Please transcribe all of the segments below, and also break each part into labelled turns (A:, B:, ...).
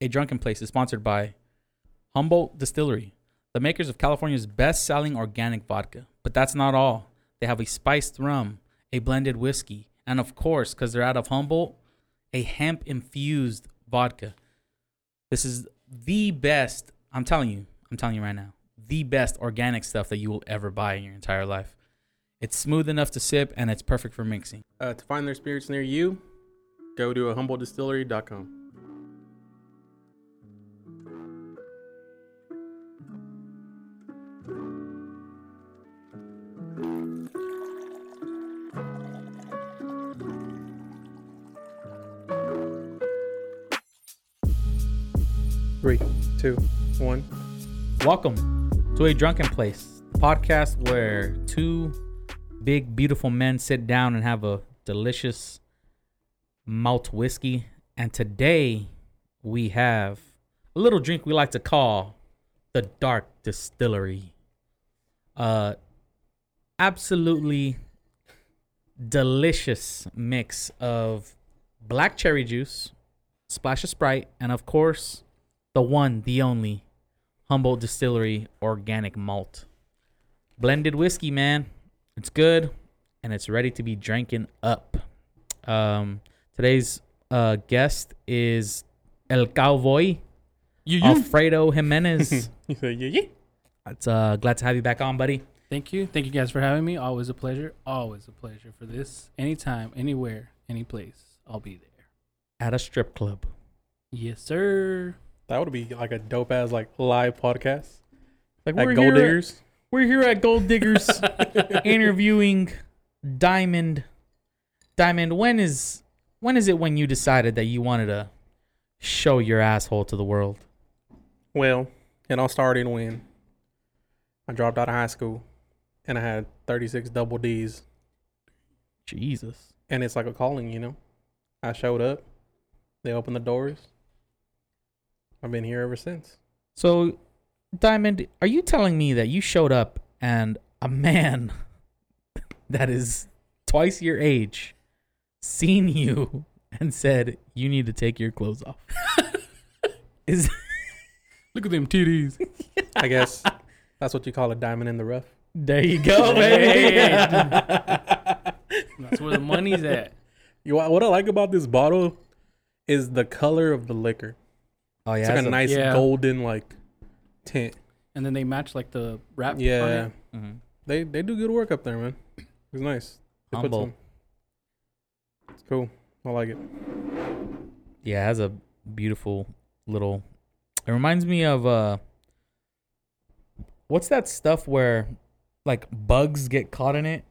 A: a drunken place, is sponsored by Humboldt Distillery, the makers of California's best selling organic vodka. But that's not all. They have a spiced rum, a blended whiskey, and of course, because they're out of Humboldt, a hemp infused vodka. This is the best, I'm telling you, I'm telling you right now, the best organic stuff that you will ever buy in your entire life. It's smooth enough to sip and it's perfect for mixing.
B: Uh, to find their spirits near you, go to humboldtdistillery.com. Three, two, one.
A: Welcome to A Drunken Place, the podcast where two big, beautiful men sit down and have a delicious malt whiskey. And today we have a little drink we like to call the Dark Distillery. Uh, absolutely delicious mix of black cherry juice, splash of Sprite, and of course, the one, the only Humboldt Distillery organic malt. Blended whiskey, man. It's good and it's ready to be drinking up. Um, today's uh, guest is El Cowboy,
C: You,
A: Alfredo Jimenez.
B: You say yeah, yeah.
A: it's uh, glad to have you back on, buddy.
C: Thank you. Thank you guys for having me. Always a pleasure. Always a pleasure for this. Anytime, anywhere, any place, I'll be there.
A: At a strip club.
C: Yes, sir.
B: That would be like a dope ass like live podcast.
A: Like
B: Like Gold
A: here,
B: Diggers.
A: We're here at Gold Diggers interviewing Diamond. Diamond, when is when is it when you decided that you wanted to show your asshole to the world?
B: Well, it all started when I dropped out of high school and I had 36 double D's.
A: Jesus.
B: And it's like a calling, you know? I showed up, they opened the doors. I've been here ever since.
A: So, Diamond, are you telling me that you showed up and a man that is twice your age seen you and said you need to take your clothes off? is
C: Look at them titties.
B: I guess that's what you call a diamond in the rough.
A: there you go, baby.
C: That's where the money's at.
B: You, what I like about this bottle is the color of the liquor.
A: Oh
B: It's
A: yeah,
B: like a nice
C: yeah.
B: golden like tint.
C: And then they match like the wrap. on
B: Yeah.
C: it.
A: hmm
B: They they do good work up there, man. It's nice. They put
A: Humble.
B: some- It's cool. I like it.
A: Yeah, it has a beautiful little. It reminds me of uh, what's that stuff where, like bugs get caught in it,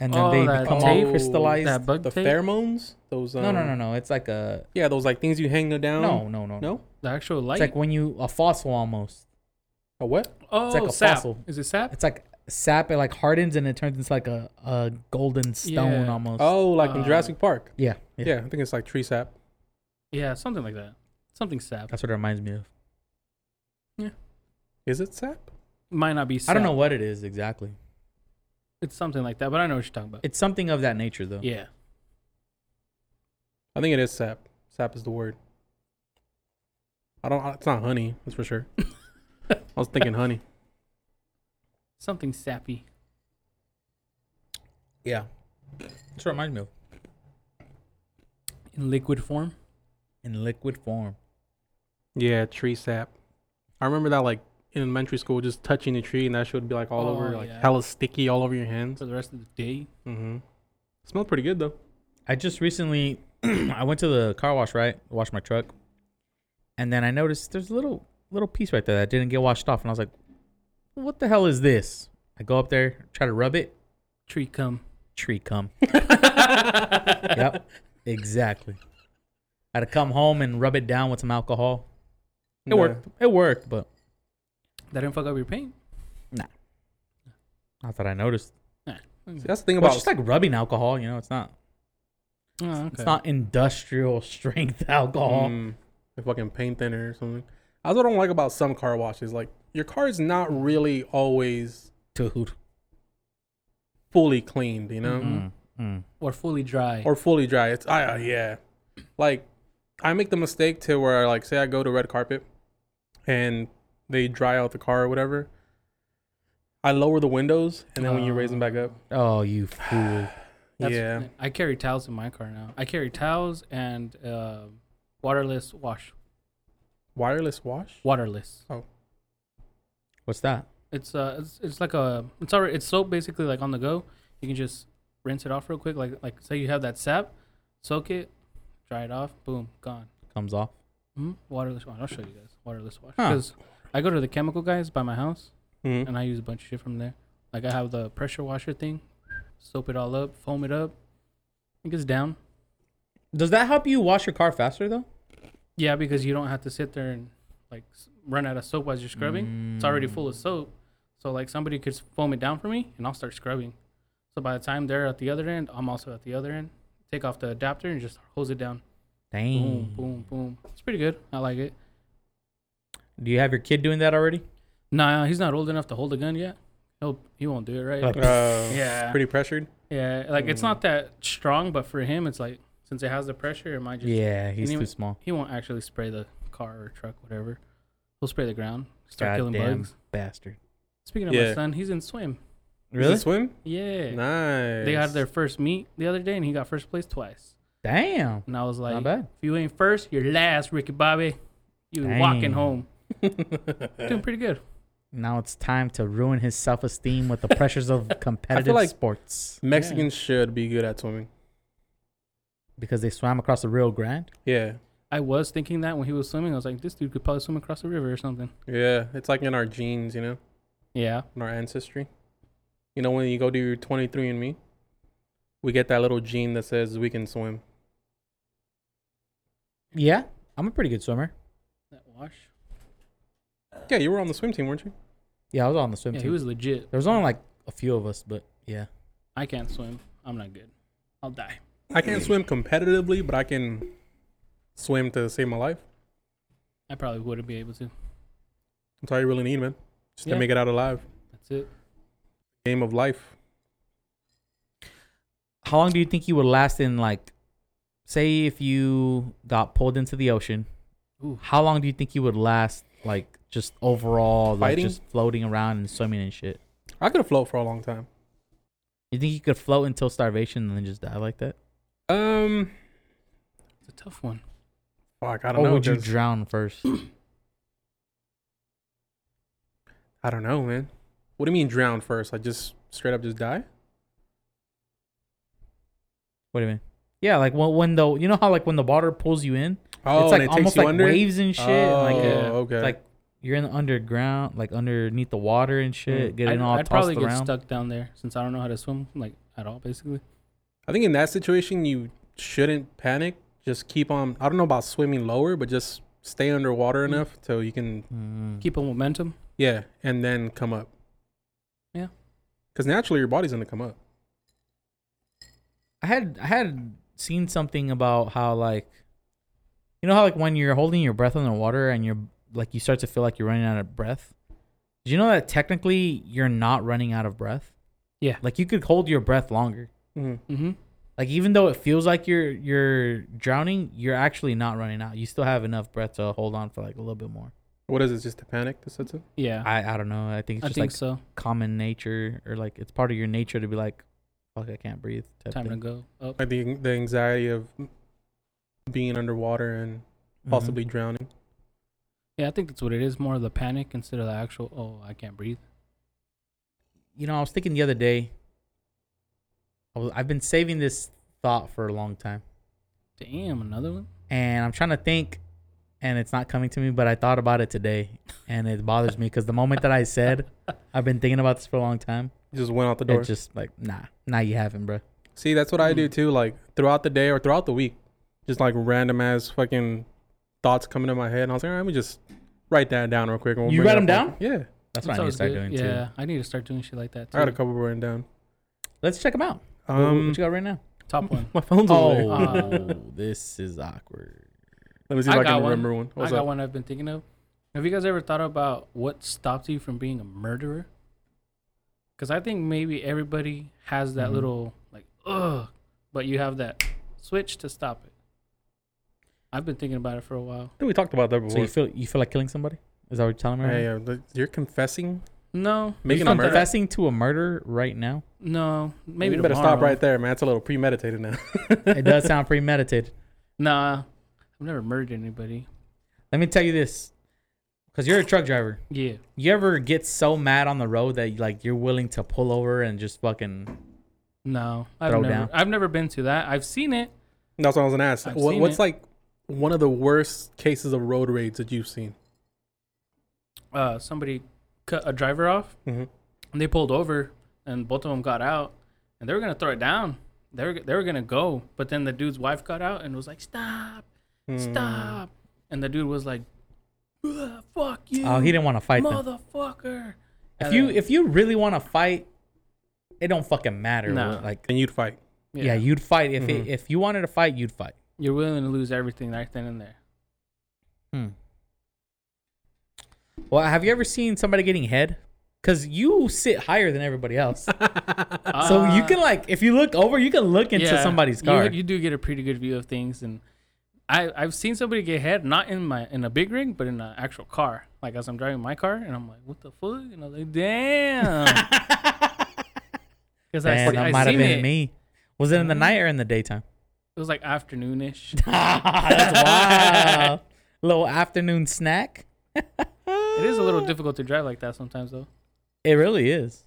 A: and then
C: Oh,
A: they
C: that
A: become
B: tape?
A: all crystallized.
C: That bug
B: The
C: tape.
B: pheromones? Those um,
A: no, no, no, no. It's like a
B: Yeah, those like things you hang down.
A: no, no, no,
B: No?
C: the actual light.
A: It's like when you a fossil almost.
B: A what?
C: oh,
A: like a
C: sap.
A: fossil.
C: Is it sap?
A: It's like sap. It like hardens and it turns into like a, a golden stone
C: Yeah.
A: almost.
B: Oh, like in
C: uh,
B: Jurassic Park.
A: yeah, yeah,
B: Yeah. I think it's like tree sap.
C: Yeah, something like that. Something sap.
A: That's what it reminds me of.
B: Is it sap?
C: Might not be. Sap.
A: I don't know what it is exactly.
C: It's something like that, but I know what you're talking about.
A: It's something of that nature though.
C: yeah.
B: I think it is sap. Sap is the word. I don't. It's not honey. That's for sure. I was thinking honey.
C: Something sappy.
A: yeah. That's what it reminds me of
C: In liquid form.
A: in liquid form.
B: Yeah, tree sap. I remember that like in elementary school, just touching the tree and that shit would be like all
C: Oh,
B: over, like
C: yeah.
B: hella sticky all over your hands.
C: For the rest of the day.
B: Mm-hmm. Smells pretty good though.
A: I just recently I went to the car wash, right? Wash my truck. And then I noticed there's a little little piece right there that didn't get washed off and I was like, "What the hell is this?" I go up there, try to rub it,
C: Tree cum.
A: tree cum. yep. Exactly. I had to come home and rub it down with some alcohol. It
B: Nah.
A: worked. It worked, but
C: That didn't fuck up your paint.
A: not that I noticed.
B: See, that's the thing
A: Well,
B: about
A: it's just like rubbing alcohol, you know, it's not
C: Oh, okay.
A: it's not industrial strength alcohol.
B: Mm, like fucking paint thinner or something. That's what I don't like about some car washes. Like your car is not really always
A: Dude.
B: fully
A: Mm-hmm.
B: cleaned, you know,
C: Mhm.
A: Mm, mm.
C: or fully dry.
B: or fully dry. It's I uh, yeah, like I make the mistake to where like say I go to red carpet and they dry out the car or whatever. I lower the windows and then when you raise them back up,
A: Oh, you fool.
B: yeah,
C: I carry towels in my car now. I carry towels and uh, waterless wash.
B: wireless wash.
C: Waterless.
A: What's that?
C: It's uh, it's, it's like a it's already it's soap basically like on the go. You can just rinse it off real quick. Like like say you have that sap, soak it, dry it off, boom, gone.
A: Comes off.
C: hmm Waterless wash. I'll show you guys waterless wash
A: Huh.
C: because I go to the chemical guys by my house
B: Mhm.
C: and I use a bunch of shit from there. Like I have the pressure washer thing, soap it all up, foam it up. It gets down.
A: Does that help you wash your car faster though?
C: Yeah, because you don't have to sit there and like s- run out of soap while you're scrubbing. It's
A: Mm.
C: already full of soap. So like somebody could s- foam it down for me and I'll start scrubbing. So by the time they're at the other end, I'm also at the other end. Take off the adapter and just hose it down.
A: Dang.
C: Boom, boom, boom. It's pretty good. I like it.
A: Do you have your kid doing that already?
C: Nah, he's not old enough to hold a gun yet. He'll he won't do it right.
A: Uh,
B: Uh,
C: yeah,
B: pretty pressured.
C: yeah. Like it's
A: Mm.
C: not that strong, but for him, it's like since it has the pressure, it might just
A: yeah, he's
C: Anyway-
A: too small.
C: he won't actually spray the car or truck, whatever. He'll spray the ground, start
A: God
C: killing
A: damn
C: bugs.
A: bastard.
C: Speaking of my
B: Yeah.
C: son, he's in swim.
B: Does he swim?
C: Yeah.
B: Nice.
C: They got their first meet the other day and he got first place twice.
A: Damn.
C: And I was like,
A: Not
C: if
A: bad.
C: you ain't first, you're last, Ricky Bobby. You walking
A: Dang.
C: home. Doing pretty good.
A: Now it's time to ruin his self-esteem with the pressures of competitive
B: like-
A: sports
B: Mexicans should be good at swimming.
A: because they swam across the Rio Grande.
B: Yeah,
C: I was thinking that when he was swimming, I was like, this dude could probably swim across the river or something.
B: yeah. It's like in our genes, you know,
C: Yeah.
B: in our ancestry. You know, when you go do your 23andMe, we get that little gene that says we can swim.
A: Yeah, I'm a pretty good swimmer.
C: That wash.
B: Yeah, you were on the swim team, weren't you?
A: Yeah, I was on the swim
C: Yeah, he
A: team.
C: was legit.
A: there was only like a few of us, but yeah.
C: I can't swim. I'm not good. I'll die.
B: I can't swim competitively, but I can swim to save my life.
C: I probably wouldn't be able to.
B: That's all you really need, man. Just
C: Yeah.
B: to make it out alive.
C: That's it.
B: Game of life.
A: How long do you think you would last in like, say, if you got pulled into the ocean?
C: Ooh.
A: How long do you think you would last like just overall, like
B: Fighting?
A: just floating around and swimming and shit?
B: I could have float for a long time.
A: You think you could float until starvation and then just die like that?
B: Um,
C: It's a tough one.
B: fuck, I don't
A: Or
B: know.
A: Oh, would you
B: 'cause-
A: drown first?
B: I don't know, man. What do you mean drown first? I just straight up just die?
A: What do you mean? Yeah, like when, when the you know how like when the water pulls you in,
B: Oh,
A: it's
B: and
A: like
B: it
A: almost
B: takes you
A: like
B: under.
A: waves and shit. and,
B: Oh,
A: like
C: a-
A: uh,
B: okay.
A: like you're in the underground, like underneath the water and shit,
B: Mm.
A: getting
C: I'd,
A: all
C: I'd
A: tossed
C: probably
A: around.
C: get stuck down there since I don't know how to swim like at all, basically.
B: I think in that situation you shouldn't panic. Just keep on. I don't know about swimming lower, but just stay underwater
C: Mm.
B: enough till you can.
A: Mm.
C: Keep a momentum.
B: Yeah, and then come up.
C: Yeah.
B: Because naturally your body's gonna come up.
A: I had I had seen something about how like you know how like when you're holding your breath in the water and you're like you start to feel like you're running out of breath. Did you know that technically you're not running out of breath?
C: Yeah.
A: Like you could hold your breath longer.
B: Mm-hmm.
C: Mm-hmm.
A: Like even though it feels like you're you're drowning, you're actually not running out. You still have enough breath to hold on for like a little bit more.
B: What is it? Just the panic that sets in?
C: Yeah. I,
A: I, I don't know. I think it's just
C: think
A: like
C: so.
A: common nature or like it's part of your nature to be like, fuck, I can't breathe. type
C: Time to
A: thing.
C: go up.
B: Like the the anxiety of being underwater and
A: Mhm.
B: possibly drowning.
C: Yeah, I think that's what it is. More of the panic instead of the actual, oh, I can't breathe.
A: you know, I was thinking the other day. I was, I've been saving this thought for a long time,
C: Damn, another one?
A: and I'm trying to think, and it's not coming to me. But I thought about it today, and it bothers me because the moment that I said I've been thinking about this for a long time,
B: Just went out the door.
A: it's just Mm-hmm. like, nah, nah, you haven't, bro.
B: See, that's what I do too. Like throughout the day or throughout the week, just like random ass fucking thoughts coming to my head, and I was like, all right, let me just write that down real quick. and we'll
A: You
B: bring
A: write
B: it
A: 'em
B: up later." Yeah,
A: That's,
C: That's
A: what I need
C: always
A: to start
C: good.
A: doing
C: Yeah,
A: too.
C: I need to start doing shit like that too.
B: I got a couple written down.
A: Let's check them out. What-
B: Um,
A: what you got right now?
C: Top one.
B: my phone's over there.
C: uh,
A: Oh, this is awkward.
B: Let me see if
C: I
B: I,
C: got
B: can
C: one.
B: remember one.
C: I
B: What's
C: got
B: up?
C: one I've been thinking of. Have you guys ever thought about what stopped you from being a murderer? Because I think maybe everybody has that
A: Mhm.
C: little, like, ugh, but you have that switch to stop it. I've been thinking about it for a while.
B: I think we talked about that
A: So you
B: before.
A: feel you feel like killing somebody? Is that what you're telling me? right
B: Hey,
A: now?
B: uh, th- you're confessing.
C: No,
B: Making
C: not
B: a
C: that
B: murder?
C: I-
A: Confessing to a murder right now?
C: No, maybe
B: Maybe you better
C: tomorrow.
B: stop right there, man. It's a little premeditated now.
A: it does sound premeditated.
C: Nah, I've never murdered anybody.
A: Let me tell you this, because you're a truck driver.
C: Yeah,
A: You ever get so mad on the road that like you're willing to pull over and just fucking?
C: no, I've
A: Throw
C: never.
A: down.
C: I've never been to that. I've seen it.
B: That's what I was gonna ask.
C: I've
B: What,
C: seen
B: what's
C: it.
B: like one of the worst cases of road rage that you've seen?
C: Uh, somebody cut a driver off,
B: Mm-hmm.
C: and they pulled over, and both of them got out, and they were gonna throw it down. They were they were gonna go, but then the dude's wife got out and was like, "Stop,
A: Mm.
C: stop!" And the dude was like, "Ugh, "Fuck you,
A: Oh, he didn't want to fight them.
C: motherfucker."
A: If
C: And
A: you
C: then-
A: if you really want to fight, it don't fucking matter.
C: No.
A: Like
B: And you'd fight.
A: yeah, you'd fight if
B: Mhm.
C: Mm-hmm.
A: it, if you wanted to fight, you'd fight.
C: you're willing to lose everything right then and there.
A: Hmm. Well, have you ever seen somebody getting head? Cause you sit higher than everybody else, so you
C: Uh,
A: can like if you look over, you can look into
C: Yeah,
A: somebody's
C: you-
A: car.
C: You, do get a pretty good view of things, and I I've seen somebody get hit not in my in a big rig, but in an actual car. Like as I'm driving my car, and I'm like, what the fuck? And I'm like, damn. Because I,
A: Damn, that
C: see- I
A: might have
C: seen
A: been
C: it. Mm-hmm.
A: me. Was it in the night or in the daytime?
C: It was like afternoonish.
A: That's wild. Little afternoon snack.
C: it is a little difficult to drive like that sometimes though,
A: It really is.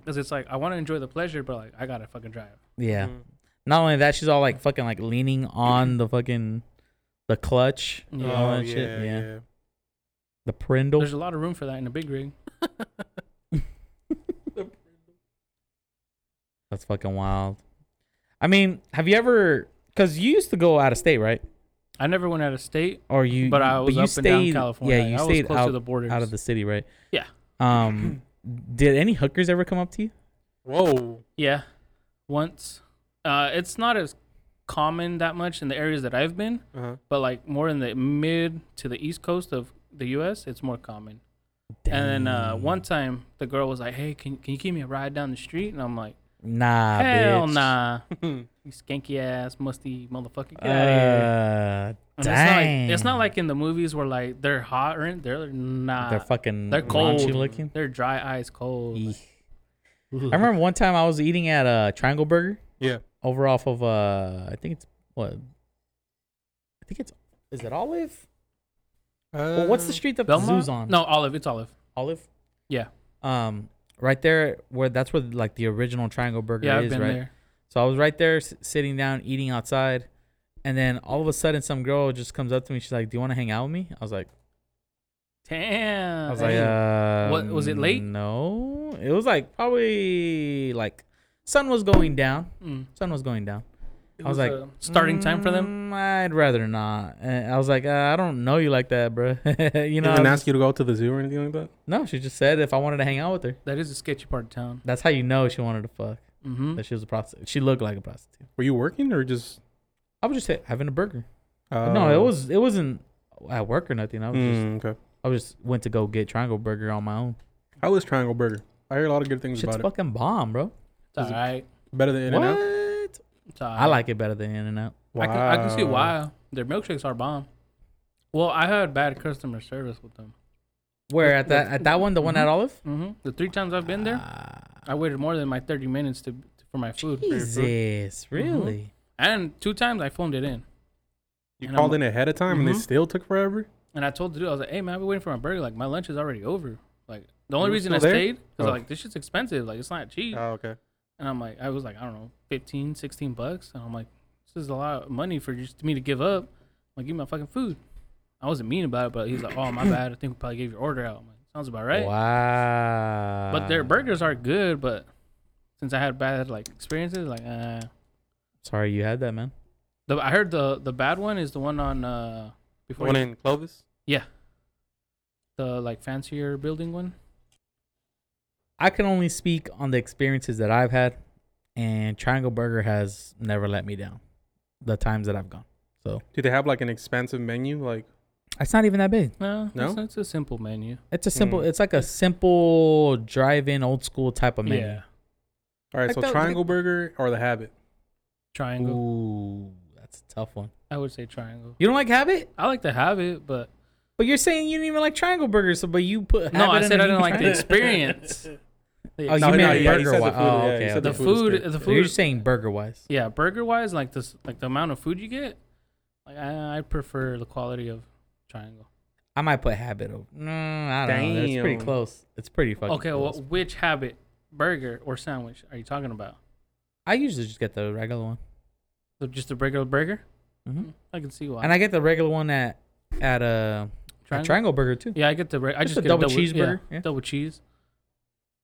C: because it's like I want to enjoy the pleasure, but like I gotta fucking drive.
A: Yeah.
C: Mm-hmm.
B: Mhm.
A: Not only that, she's all like fucking like leaning on the fucking the clutch.
C: Yeah.
A: all
B: Oh,
A: that shit,
B: yeah,
A: yeah.
B: yeah.
A: The prindle.
C: There's a lot of room for that in a big rig.
A: That's fucking wild. I mean, have you ever? Because you used to go out of state, right?
C: I never went out of state,
A: Or you?
C: but I was
A: you
C: up and down
A: stayed-
C: California.
A: Yeah, you
C: I was
A: stayed
C: close
A: out,
C: to the borders.
A: out of the city, right?
C: Yeah.
A: Um, did any hookers ever come up to you?
B: Whoa.
C: Yeah, once. Uh, it's not as common that much in the areas that I've been,
B: Uh-huh.
C: but like more in the mid to the east coast of the U.S., it's more common. And then uh,
A: Damn.
C: one time, the girl was like, "Hey, can can you give me a ride down the street?" And I'm like,
A: Nah,
C: "Hell
A: Ah, bitch.
C: nah,
B: Damn.
C: you skanky ass, musty motherfucker, get out of
A: Uh,
C: here." And It's not,
A: dang.
C: like, it's not like in the movies where like they're hot or anything. They're nah.
A: they're fucking
C: they're cold.
A: raunchy looking.
C: They're dry eyes cold.
A: Eeh. I remember one time I was eating at a Triangle Burger
B: Yeah.
A: over off of uh I think it's what I think it's is it Olive? Well, what's the
B: Uh,
A: street that the
C: Belmont?
A: zoo's on?
C: No, olive. It's olive.
A: Olive.
C: Yeah.
A: Um, right there where that's where like the original Triangle Burger
C: Yeah, I've
A: is,
C: been
A: right?
C: there.
A: So I was right there s- sitting down eating outside, and then all of a sudden some girl just comes up to me. She's like, "Do you want to hang out with me?" I was like.
C: Damn.
A: I was like, uh,
C: What- was it late?
A: No, it was like probably like sun was going down.
C: Mm.
A: Sun was going down.
C: It
A: I was like,
C: a starting time for them.
A: "Mm, I'd rather not. And I was like, uh, I don't know you like that, bro. you know, I
B: and
A: was-
B: ask you to go to the zoo or anything like that?
A: no. She just said if I wanted to hang out with her.
C: That is a sketchy part of town.
A: That's how you know she wanted to fuck.
C: Mm-hmm.
A: That she was a prostitute. She looked like a prostitute.
B: Were you working or just?
A: I was just ha- having a burger.
B: Uh,
A: no, it was it wasn't at work or nothing. I was just
B: Mm, okay.
A: I was just went to go get Triangle Burger on my own.
B: How is Triangle Burger? I hear a lot of good things
A: Shit's
B: about
A: fucking bomb, bro.
C: It's all right.
B: it. Better than In and Out.
A: What?
C: It's all
A: I like it better than In and Out.
C: I can, I can see why their milkshakes are bomb. Well, I had bad customer service with them.
A: Where at that at that one, the one at Olive?
C: Mm-hmm. The three times I've been there,
A: Ah,
C: I waited more than my thirty minutes to for my food.
A: Jesus, really?
C: And two times I phoned it in,
B: You
C: And
B: called
C: I'm-
B: in ahead of time and they
C: Mhm.
B: still took forever.
C: and I told the dude, I was like, "Hey man, I've been waiting for my burger. Like my lunch is already over. Like the only
B: You were
C: reason
B: still
C: I
B: there?
C: stayed because
B: Oh.
C: like this shit's expensive. Like it's not cheap."
B: okay.
C: And I'm like, I was like, I don't know, 15, 16 bucks. And I'm like, this is a lot of money for just me to give up. I'm like, give me my fucking food. I wasn't mean about it, but he's like, oh, my bad. I think we probably gave your order out. I'm like, sounds about right.
A: Wow.
C: But their burgers are good, but since I had bad like experiences, like, uh,
A: Sorry you had that, man.
C: the, I heard the the bad one is the one on uh before you-
B: in Clovis.
C: the like fancier building one.
A: I can only speak on the experiences that I've had, and Triangle Burger has never let me down. The times that I've gone, so
B: Do they have like an expansive menu? Like
A: it's not even that big.
C: No,
B: No?
C: it's, it's a simple menu.
A: It's a simple.
B: Mm.
A: It's like a simple drive-in, old school type of menu.
C: Yeah,
B: all right,
A: I
B: so
A: thought-
B: Triangle Burger or the Habit?
C: triangle.
A: Ooh, that's It's a tough one.
C: I would say triangle.
A: You don't like habit,
C: I like to have it, but
A: but you're saying you didn't even like triangle burgers. So, but you put
C: no, I
A: habit
C: said I
A: underneath
C: didn't like the
A: triangle.
C: experience. The
A: Oh,
C: ex-
B: No,
A: you made
B: no,
A: a
B: yeah, he
A: burger.
B: said the
A: wise.
B: food,
A: Oh,
B: yeah, he
A: okay.
B: said
A: okay.
C: the
B: food was
C: food,
B: good.
C: the
A: So you're
C: food,
A: just saying burger wise.
C: yeah, burger wise, like this, like the amount of food you get, like I, I prefer the quality of triangle.
A: I might put habit over. No, I don't know. It's pretty
B: Damn.
A: close. It's pretty fucking
C: Okay, well,
A: Close.
C: which habit, burger or sandwich, are you talking about?
A: I usually just get the regular one,
C: So just a regular burger?
A: Mhm.
C: I can see why.
A: and I get the regular one at at uh, a triangle, burger too.
C: Yeah, I get the. Re- I
A: Just
C: just,
A: a
C: get
A: double
C: a double
A: cheeseburger,
C: yeah,
A: yeah.
C: double cheese.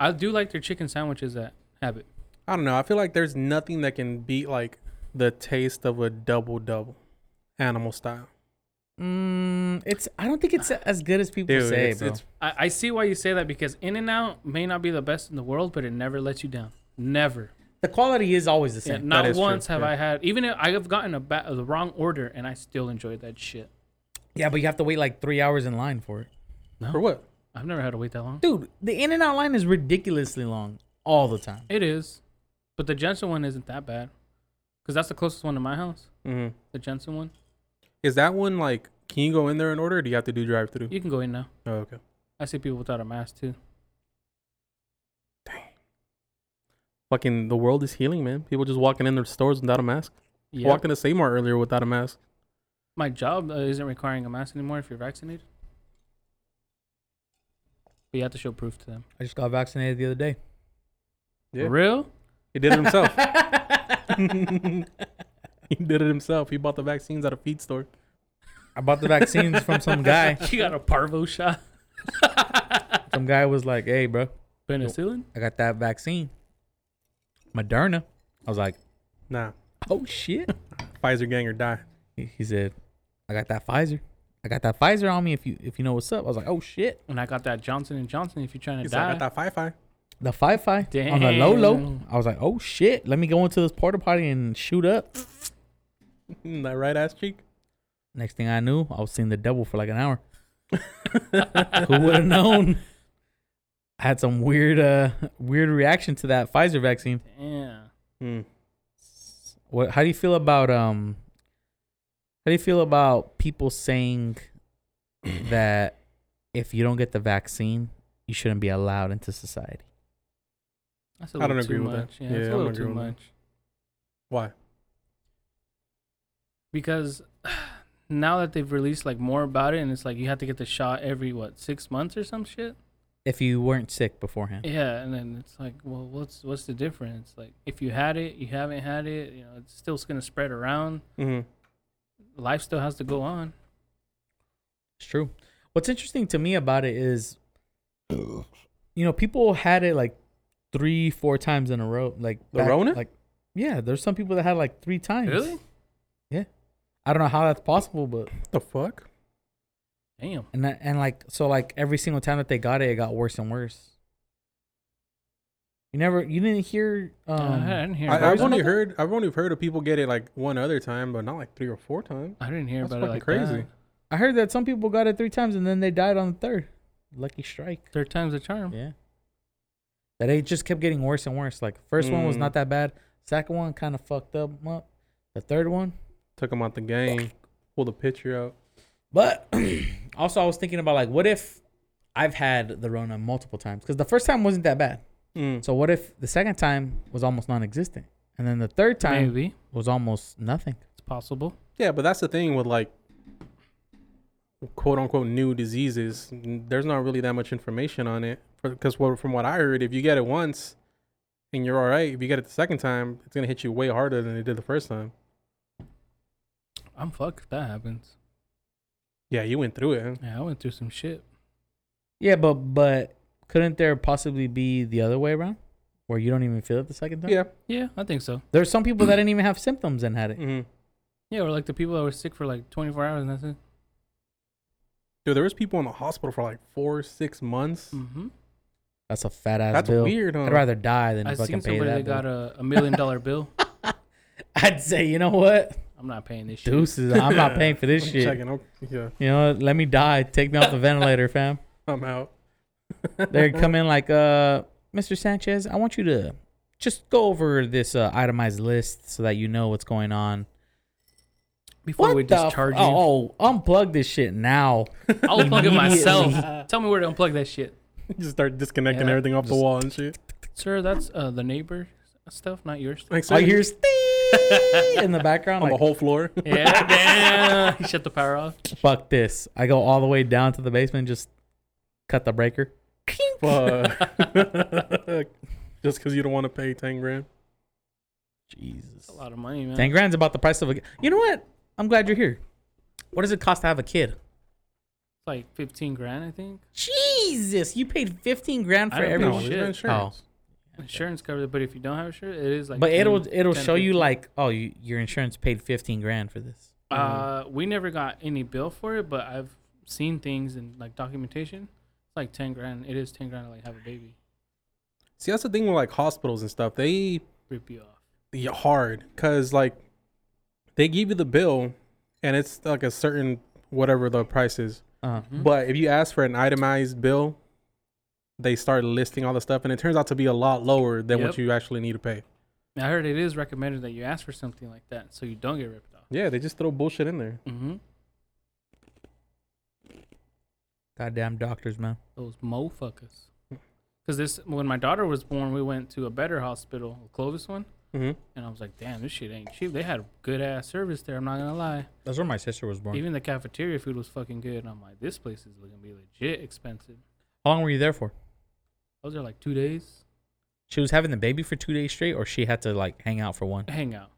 C: I do like their chicken sandwiches at Habit.
B: I don't know. I feel like there's nothing that can beat like the taste of a double double, animal style.
A: Mm, it's. I don't think it's as good as people
B: Dude,
A: say,
B: it's,
A: bro.
B: it's
C: I, I see why you say that because In and Out may not be the best in the world, but it never lets you down. Never.
A: the quality is always the
C: Yeah,
A: same.
C: not
B: is true,
C: once have
B: yeah.
C: I had. Even if I have gotten a ba- the wrong order, and I still enjoyed that shit.
A: Yeah, but you have to wait like three hours in line for it.
C: No,
B: for what?
C: I've never had to wait that long.
A: Dude, the in and out line is ridiculously long all the time.
C: It is, but the Jensen one isn't that bad, because that's the closest one to my house.
B: hmm
C: The Jensen one.
B: Is that one like? Can you go in there and order? Or do you have to do drive through?
C: You can go in now.
B: Oh, okay.
C: I see people without a mask too.
B: Fucking the world is healing, man. People just walking in their stores without a mask.
C: Yeah.
B: Walked into Seymour earlier without a mask.
C: My job uh, isn't requiring a mask anymore if you're vaccinated. But you have to show proof to them.
A: I just got vaccinated the other day.
B: Yeah.
C: Real?
B: He did it himself. he did it himself. He bought the vaccines at a feed store.
A: I bought the vaccines from some guy.
C: you got a parvo shot?
A: Some guy was like, "Hey, bro,
C: Penicillin?
A: I got that vaccine, Moderna." I was like,
B: Nah,
A: "Oh shit!"
B: Pfizer gang or die.
A: He, he said, "I got that Pfizer. I got that Pfizer on me. If you if you know what's up." I was like, "Oh shit!"
C: And I got that Johnson and Johnson. If you're trying to
B: He's like,
C: die,
B: I got that Fi-Fi.
A: The fi fi on the low low.
C: Damn.
A: I was like, "Oh shit!" Let me go into this porta potty and shoot up.
B: Mm, that right ass cheek.
A: Next thing I knew, I was seeing the devil for like an hour. Who would have known? I had some weird, uh, weird reaction to that Pfizer vaccine.
C: yeah.
B: Mm.
A: What? How do you feel about um? How do you feel about people saying that if you don't get the vaccine, you shouldn't be allowed into society?
C: That's a
B: I don't
C: little
B: agree
C: too
B: with that.
C: much. Yeah, it's
B: Yeah,
C: a
B: I'm
C: little
B: agree
C: too
B: with that.
C: much.
B: Why?
C: Because now that they've released like more about it, and it's like you have to get the shot every what six months or some shit.
A: If you weren't sick beforehand,
C: Yeah, and then it's like, well, what's what's the difference? Like, if you had it, you haven't had it. You know, it's still gonna spread around.
B: Mm-hmm.
C: Life still has to go on.
A: it's true. What's interesting to me about it is, you know, people had it like three, four times in a row. Like
B: The Rona?
A: Like, yeah, there's some people that had like three times. I don't know how that's possible, but
B: The fuck?
C: Damn.
A: and that- and like so like every single time that they got it, it got worse and worse. You never, you didn't hear. Um,
C: I, I didn't hear.
B: I,
C: about
B: I've
C: it.
B: only heard I've only heard of people get it like one other time, but not like three or four times.
C: I didn't hear
B: That's
C: about it
B: fucking
C: like
B: crazy.
C: that.
A: I heard that some people got it three times and then they died on the third. Lucky strike.
C: Third time's a charm.
A: Yeah. That it just kept getting worse and worse. Like first one was
B: Mm.
A: not that bad. Second one kind of fucked up 'em up. The third one,
B: Took him out the game. Pulled the picture out.
A: but also I was thinking about like, what if I've had the Rona multiple times? Because the first time wasn't that bad.
B: Mm.
A: So what if the second time was almost non-existent, and then the third time
C: Maybe
A: was almost nothing?
C: it's possible.
B: Yeah, but that's the thing with like quote unquote new diseases. n- There's not really that much information on it because from what I heard, if you get it once and you're all right, if you get it the second time, it's gonna hit you way harder than it did the first time.
C: I'm fucked if that happens.
B: Yeah, you went through it. Huh?
C: Yeah, I went through some shit.
A: Yeah, but but couldn't there possibly be the other way around, where you don't even feel it the second time?
B: Yeah.
C: Yeah, I think so.
A: There's some people that didn't even have symptoms and had it.
B: Mm-hmm.
C: Yeah, or like the people that were sick for like 24 hours and that's it.
B: Dude, there was people in the hospital for like four, six months.
C: Mm-hmm.
A: That's a fat ass
B: That's
A: Mm. bill.
B: weird. Huh?
A: I'd rather die than
C: I
A: fucking
C: seen
A: pay
C: somebody
A: that.
C: that
A: bill.
C: got a, a million dollar bill.
A: I'd say, you know what,
C: I'm not paying this shit.
A: deuces. I'm not paying for this
B: I'm
A: shit.
B: checking, I'm- yeah,
A: You know, what? let me die. Take me off the ventilator, fam.
B: I'm out.
A: They come in like, uh, Mr. Sanchez, I want you to just go over this uh, itemized list so that you know what's going on.
C: before we
A: the
C: discharge
A: f- oh, oh, unplug this shit now.
C: you. I'll unplug it myself. Tell me where to unplug that shit,
B: just start disconnecting
C: Yeah,
B: everything off the
A: just-
B: wall and shit.
C: sir. That's uh, the neighbor stuff, not yours.
B: Like,
A: I
B: so
A: hear "Stee" in the background.
B: on the
A: like,
B: whole floor.
C: Yeah, damn. He shut the power off.
A: fuck this. I go all the way down to the basement, just cut the breaker.
B: Fuck. just because you don't want to pay ten grand.
A: Jesus.
C: That's a lot of money, man.
A: Ten grand's about the price of a. You know what? I'm glad you're here. What does it cost to have a kid?
C: It's like fifteen grand, I think.
A: Jesus, you paid fifteen grand
C: I
A: for
C: don't
A: every.
C: know.
B: No,
C: shit. Oh.
B: we got insurance.
C: Insurance covers it, but if you don't have insurance, it is like.
A: but
C: 10,
A: it'll it'll
C: 10,
A: show you
C: 15.
A: like, oh, you, your insurance paid fifteen grand for this.
C: Uh, we never got any bill for it, but I've seen things in like documentation. It's like ten grand. It is ten grand to like have a baby.
B: See, that's the thing with like hospitals and stuff. They
C: Rip you off.
B: be hard because like they give you the bill, and it's like a certain whatever the price is.
A: Uh,
C: Hmm?
B: But if you ask for an itemized bill, they start listing all the stuff, and it turns out to be a lot lower than
C: Yep.
B: what you actually need to pay.
C: I heard it is recommended that you ask for something like that so you don't get ripped off.
B: Yeah, they just throw bullshit in there.
C: Mm-hmm.
A: goddamn doctors, man.
C: Those mofuckers. Because this, when my daughter was born, we went to a better hospital, a Clovis one,
B: Mm-hmm.
C: and I was like, "Damn, this shit ain't cheap." They had good ass service there. I'm not gonna lie.
A: That's where my sister was born.
C: Even the cafeteria food was fucking good. And I'm like, "This place is gonna be legit expensive."
A: How long were you there for?
C: Those are like two days
A: She was having the baby for two days straight, or she had to like hang out for one.
C: hang out.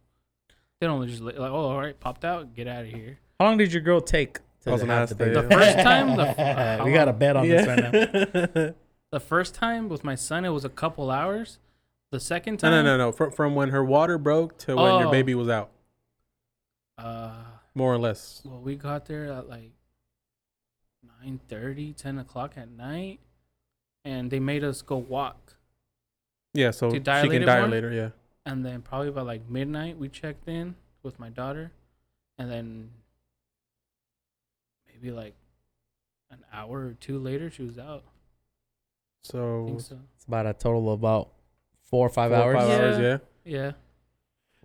C: They don't just let- like, "Oh, all right, popped out, get out of here."
A: How long did your girl take? To
B: I was gonna
A: have
B: ask
A: the
B: that,
A: baby?
B: yeah.
C: The first time, the, uh, how
A: we got a
C: long?
A: bet on this right now.
C: The first time with my son, it was a couple hours. The second
B: no,
C: time,
B: no, no, no. From, from when her water broke to when
C: Oh.
B: your baby was out,
C: no. Uh,
B: more or less.
C: Well, we got there at like 9.30, 10 o'clock at night, and they made us go walk.
B: Yeah, so
C: To
B: she
C: dilate
B: can
C: it more?
B: dilate her. Yeah.
C: And then probably by like midnight, we checked in with my daughter, and then maybe like an hour or two later, she was out. I
B: So
C: think so.
A: It's about a total of about four or five
B: four or
A: hours.
B: Five
C: Yeah.
B: hours. Yeah.
C: Yeah,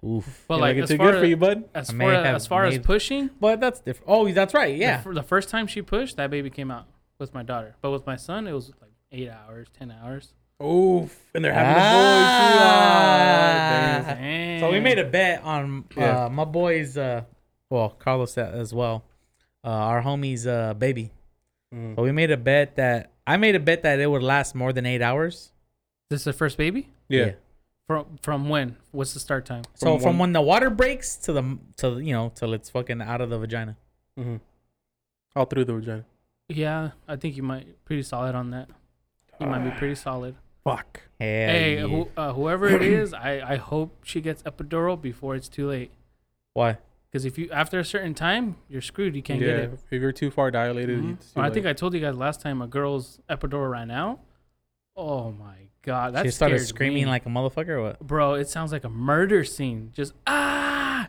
A: Oof.
C: but
B: You're
C: like
B: looking
C: as
B: too
C: far
B: good for
C: as,
B: you, bud.
C: as
A: I
C: far
A: may have
C: as, far as
A: made-
C: pushing,
A: But that's different. Oh, that's right.
C: yeah,
A: Yeah.
C: the, first time she pushed, that baby came out with my daughter. But with my son, it was like eight hours, ten hours.
B: Oof. And they're having a boy too. Ah,
A: Ah.
B: damn.
A: So we made a bet on uh,
B: Yeah.
A: my boy's, uh, well, Carlos a- as well, uh, our homie's uh, baby.
B: Mm.
A: But we made a bet that I made a bet that it would last more than eight hours.
C: This is the first baby.
B: Yeah. Mm-hmm.
C: From from when? What's the start time?
A: So
B: From
A: from
B: one-
A: when the water breaks to the to you know till it's fucking out of the vagina.
B: Mm-hmm. All through the vagina.
C: Yeah, I think you might pretty solid on that. You might be pretty solid.
B: Fuck.
A: Hell
C: hey,
A: Ah. yeah.
C: who, uh, whoever it is, I, I hope she gets epidural before it's too late.
A: why?
C: Because if you after a certain time, you're screwed. You can't
B: yeah.
C: get it.
B: If you're too far dilated,
C: Mhm.
B: it's too
C: Oh, I
B: late.
C: think I told you guys last time a girl's epidural ran out. Oh my god, that
A: she started
C: scared
A: screaming
C: me.
A: like a motherfucker. Or what?
C: bro. It sounds like a murder scene. Just ah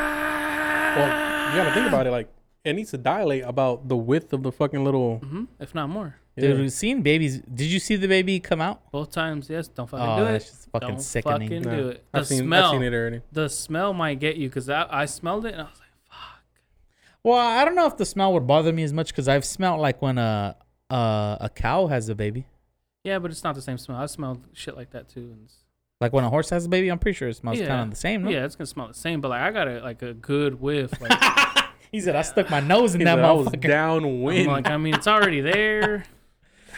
C: ah.
B: Well, you gotta think about it. Like, it needs to dilate about the width of the fucking little.
C: hmm if not more.
A: Dude,
B: Yeah.
A: we've seen babies. Did you see the baby come out?
C: Both times, yes. Don't fucking
A: Oh,
C: do
A: that's
C: it.
A: just fucking
C: Don't
A: sickening.
C: fucking
B: Nah,
C: do it. The
B: I've seen.
C: smell.
B: I've seen it already.
C: the smell might get you because I, I smelled it and I was like, fuck.
A: Well, I don't know if the smell would bother me as much because I've smelled like when a a, a cow has a baby,
C: Yeah, but it's not the same smell. I smelled shit like that too. And it's-
A: like when a horse has a baby. I'm pretty sure it smells
C: Yeah.
A: kind of Oh, the same. No?
C: yeah, it's gonna smell the same, but like I got a like a good whiff. Like,
A: He said I stuck my nose in
B: He's
A: that
B: like, I was
A: motherfucker.
C: I'm
B: downwind.
C: like, I mean, it's already there.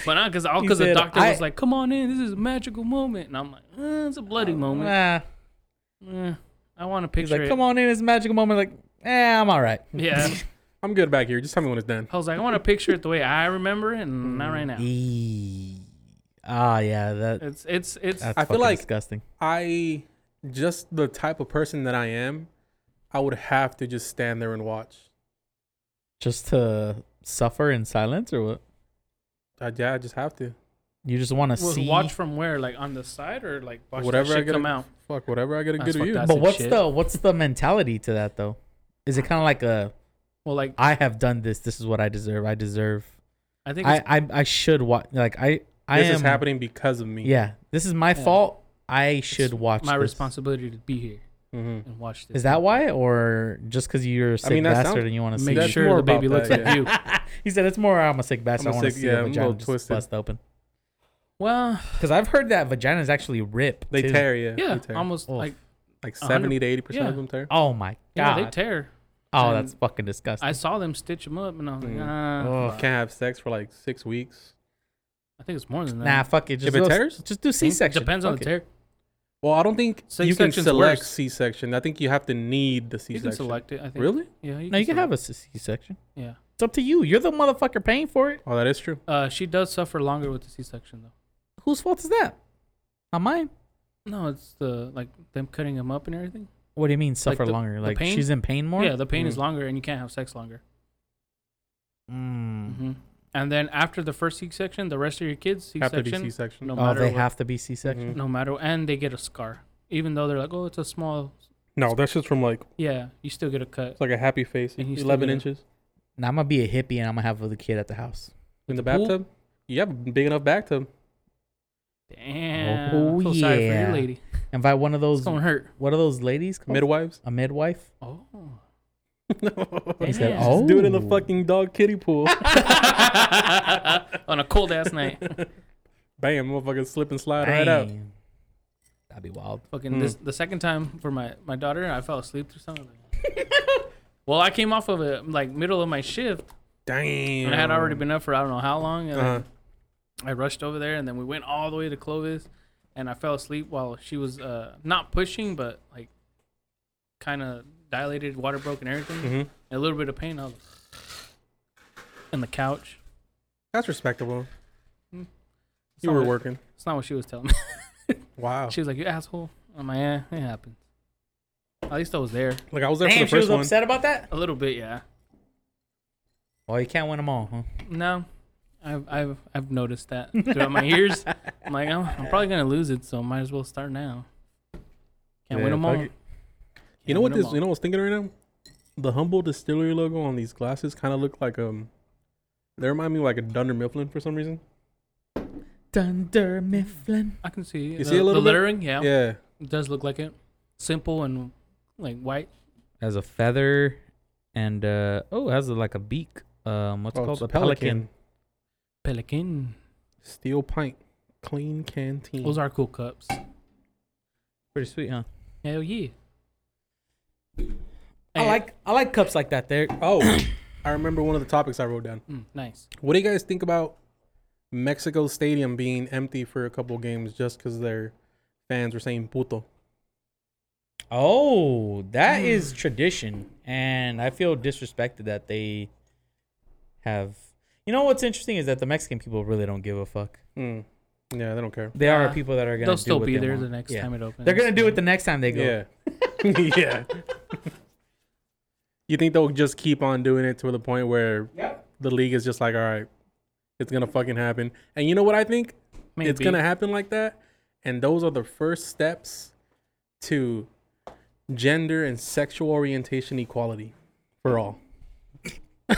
C: But not because all
A: He
C: because the
A: said,
C: doctor was
A: "I-
C: like, "Come on in, this is a magical moment," and I'm like, eh, "It's a bloody moment."
A: Nah.
C: Eh, I want to
A: Uh, He's
C: picture
A: like,
C: it.
A: come on in, it's a magical moment. Like, eh, I'm all right.
C: Yeah,
B: I'm good back here. Just tell me when it's done.
C: I was like, I want to picture it the way I remember it, and not right now.
A: Eee. Ah, yeah, that
C: It's it's it's
A: that's
B: I feel
A: fucking
B: like-
A: disgusting.
B: I just the type of person that I am. I would have to just stand there and watch.
A: Just to suffer in silence or what?
B: I, yeah, I just have to.
A: You just want to
C: Well,
A: see.
C: watch from where, like on the side or like watch
B: Whatever
C: whatever
B: I
C: shit
B: gotta-
C: come out.
B: Fuck, whatever I gotta get
C: That's
B: to
C: fucked
B: you.
C: up.
A: but
C: some
A: what's
C: shit.
A: the what's the mentality to that though? Is it kind of like a
C: Well, like
A: I have done this. This is what I deserve. I deserve.
C: I think
A: I I, I should watch. Like I I
B: this
A: am.
B: is happening because of me.
A: Yeah, this is my
C: Yeah.
A: fault. I should
C: It's
A: watch.
C: my
A: this.
C: responsibility to be here.
B: hmm
C: and watch this.
A: Is that why, or just because you're a sick
B: mean, that
A: bastard
B: sounds-
A: and you want to see?
C: Make
B: that's
C: sure
B: more
C: the baby
B: about
C: looks
B: that,
C: like you.
A: he said it's more. I'm a sick bastard.
B: I'm
A: I
B: a
A: want to
B: sick-
A: see
B: yeah,
A: the
B: I'm a
A: vagina
B: little
A: just
B: twisted.
A: bust open.
C: Well,
A: Because I've heard that vaginas actually rip.
B: They
A: too.
B: tear, yeah.
C: yeah,
B: they tear.
C: almost
A: Oof.
C: like
B: like
C: a hundred-
B: seventy to eighty percent
C: yeah.
B: of them tear.
A: Oh my
C: yeah,
A: god.
C: they tear.
A: oh,
C: and
A: that's Oh. fucking disgusting.
C: I saw them stitch them up, and I was like,
B: Mm.
C: ah,
A: Ugh.
B: Can't have sex for like six weeks.
C: I think it's more than that.
A: Nah, fuck it. Just
B: If it
A: do a-
B: tears?
A: just do C-section.
C: Depends on
A: Fuck
C: the
A: it.
C: tear.
B: Well, I don't think you can
C: C-section's
B: select
C: worse.
B: C-section. I think you have to need the C-section.
C: You can select it. I think.
B: Really?
C: Yeah.
A: No, you can have
C: select-
A: a s- C-section.
C: Yeah.
A: It's up to you. You're the motherfucker paying for it.
B: Oh, that is true.
C: Uh, she does suffer longer with the C-section though.
A: Whose fault is that? Not mine.
C: No, it's the like them cutting them up and everything.
A: What do you mean suffer
C: the-
A: longer?
C: the
A: Like
C: pain?
A: she's in pain more?
C: Yeah, the pain is
A: Mm-hmm.
B: Mm.
C: longer, and you can't have sex longer.
A: Mm.
C: hmm And then after the first C-section, the rest of your kids
B: Have to be
C: C-section,
B: C-section.
C: no
A: Oh,
C: matter
A: they
C: what,
A: have to be C-section.
B: Mhm.
C: no matter, and they get a scar, even though they're like, oh, it's a small.
B: No, that's just from like
C: Yeah, you still get a cut.
B: it's like a happy face.
C: And you still
B: Eleven
C: get it.
B: inches
A: Now I'm gonna be a hippie and I'm gonna have the kid at the house.
B: in the
C: pool?
B: bathtub. You have a big enough bathtub.
C: Damn.
A: Oh,
C: I feel Sorry for
A: yeah.
C: you, lady.
A: Invite one of
C: It's
A: those.
C: gonna hurt.
A: What are those ladies called?
B: Midwives.
A: a midwife.
C: Oh.
A: He said,
C: Yeah.
A: "Oh,
B: Just do it in the fucking dog kiddie pool.
C: On a cold ass night.
B: Bam, motherfucker, slip and slide right out.
A: Dang. That'd be wild.
C: Fucking this, the second time for my my daughter, I fell asleep through something. well, I came off of a like middle of my shift,
B: Damn.
C: and I had already been up for I don't know how long, and
B: Uh-huh.
C: I rushed over there, and then we went all the way to Clovis, and I fell asleep while she was uh not pushing, but like kind of dilated, water broke, and everything,
B: hmm
C: and a little bit of pain. I was and the couch.
B: That's respectable.
C: Mm.
B: You
C: not
B: were
C: what-
B: working.
C: It's not what she was telling me.
B: Wow.
C: She was like, "You asshole." I'm like, "Yeah, it happens." At least I was there
B: Like I was there
A: Damn, she
B: for the
A: was
B: first one.
A: upset about that.
C: a little bit, yeah.
A: Well, you can't win them all, huh?
C: No, I've I've I've noticed that throughout my years. I'm like, "Oh,
A: "Oh,
C: I'm, I'm probably gonna lose it, so might as well start now. Can't win
A: Yeah,
C: them
A: fuck
C: all.
A: it.
B: You know what
C: Win 'em
B: this? You know what I was thinking right now? The humble distillery logo on these glasses kind of look like um. They remind me like a Dunder Mifflin for some reason.
A: Dunder Mifflin.
C: I can see.
B: You
C: the,
B: see a little
C: the
B: bit?
C: lettering, yeah,
B: Yeah.
C: it does look like it. Simple and like white.
D: has a feather and uh oh it has a, like a beak um what's it
B: Oh,
D: called
B: it's
D: a pelican.
C: Pelican.
B: Steel pint. Clean canteen.
C: Those are cool cups.
D: pretty sweet huh
C: Hell yeah.
A: I like I like cups like that. There.
B: oh, I remember one of the topics I wrote down.
C: Mm, nice.
B: What do you guys think about Mexico Stadium being empty for a couple games just because their fans were saying puto?
A: Oh,
D: Mm.
A: that is tradition, and I feel disrespected that they have. You know what's interesting is that the Mexican people really don't give a fuck.
B: Mm. Yeah, they don't care.
A: They are
C: Yeah.
A: people that are gonna.
C: They'll
A: do
C: still
A: what
C: be
A: they
C: there
A: want.
C: the next
A: Yeah.
C: time it opens.
A: They're gonna do it the next time they go.
B: Yeah. yeah. You think they'll just keep on doing it to the point where the league is just like, all right, it's gonna fucking happen. And you know what I think?
C: Maybe.
B: It's gonna happen like that. And those are the first steps to gender and sexual orientation equality for all.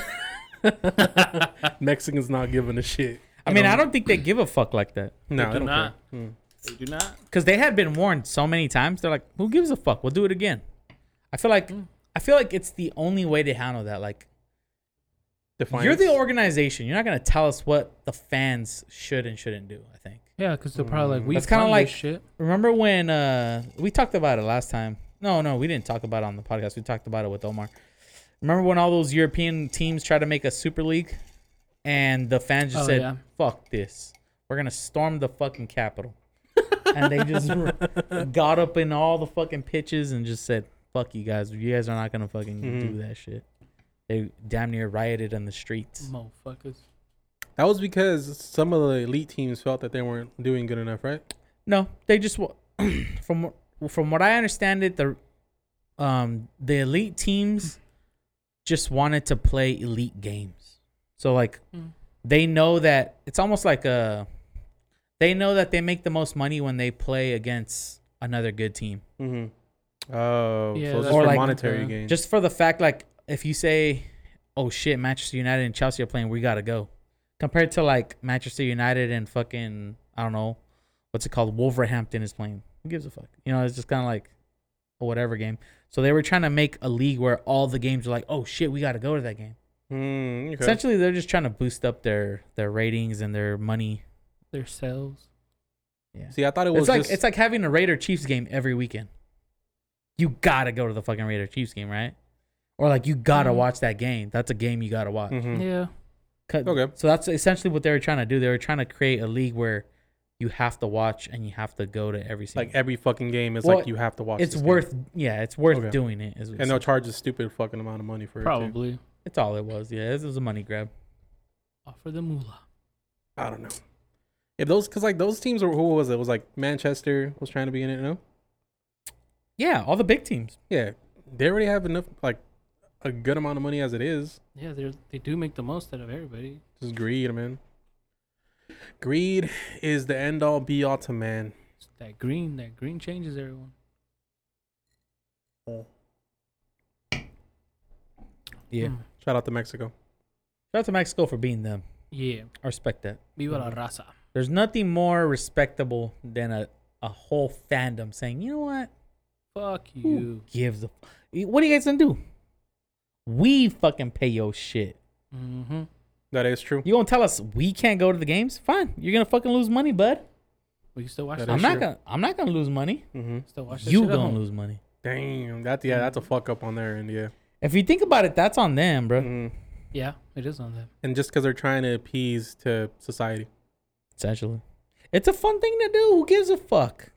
B: Mexicans not giving a shit.
A: I mean, I don't think they give a fuck like that
B: No,
C: do
B: they don't
C: not.
B: care. Mm.
C: They do not.
A: because they had been warned so many times. They're like, "Who gives a fuck? We'll do it again." I feel like I feel like it's the only way to handle that. Like,
B: Defiance.
A: you're the organization. You're not gonna tell us what the fans should and shouldn't do. I think.
C: Yeah, because they're probably like, we
A: That's kinda
C: fund this
A: like-
C: shit.
A: Remember when uh we talked about it last time? No, no, we didn't talk about it on the podcast. We talked about it with Omar. Remember when all those European teams tried to make a super league and the fans just
C: Oh,
A: said,
C: yeah.
A: "Fuck this. We're going to storm the fucking capital." and they just r- got up in all the fucking pitches and just said, "Fuck you guys. You guys are not going to fucking
C: Mm-hmm.
B: Mhm.
A: do that shit." They damn near rioted in the streets.
C: Motherfuckers.
B: That was because some of the elite teams felt that they weren't doing good enough, right?
A: No, they just wa- from from what I understand it, the um the elite teams just wanted to play elite games. So like
C: Mm.
A: they know that it's almost like a they know that they make the most money when they play against another good team.
B: Mm-hmm. Oh,
C: Yeah,
B: so it's
C: that's
B: just
A: Or
B: for
A: like-
B: monetary
C: uh,
B: gain.
A: Just for the fact like if you say oh shit Manchester United and Chelsea are playing, we got to go. Compared to like Manchester United and fucking I don't know what's it called Wolverhampton is playing. Who gives a fuck? You know, it's just kind of like or whatever game. So they were trying to make a league where all the games are like, oh shit, we got to go to that game.
B: Mm, okay.
A: Essentially, they're just trying to boost up their their ratings and their money.
C: Their sales.
A: Yeah,
B: See, I thought it was
A: it's like
B: just,
A: it's like having a Raider Chiefs game every weekend. You gotta go to the fucking Raider Chiefs game, right? Or like you gotta
B: Mm-hmm.
C: Mhm.
A: watch that game. That's a game you gotta watch.
B: Mhm.
C: Yeah.
A: Cut-
B: Okay.
A: So that's essentially what they were trying to do. They were trying to create a league where you have to watch and you have to go to every single.
B: like every fucking game is
A: Well,
B: like you have to watch.
A: it's
B: this game.
A: worth, yeah, it's worth
B: Okay.
A: doing it. Is
B: and they'll charge a stupid fucking amount of money for it. Too.
C: Probably.
A: it's all it was. Yeah, it was a money grab.
C: Offer the moolah.
B: I don't know. If those, because like those teams were, who was it? It was like Manchester was trying to be in it. No,
A: Yeah, all the big teams.
B: yeah, they already have enough, like a good amount of money as it is.
C: Yeah, they they do make the most out of everybody.
B: Just greed, man. Greed is the end all be all to man.
C: It's that green, that green changes everyone.
A: Yeah.
C: Hmm.
B: Shout out to Mexico.
A: Shout out to Mexico for being them.
C: Yeah.
A: I respect that.
C: Viva la raza.
A: There's nothing more respectable than a, a whole fandom saying, you know what?
C: Fuck
A: Who
C: you.
A: gives a f- What are you guys gonna do? We fucking pay your shit.
C: Mm-hmm.
B: That is true.
A: You gonna tell us we can't go to the games? Fine. You're gonna fucking lose money, bud.
C: We can still watch
B: That is
C: that.
A: I'm not
B: true.
A: gonna I'm not gonna lose money.
B: Mm-hmm.
C: Still watch that
A: You
C: shit at
A: gonna
C: home.
A: lose money.
B: Damn, that's yeah, that's a fuck up on their end, yeah.
A: If you think about it, that's on them, bro.
C: Mm.
B: Mhm.
C: Yeah, it is on them.
B: And just because they're trying to appease to society,
A: Essentially, it's a fun thing to do. Who gives a fuck?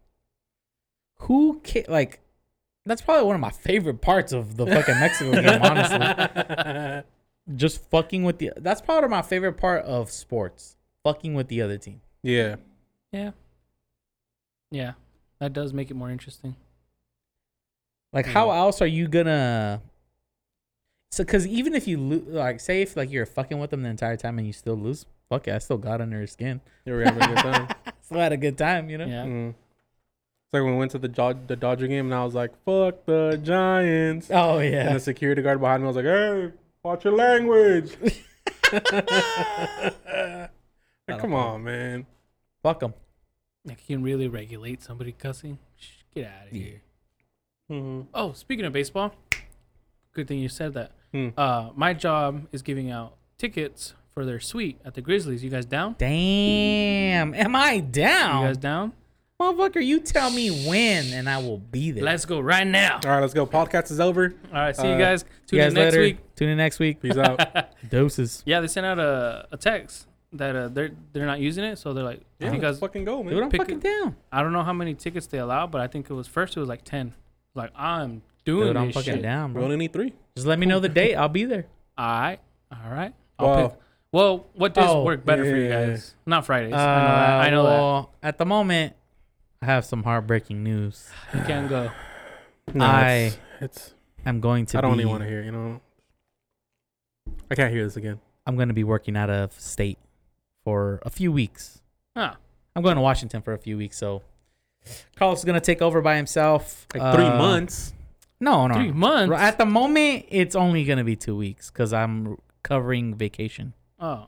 A: Who ca- like? That's probably one of my favorite parts of the fucking Mexico game. Honestly, just fucking with the. That's probably my favorite part of sports. Fucking with the other team.
B: yeah,
C: Yeah. Yeah. That does make it more interesting.
A: Like,
B: Yeah.
A: how
C: Mm.
A: else are you gonna? So, because even if you lo- like, say if like you're fucking with them the entire time and you still lose, fuck it, I still got under his skin.
B: they were having a good time.
A: Still had a good time, you know.
C: Yeah.
B: Mm. It's like when we went to the Dod- the Dodger game, and I was like, "Fuck the Giants,"
A: Oh
B: and
A: yeah.
B: the security guard behind me was like, "Hey, watch your language." Like, come on, man.
A: Fuck them.
C: Like you can really regulate somebody cussing. Shh, get out of here.
B: Mhm.
C: Oh, speaking of baseball, good thing you said that.
B: Hmm.
C: Uh, my job is giving out tickets for their suite at the Grizzlies. You guys down?
A: Damn. Am I
C: You
A: down?
C: guys down?
A: Motherfucker, you tell me when and I will be there.
C: Let's go right now.
B: All right, let's go. Podcast is over.
C: All right, see
B: Uh,
C: you guys.
A: See
C: Tune
A: you guys
C: in next
A: later.
C: week.
A: Tune in next week.
B: Peace out.
A: Doses.
C: Yeah, they sent out a, a text that uh, they're they're not using it, so they're like,
B: Yeah,
C: I think I,
B: let's
C: was,
B: fucking go, man.
A: Dude, I'm
C: Pick
A: fucking
C: it.
A: down.
C: I don't know how many tickets they allow, but I think it was first it was like ten. Like I'm doing
A: Dude, I'm
C: this
A: fucking
C: shit.
A: down,
B: We
A: bro.
B: only need three.
A: Just let me know the date. I'll be there.
C: All right, all right.
B: Wow.
C: I'll pick. Well, what does
A: Oh,
C: work better for you
B: yeah.
C: guys? Not Fridays. I know that. I know
A: that. Uh, At the moment, I have some heartbreaking news.
C: that. You can go.
B: No,
A: I-
B: it's. it's
A: I'm going to
B: I don't
A: be,
B: even want to hear. You know. I can't hear this again.
A: I'm going to be working out of state for a few weeks.
C: Huh.
A: I'm going to Washington for a few weeks, so Carlos is going to take over by himself.
B: Like three
A: Uh,
B: months.
A: No, no.
C: Three months.
A: Right, At the moment, it's only gonna be two weeks because I'm covering vacation
C: Oh,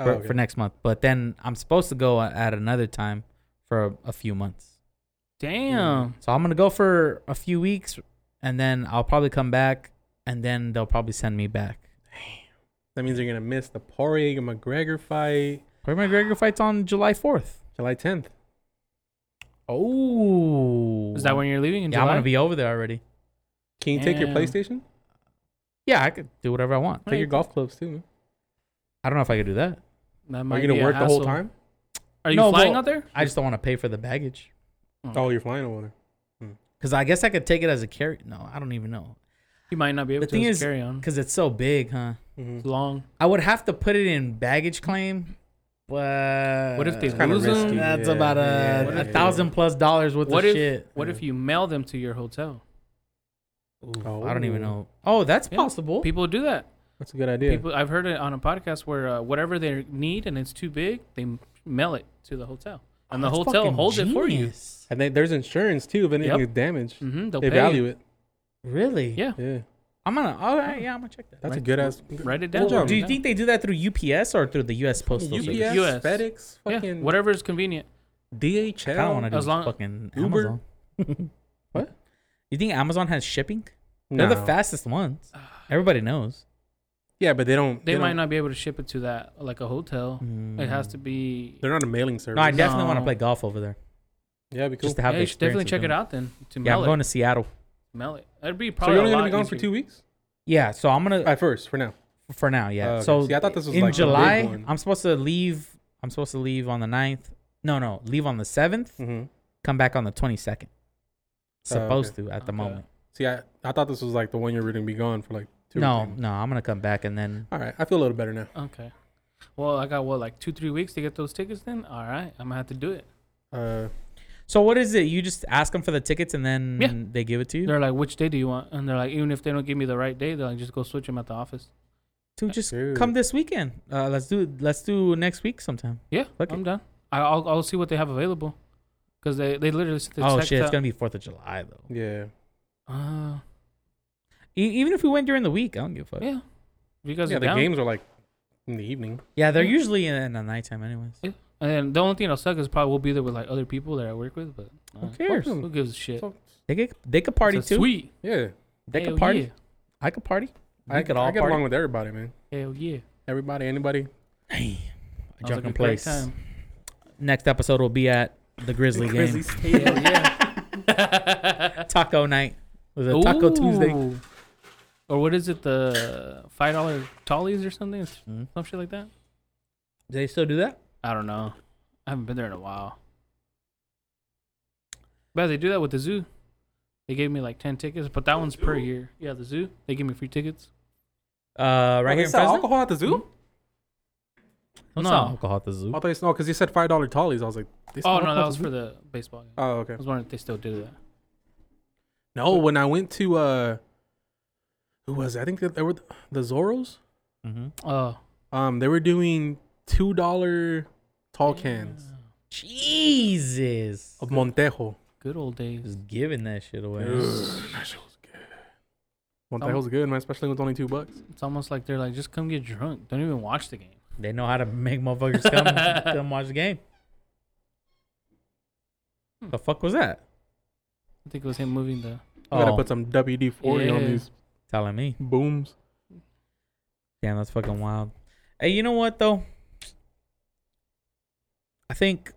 B: Oh,
A: for,
B: okay.
A: for next month. But then I'm supposed to go at another time for a, a few months.
C: damn.
A: So I'm gonna go for a few weeks, and then I'll probably come back, and then they'll probably send me back.
B: that means you're gonna miss the Poirier McGregor fight,
A: Corey McGregor fights on July 4th.
B: July 10th.
A: Oh,
C: Is that when you're leaving? In
A: Yeah, I'm
C: July?
A: gonna be over there already.
B: Can you take your
C: Damn.
B: PlayStation?
A: Yeah, I could do whatever I want.
B: Take your golf clubs too. Man.
A: I don't know if I could do that.
C: That
B: Are
C: might
B: you gonna
C: be a
B: work the whole
C: hassle.
B: time?
C: Are you
A: No,
C: flying
A: well-
C: out there?
A: I just don't want to pay for the baggage.
B: Oh, you're flying over there.
A: Cause I guess I could take it as a carry. No, I don't even know.
C: You might not be able
A: The
C: to
A: thing
C: just
A: is-
C: carry on.
A: Cause it's so big, huh?
B: Mm-hmm.
C: It's long.
A: I would have to put it in baggage claim, but
C: What if they
B: kinda
C: lose 'em?
B: risky.
A: That's
B: Yeah,
A: about
B: yeah,
A: a,
C: What
A: a
C: if they-
A: thousand plus dollars worth
C: What
A: of
C: if
A: shit.
C: what if you mail them to your hotel?
B: Oh.
A: I don't even know. Oh, that's
C: Yeah.
A: possible.
C: People do that.
B: That's a good idea.
C: People, I've heard it on a podcast where uh, whatever they need and it's too big, they m- mail it to the hotel,
B: Oh,
C: and the
A: Oh, That's
C: hotel
A: fucking
C: holds it for you.
A: genius.
B: and then there's insurance too if anything
C: Yep.
B: is damaged.
C: hmm they'll
B: They
C: pay
B: value
C: you.
B: it.
A: Really?
C: Yeah,
B: Yeah,
A: I'm gonna. All right. Yeah, I'm gonna check that.
B: that's a
C: Right.
B: good ass.
C: Write it
B: Well,
C: down.
B: job.
A: Do you think they do that through UPS or through the U.S. Postal
B: UPS,
A: Service?
C: US.
B: FedEx,
C: Yeah,
B: fucking
C: whatever is convenient.
A: I kind of want to
B: DHL.
A: do
C: As long-
A: fucking
B: Uber?
A: Amazon.
B: What?
A: You think Amazon has shipping? They're the fastest ones. Everybody knows.
B: yeah, but they don't.
C: They, might
B: don't-
C: not be able to ship it to that like a hotel. It
B: Mm.
C: has to be.
B: They're not a mailing service.
A: No, I definitely
C: No.
A: want to play golf over there
B: yeah, because
A: just to have
C: Yeah,
A: the
C: you should definitely
A: experience of
C: check
A: doing
C: it out then to
A: Yeah,
C: mail
A: I'm
C: it.
A: going to Seattle.
C: mail it. It'd be
B: so
C: probably.
B: you're only
C: a
B: gonna
C: lot
B: be gone for
C: easier.
B: two weeks
A: Yeah, so I'm gonna
B: at first for now.
A: for now. Yeah.
B: Oh, okay.
A: So
B: See, I thought this was,
A: in
B: like, the big
A: July.
B: one.
A: I'm supposed to leave. I'm supposed to leave on the 9th. No, no, leave on the seventh.
B: Mm-hmm.
A: Come back on the twenty second. Supposed to at the
C: Okay.
A: moment.
B: See, I, I thought this was like the one you're gonna be gone for like two. or
A: No,
B: three.
A: no, I'm gonna come back and then
B: All right, I feel a little better now.
C: Okay. Well, I got what like two three weeks to get those tickets. Then all right, I'm gonna have to do it.
B: Uh,
A: So what is it? You just ask them for the tickets and then
C: Yeah.
A: they give it to you.
C: They're like, which day do you want? And they're like, even if they don't give me the right day, they're like, just go switch them at the office.
A: Dude, just
B: Dude.
A: come this weekend. Uh, let's do let's do next week sometime.
C: Yeah,
A: Fuck
C: I'm done. I, I'll I'll see what they have available, because they they literally sent the
A: oh
C: text
A: shit, it's
C: out-
A: gonna be Fourth of July though.
B: yeah.
C: Uh,
A: E- even if we went during the week, I don't give a fuck. Yeah,
C: yeah. If you guys
B: Yeah,
C: are
B: the
C: down.
B: games are like in the evening.
A: they're
C: Yeah.
A: usually in, in the nighttime anyways.
C: Yeah. And then the only thing that'll suck is probably we'll be there with like other people that I work with, but uh,
A: Who cares?
B: them.
C: who gives a shit?
B: So,
A: They could they could party
C: It's a
A: too.
C: Sweet.
B: yeah,
A: They could
C: Hell
A: party. I could party. We
B: I,
A: could
B: I
A: all
B: get
A: party.
B: along with everybody, man.
C: Yeah. Hell yeah.
B: Everybody, anybody.
A: Damn, a
C: Sounds like
A: drunken
C: great
A: place.
C: time.
A: Next episode will be at the Grizzly game.
C: Hell yeah.
A: Taco night. Was it Taco Tuesday?
C: Ooh. Or what is it? The five dollar tallies or something? It's Some shit like that.
A: They still do that?
C: I don't know. I haven't been there in a while. But they do that with the zoo. They gave me like ten tickets, but that one's per year. Yeah, the zoo. They give me free tickets.
A: Uh, right
B: Oh,
A: here
B: they
A: in
B: sell
A: Fresno.
B: alcohol at the zoo.
A: Don't
C: No.
A: sell alcohol at the zoo.
B: I thought they no, because you said five dollar tallies. I was like, they sell
C: Oh no, that
B: alcohol
C: was
B: at
C: for the baseball. Game.
B: the zoo? Oh okay.
C: I was wondering if they still do that.
B: No, when I went to uh, who was it? I think that they were th- the Zorros.
A: Mm-hmm.
C: Oh,
B: Um, they were doing two dollar tall cans
A: Jesus. Oh,
B: of Montejo.
C: good old days.
A: Just giving that shit away.
B: that shit was good.
C: Um,
B: Montejo's good, man, especially with only two bucks.
C: It's almost like they're like, just come get drunk. Don't even watch the game.
A: They know how to make motherfuckers come come watch the game. The fuck was that?
C: I think it was him moving the.
B: You gotta
A: Oh,
B: put some WD forty on
C: Yeah.
B: these
A: telling me.
B: booms.
A: Damn, that's fucking wild. Hey, you know what though? I think.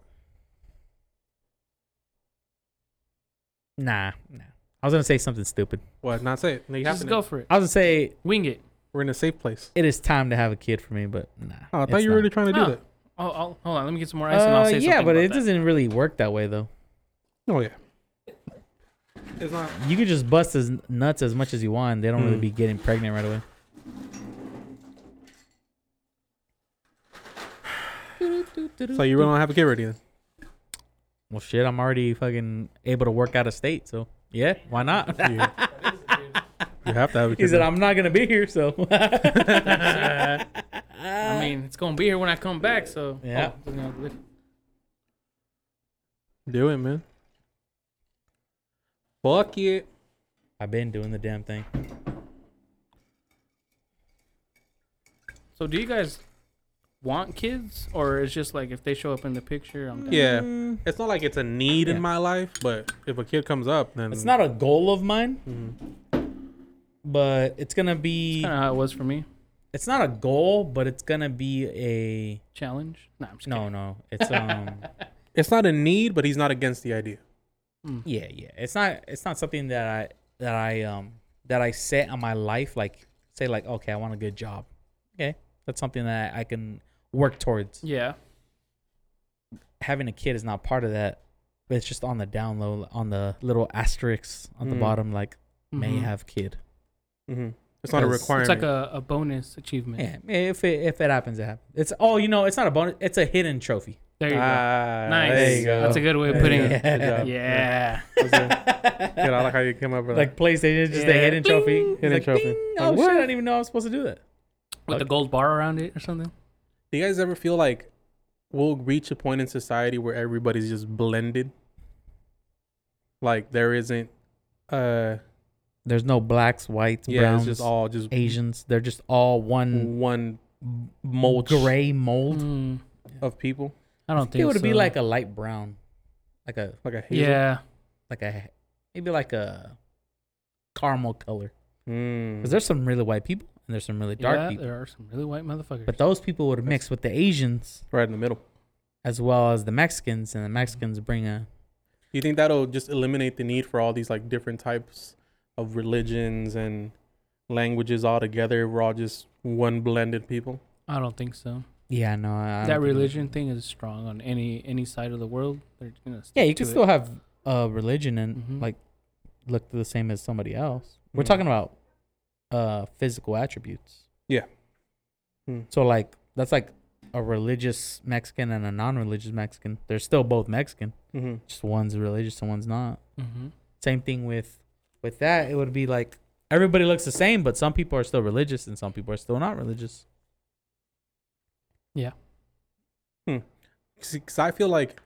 A: Nah, nah. I was gonna say something stupid.
B: What? Not say it. No, you have
C: Just
B: to
C: go
B: know.
C: for it.
A: I was gonna say
C: Wing it.
B: We're in a safe place.
A: it is time to have a kid for me, but nah.
B: Oh, I
A: it's
B: thought you were
A: not.
B: really trying to do
C: No.
B: that.
C: Oh, I'll, hold on. Let me get some more ice and I'll
A: Uh,
C: say
A: yeah,
C: something
A: but
C: about
A: it
C: that.
A: doesn't really work that way though.
B: Oh yeah. It's not.
A: You could just bust his nuts as much as you want. They don't really
C: Hmm.
B: Mm.
A: be getting pregnant right away.
B: So you really don't have a kid ready then?
A: Well, shit, I'm already fucking able to work out of state, so yeah, why not?
B: You, you have to have a kid.
A: he said,
B: ready.
A: "I'm not gonna be here," so
C: I mean, it's gonna be here when I come back. So
A: Yeah.
C: Oh, you know, look.
B: Do it, man. Fuck it.
A: I've been doing the damn thing.
C: So do you guys want kids, or it's just like if they show up in the picture, I'm down.
B: Yeah. It's not like it's a need
A: Yeah.
B: in my life, but if a kid comes up, then
A: It's not a goal of mine, but Mm-hmm. it's gonna be.
C: Kind of how it was for me.
A: It's not a goal, but it's gonna be a.
C: Challenge. Nah, I'm just
A: No, no, it's um.
B: It's not a need, but he's not against the idea.
A: yeah yeah it's not it's not something that i that i um that i set on my life like say like okay i want a good job okay that's something that i can work towards
C: kidding. Yeah.
A: having a kid is not part of that but it's just on the down low on the little asterisks on the
B: Mm.
A: bottom like may
C: Mhm.
A: have kid
B: Mm-hmm. It's not a
A: It's- it's like
B: requirement.
C: It's like a, a bonus achievement.
A: yeah if it if it happens it happens it's oh you know it's not a bonus it's a hidden trophy
C: There you go.
B: Ah,
C: nice.
B: there you go.
C: That's a good way of
B: There you
C: putting
B: go.
C: it.
B: Good job.
C: Yeah.
B: That's a- Dude, I like how you came up with
A: like
B: like
A: playstation it's just a
C: Yeah.
A: hidden trophy
C: Bling.
A: It's
B: Hidden
A: like,
B: trophy.
A: ding.
B: Like,
A: oh shit
B: what?
A: i didn't even know i was supposed to do that
C: With the gold bar around it or something.
B: Do you guys ever feel like we'll reach a point in society where everybody's just blended? Like there isn't uh
A: there's no blacks whites
B: yeah,
A: browns
B: it's just all just
A: asians they're just all one
B: one
A: mold gray mold.
C: Mm,
B: of people.
C: I don't think
A: It would be
C: so.
A: like a light brown, like a
B: Like a hazel.
C: yeah.
A: like a maybe like a caramel color.
B: Mm.
A: Because there's some really white people and there's some really dark
C: Mm-hmm. yeah,
A: people.
C: there are some really white motherfuckers.
A: But those people would mix with the Asians
B: Right in the middle.
A: as well as the Mexicans, and the Mexicans
C: Mm-hmm.
A: bring a
B: Do you think that'll just eliminate the need for all these like different types of religions and languages all together? We're all just one blended people.
C: I don't think so.
A: yeah. No, I, I don't
C: that
A: think-
C: religion thing is strong on any any side of the world. They're gonna
A: Yeah,
C: stick
A: you can
C: to it.
A: still have uh, religion and
C: Mhm.
A: like look the same as somebody else. We're
C: Mm-hmm.
B: Mm.
A: talking about uh, physical attributes.
B: Yeah.
C: Hmm.
B: Mm.
A: So like that's like a religious Mexican and a non-religious Mexican. They're still both Mexican.
B: Mm-hmm.
A: Just one's religious and one's not.
C: Mhm.
A: Same thing with with that. It would be like everybody looks the same, but some people are still religious and some people are still not religious.
B: Because I feel like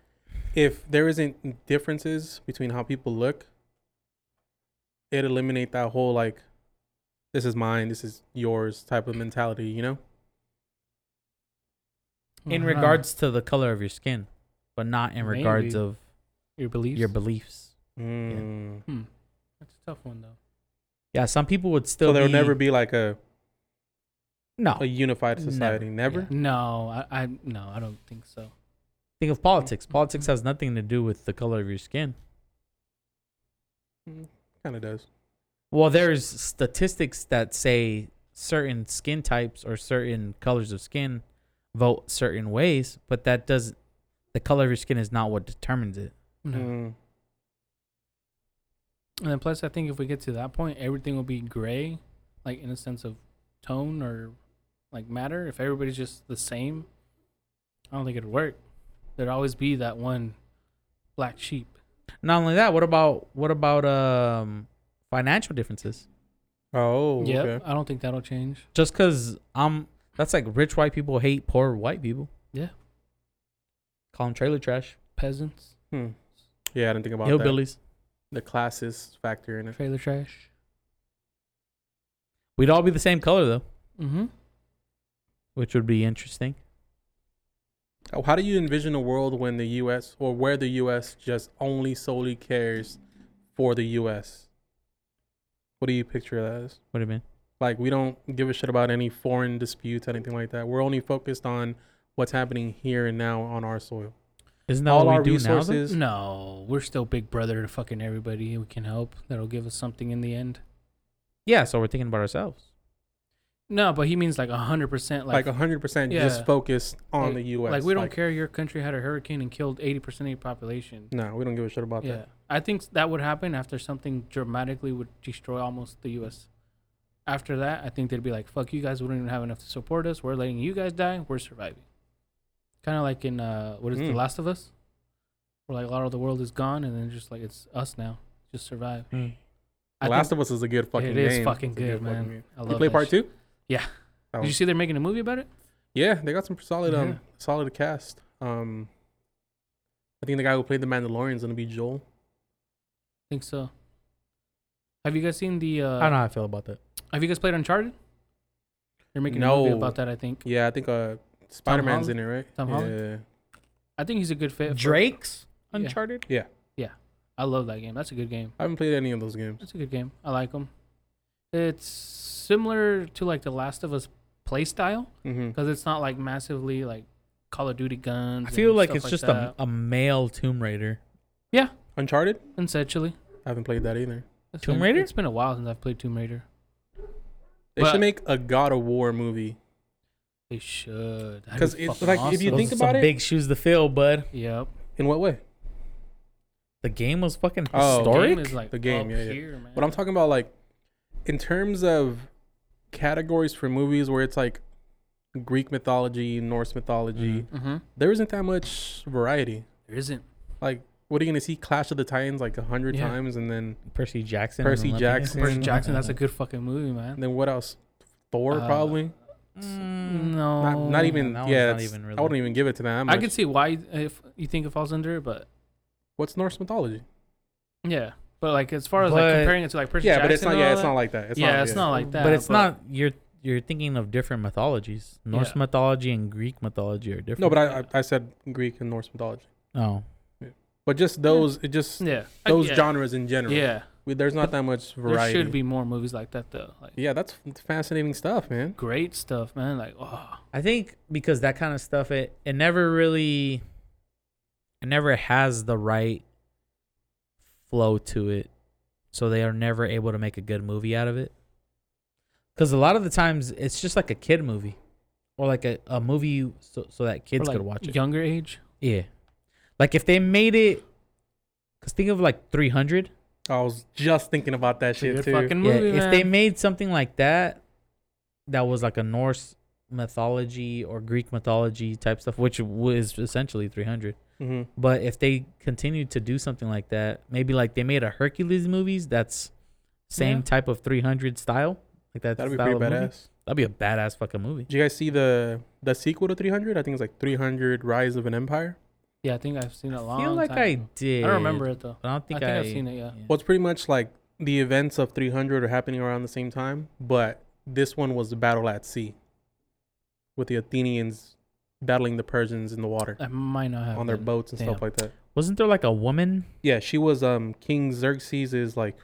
B: if there isn't differences between how people look, it eliminate that whole like, this is mine, this is yours type of mentality. You know?
A: In
C: Uh-huh.
A: regards to the color of your skin, but not in regards
C: Maybe.
A: of
C: your beliefs,
A: your beliefs.
B: Mm.
C: Hmm. That's a tough one though.
A: Yeah, some people would still
B: So there will
A: be-
B: never be Oh, like a,
A: no
B: a unified society. Never.
A: Yeah.
C: No, I, I no, I don't think so.
A: Think of politics. Politics has nothing to do with the color of your skin.
B: Kind of does.
A: Well, there's statistics that say certain skin types or certain colors of skin vote certain ways, but that does the color of your skin is not what determines it.
C: No.
B: Mm.
C: And then plus, I think if we get to that point, everything will be gray, like in a sense of tone or like matter. If everybody's just the same, I don't think it'd work. There'd always be that one black sheep.
A: Not only that, what about what about um financial differences?
B: Oh.
C: yeah,
B: Okay.
C: I don't think that'll change.
A: Just cuz I'm that's like rich white people hate poor white people.
C: Yeah.
A: Call them trailer trash,
C: Peasants,
B: Hmm. Yeah, I didn't think about that.
A: hillbillies.
B: the classes factor in it.
C: trailer trash.
A: We'd all be the same color though,
C: Mm-hmm.
A: which would be interesting.
B: Oh, How do you envision a world when the U.S. or where the U.S. just only solely cares for the U.S.? What do you picture that as?
A: What do you mean?
B: Like we don't give a shit about any foreign disputes, anything like that. We're only focused on what's happening here and now on our soil.
A: Isn't that
B: All
A: what
B: our
A: we do now? though?
B: resources.
C: No, we're still big brother to fucking everybody. We can help. That'll give us something in the end.
A: Yeah, so we're thinking about ourselves.
C: No, but he means like hundred percent.
B: like hundred percent, just
C: Yeah.
B: focused on
C: Like-
B: the U.S.
C: Like we don't care your country had a hurricane and killed 80% of your population.
B: No, we don't give a shit about
C: yeah.
B: that.
C: I think that would happen after something dramatically would destroy almost the US. After that, I think they'd be like, fuck you guys, we don't even have enough to support us. We're letting you guys die. We're surviving. Kind of like in uh what is The
B: Mm.
C: Last of Us? Where like a lot of the world is gone and then just like it's us now. Just survive. I
B: The Last
C: think
B: of Us is a good fucking
C: it
B: game.
C: is fucking
B: It's a
C: good,
B: fucking
C: man.
B: game.
C: I love
B: You play
C: that
B: part
C: shit.
B: two?
C: Yeah.
B: That
C: Did
B: was-
C: you see they're making a movie about it?
B: Yeah, they got some solid um
C: Yeah.
B: solid cast. Um I think the guy who played the Mandalorian is gonna be Joel.
C: I think so. Have you guys seen the uh
A: I don't know how I feel about that.
C: Have you guys played Uncharted? They're making a
B: No.
C: movie about that, I think.
B: Yeah, I think uh Spider Man's in
C: Holland?
B: it, right?
C: Tom
B: yeah.
C: Holland? I think he's a good fit. for-
A: Drake's
C: Yeah.
A: Uncharted.
C: I love that game. That's a good game.
B: I haven't played any of those games.
C: That's a good game. I like them. It's similar to like The Last of Us play style
B: Mm-hmm.
C: because it's not like massively like Call of Duty guns.
A: I feel
C: and
A: like
C: stuff
A: it's just
C: that,
A: a, a male Tomb Raider.
B: Uncharted?
C: essentially.
B: I haven't played that either.
C: It's
A: Tomb
C: been-
A: Raider?
C: It's been a while since I've played Tomb Raider.
B: They
C: But-
B: should make a God of War movie.
C: They should.
B: 'Cause
C: Because
B: it's like, if you
A: Those
B: think
A: are
B: about
A: some
B: it-
A: big shoes to fill, bud.
C: Yep.
B: In what way?
A: The game was fucking
B: Oh.
C: The
A: historic.
C: game is like
B: The game,
C: up
B: yeah, yeah.
C: here, man.
B: But I'm talking about like in terms of categories for movies where it's like Greek mythology, Norse mythology,
C: hmm
B: there isn't that much variety.
C: There isn't.
B: Like what are you gonna see Clash of the Titans like a hundred
C: Yeah.
B: times and then
A: Percy Jackson. and
B: Percy
A: Olympic-
B: Jackson.
C: Percy Jackson. That's a good fucking movie, man.
B: And then what else? Thor
C: Uh, oh,
B: probably.
A: Mm,
C: No.
B: Not, not even.
A: that one's
B: yeah,
A: not
B: it's-
A: even
B: I
A: really-
B: wouldn't even give it to that.
C: I
B: much.
C: can see why if you think it falls under, it, but
B: What's Norse mythology?
C: yeah. But like as far as like
A: But-
C: comparing it to like Percy
B: yeah,
C: Jackson,
B: but it's not.
C: and
B: Yeah,
C: all
B: it's
C: that,
B: not like that. It's
C: yeah,
B: not,
C: it's not like that.
A: but it's not. You're you're thinking of different mythologies. Norse
C: Yeah.
A: mythology and Greek mythology are different.
B: No, but I, I I said Greek and Norse mythology,
A: oh,
B: but just those. It just
C: Yeah, I-
B: those
C: yeah.
B: genres in general.
C: Yeah,
B: we We, there's not that much variety.
C: There should be more movies like that though. Like
B: Yeah, that's f- fascinating stuff, man.
C: great stuff, man. Like oh,
A: I think because that kind of stuff, it it never really, it never has the right flow to it, so they are never able to make a good movie out of it. Because a lot of the times, it's just like a kid movie, or like a, a movie so, so that kids
C: like
A: could watch it.
C: Younger age.
A: Yeah, like if they made it, because think of like three hundred.
B: I was just thinking about that
C: It's a
B: shit
C: good
B: too.
C: fucking
A: Yeah,
C: movie,
A: if
C: man.
A: they made something like that, that was like a Norse mythology or Greek mythology type stuff, which was essentially 300.
B: hmm
A: But if they continued to do something like that, maybe like they made a Hercules movies that's same
C: Yeah.
A: type of 300 style, like that
B: That'd be
A: style
B: pretty
A: of movie,
B: badass.
A: That'd be a badass fucking movie.
B: Did you guys see the the sequel to 300? I think it's like 300 Rise of an Empire.
C: yeah, I think I've seen it a
A: I
C: long
A: feel like
C: time
A: I
C: ago.
A: did.
C: I don't remember it though.
A: but I don't
C: I
A: think,
C: think
A: I,
C: I've seen it, yeah.
B: Well, it's pretty much like the events of 300 are happening around the same time, but this one was the battle at sea with the Athenians battling the Persians in the water
A: Oh,
C: I might not have
B: on their
C: been.
B: boats and stuff
C: Damn.
B: like that.
A: Wasn't there like a woman?
B: Yeah, she was um King Xerxes's like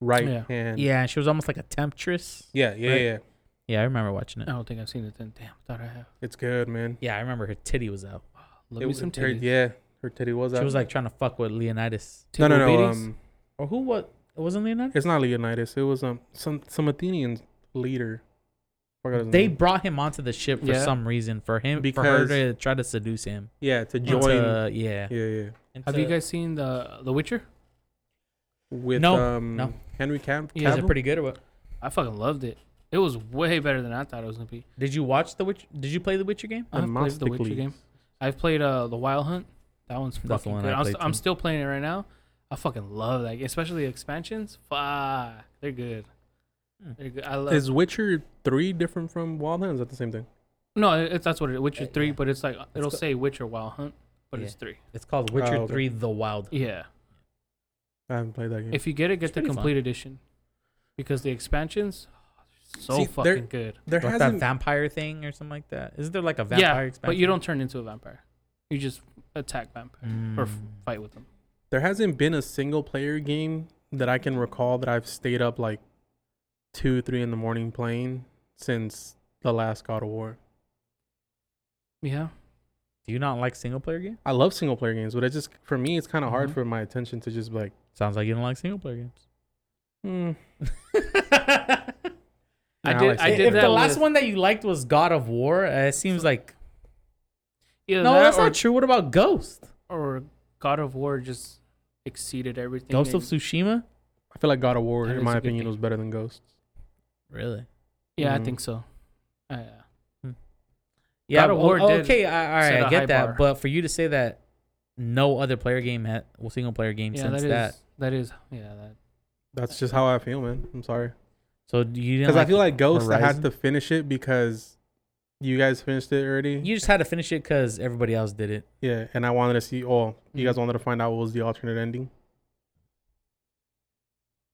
B: right
C: Yeah.
B: hand.
A: Yeah, she was almost like a temptress.
B: Yeah, yeah,
A: Right.
B: yeah.
A: Yeah, I remember watching
C: I
A: it.
C: don't think I've seen it then. Damn, thought I have.
B: It's good, man.
A: Yeah, I remember her titty was out.
C: Look
B: It
C: me
B: was-
C: some
B: her-
C: titties.
B: yeah, her titty was out.
A: She was like trying to fuck with Leonidas.
B: no, no, no.
C: Titties?
B: Um,
A: Or who was? It wasn't Leonidas.
B: it's not Leonidas. It was um some some Athenian leader. Forgot his
A: They
B: name.
A: brought him onto the ship for
C: Yeah.
A: some reason for him because
B: Because-
A: for her to try to seduce him.
B: yeah to
A: Into-
B: join.
A: yeah.
B: yeah, yeah.
C: have you guys seen the The Witcher?
B: With
A: No,
B: um
A: no.
B: Henry Camp.
C: Yeah.
A: Is it pretty good or what?
C: I fucking loved it. It was way better than I thought it was gonna be.
A: Did you watch the Witch? Did you play the Witcher game?
C: I've played the Witcher
B: Demosthicles.
C: game. I've played uh the Wild Hunt. That one's
A: That's the
C: fucking
A: one
C: good.
A: I
C: I'm,
A: played
C: st- I'm
A: too.
C: still playing it right now. I fucking love that, game, especially the expansions. Fuck, they're good.
A: Hmm.
C: They're good. I love.
B: Is Witcher three different from Wild Hunt? Is that the same thing?
C: no, it, it's- that's what it. Witcher
A: Uh,
C: three,
A: yeah.
C: but it's like it'll
A: got-
C: say Witcher Wild Hunt, but
A: Yeah.
C: it's three.
A: It's called Witcher
B: Oh, okay.
A: Three: The Wild. Hunt.
C: Yeah.
B: I haven't played that game.
C: If you get it, get
A: It's
C: the
A: pretty fun.
C: complete edition, because the expansions, so
B: See, they're-
C: fucking good.
B: there
A: Like that
B: hasn't.
A: vampire thing or something like that. Isn't there like a vampire
C: Yeah,
A: expansion?
C: but you don't turn into a vampire. You just attack vampires or f-
A: Mm.
C: fight with them.
B: There hasn't been a single player game that I can recall that I've stayed up like two, three in the morning playing since the last God of War.
C: Yeah.
A: Do you not like single player game?
B: I love single player games, but it just for me it's kind of hard
C: Mhm.
B: for my attention to just be like,
A: Sounds like you don't like single player games.
B: hmm.
C: I
B: Nah,
C: did-
A: if
B: like single player
C: I did that
A: the
B: games.
A: last
C: with-
A: one that you liked was God of War, uh, it seems like
C: Either
A: no,
C: that
A: that's
C: or,
A: not true. What about Ghost?
C: or God of War just exceeded everything.
A: Ghost of
C: and-
A: Tsushima?
B: I feel like God of War,
C: That
B: in
C: is
B: my
C: a good
B: opinion,
C: game.
B: was better than Ghosts.
A: Really?
C: Yeah, I
B: Mhm.
C: think so. Uh,
A: Yeah,
C: God of
A: o-
C: War did
A: oh, okay, I, all
C: set
A: right,
C: a
A: I
C: high
A: get that,
C: bar.
A: but for you to say that no other player game, ha- well, single player game
C: yeah, that
A: since
C: is
A: that,
C: that is yeah that
B: That's just how I feel, man. I'm sorry.
A: so you didn't.
B: Because I feel like Ghosts, I
A: Horizon?
B: had to finish it because you guys finished it already.
A: you just had to finish it because everybody else did it.
B: yeah, and I wanted to see. Oh, you guys
C: Mhm.
B: wanted to find out what was the alternate ending.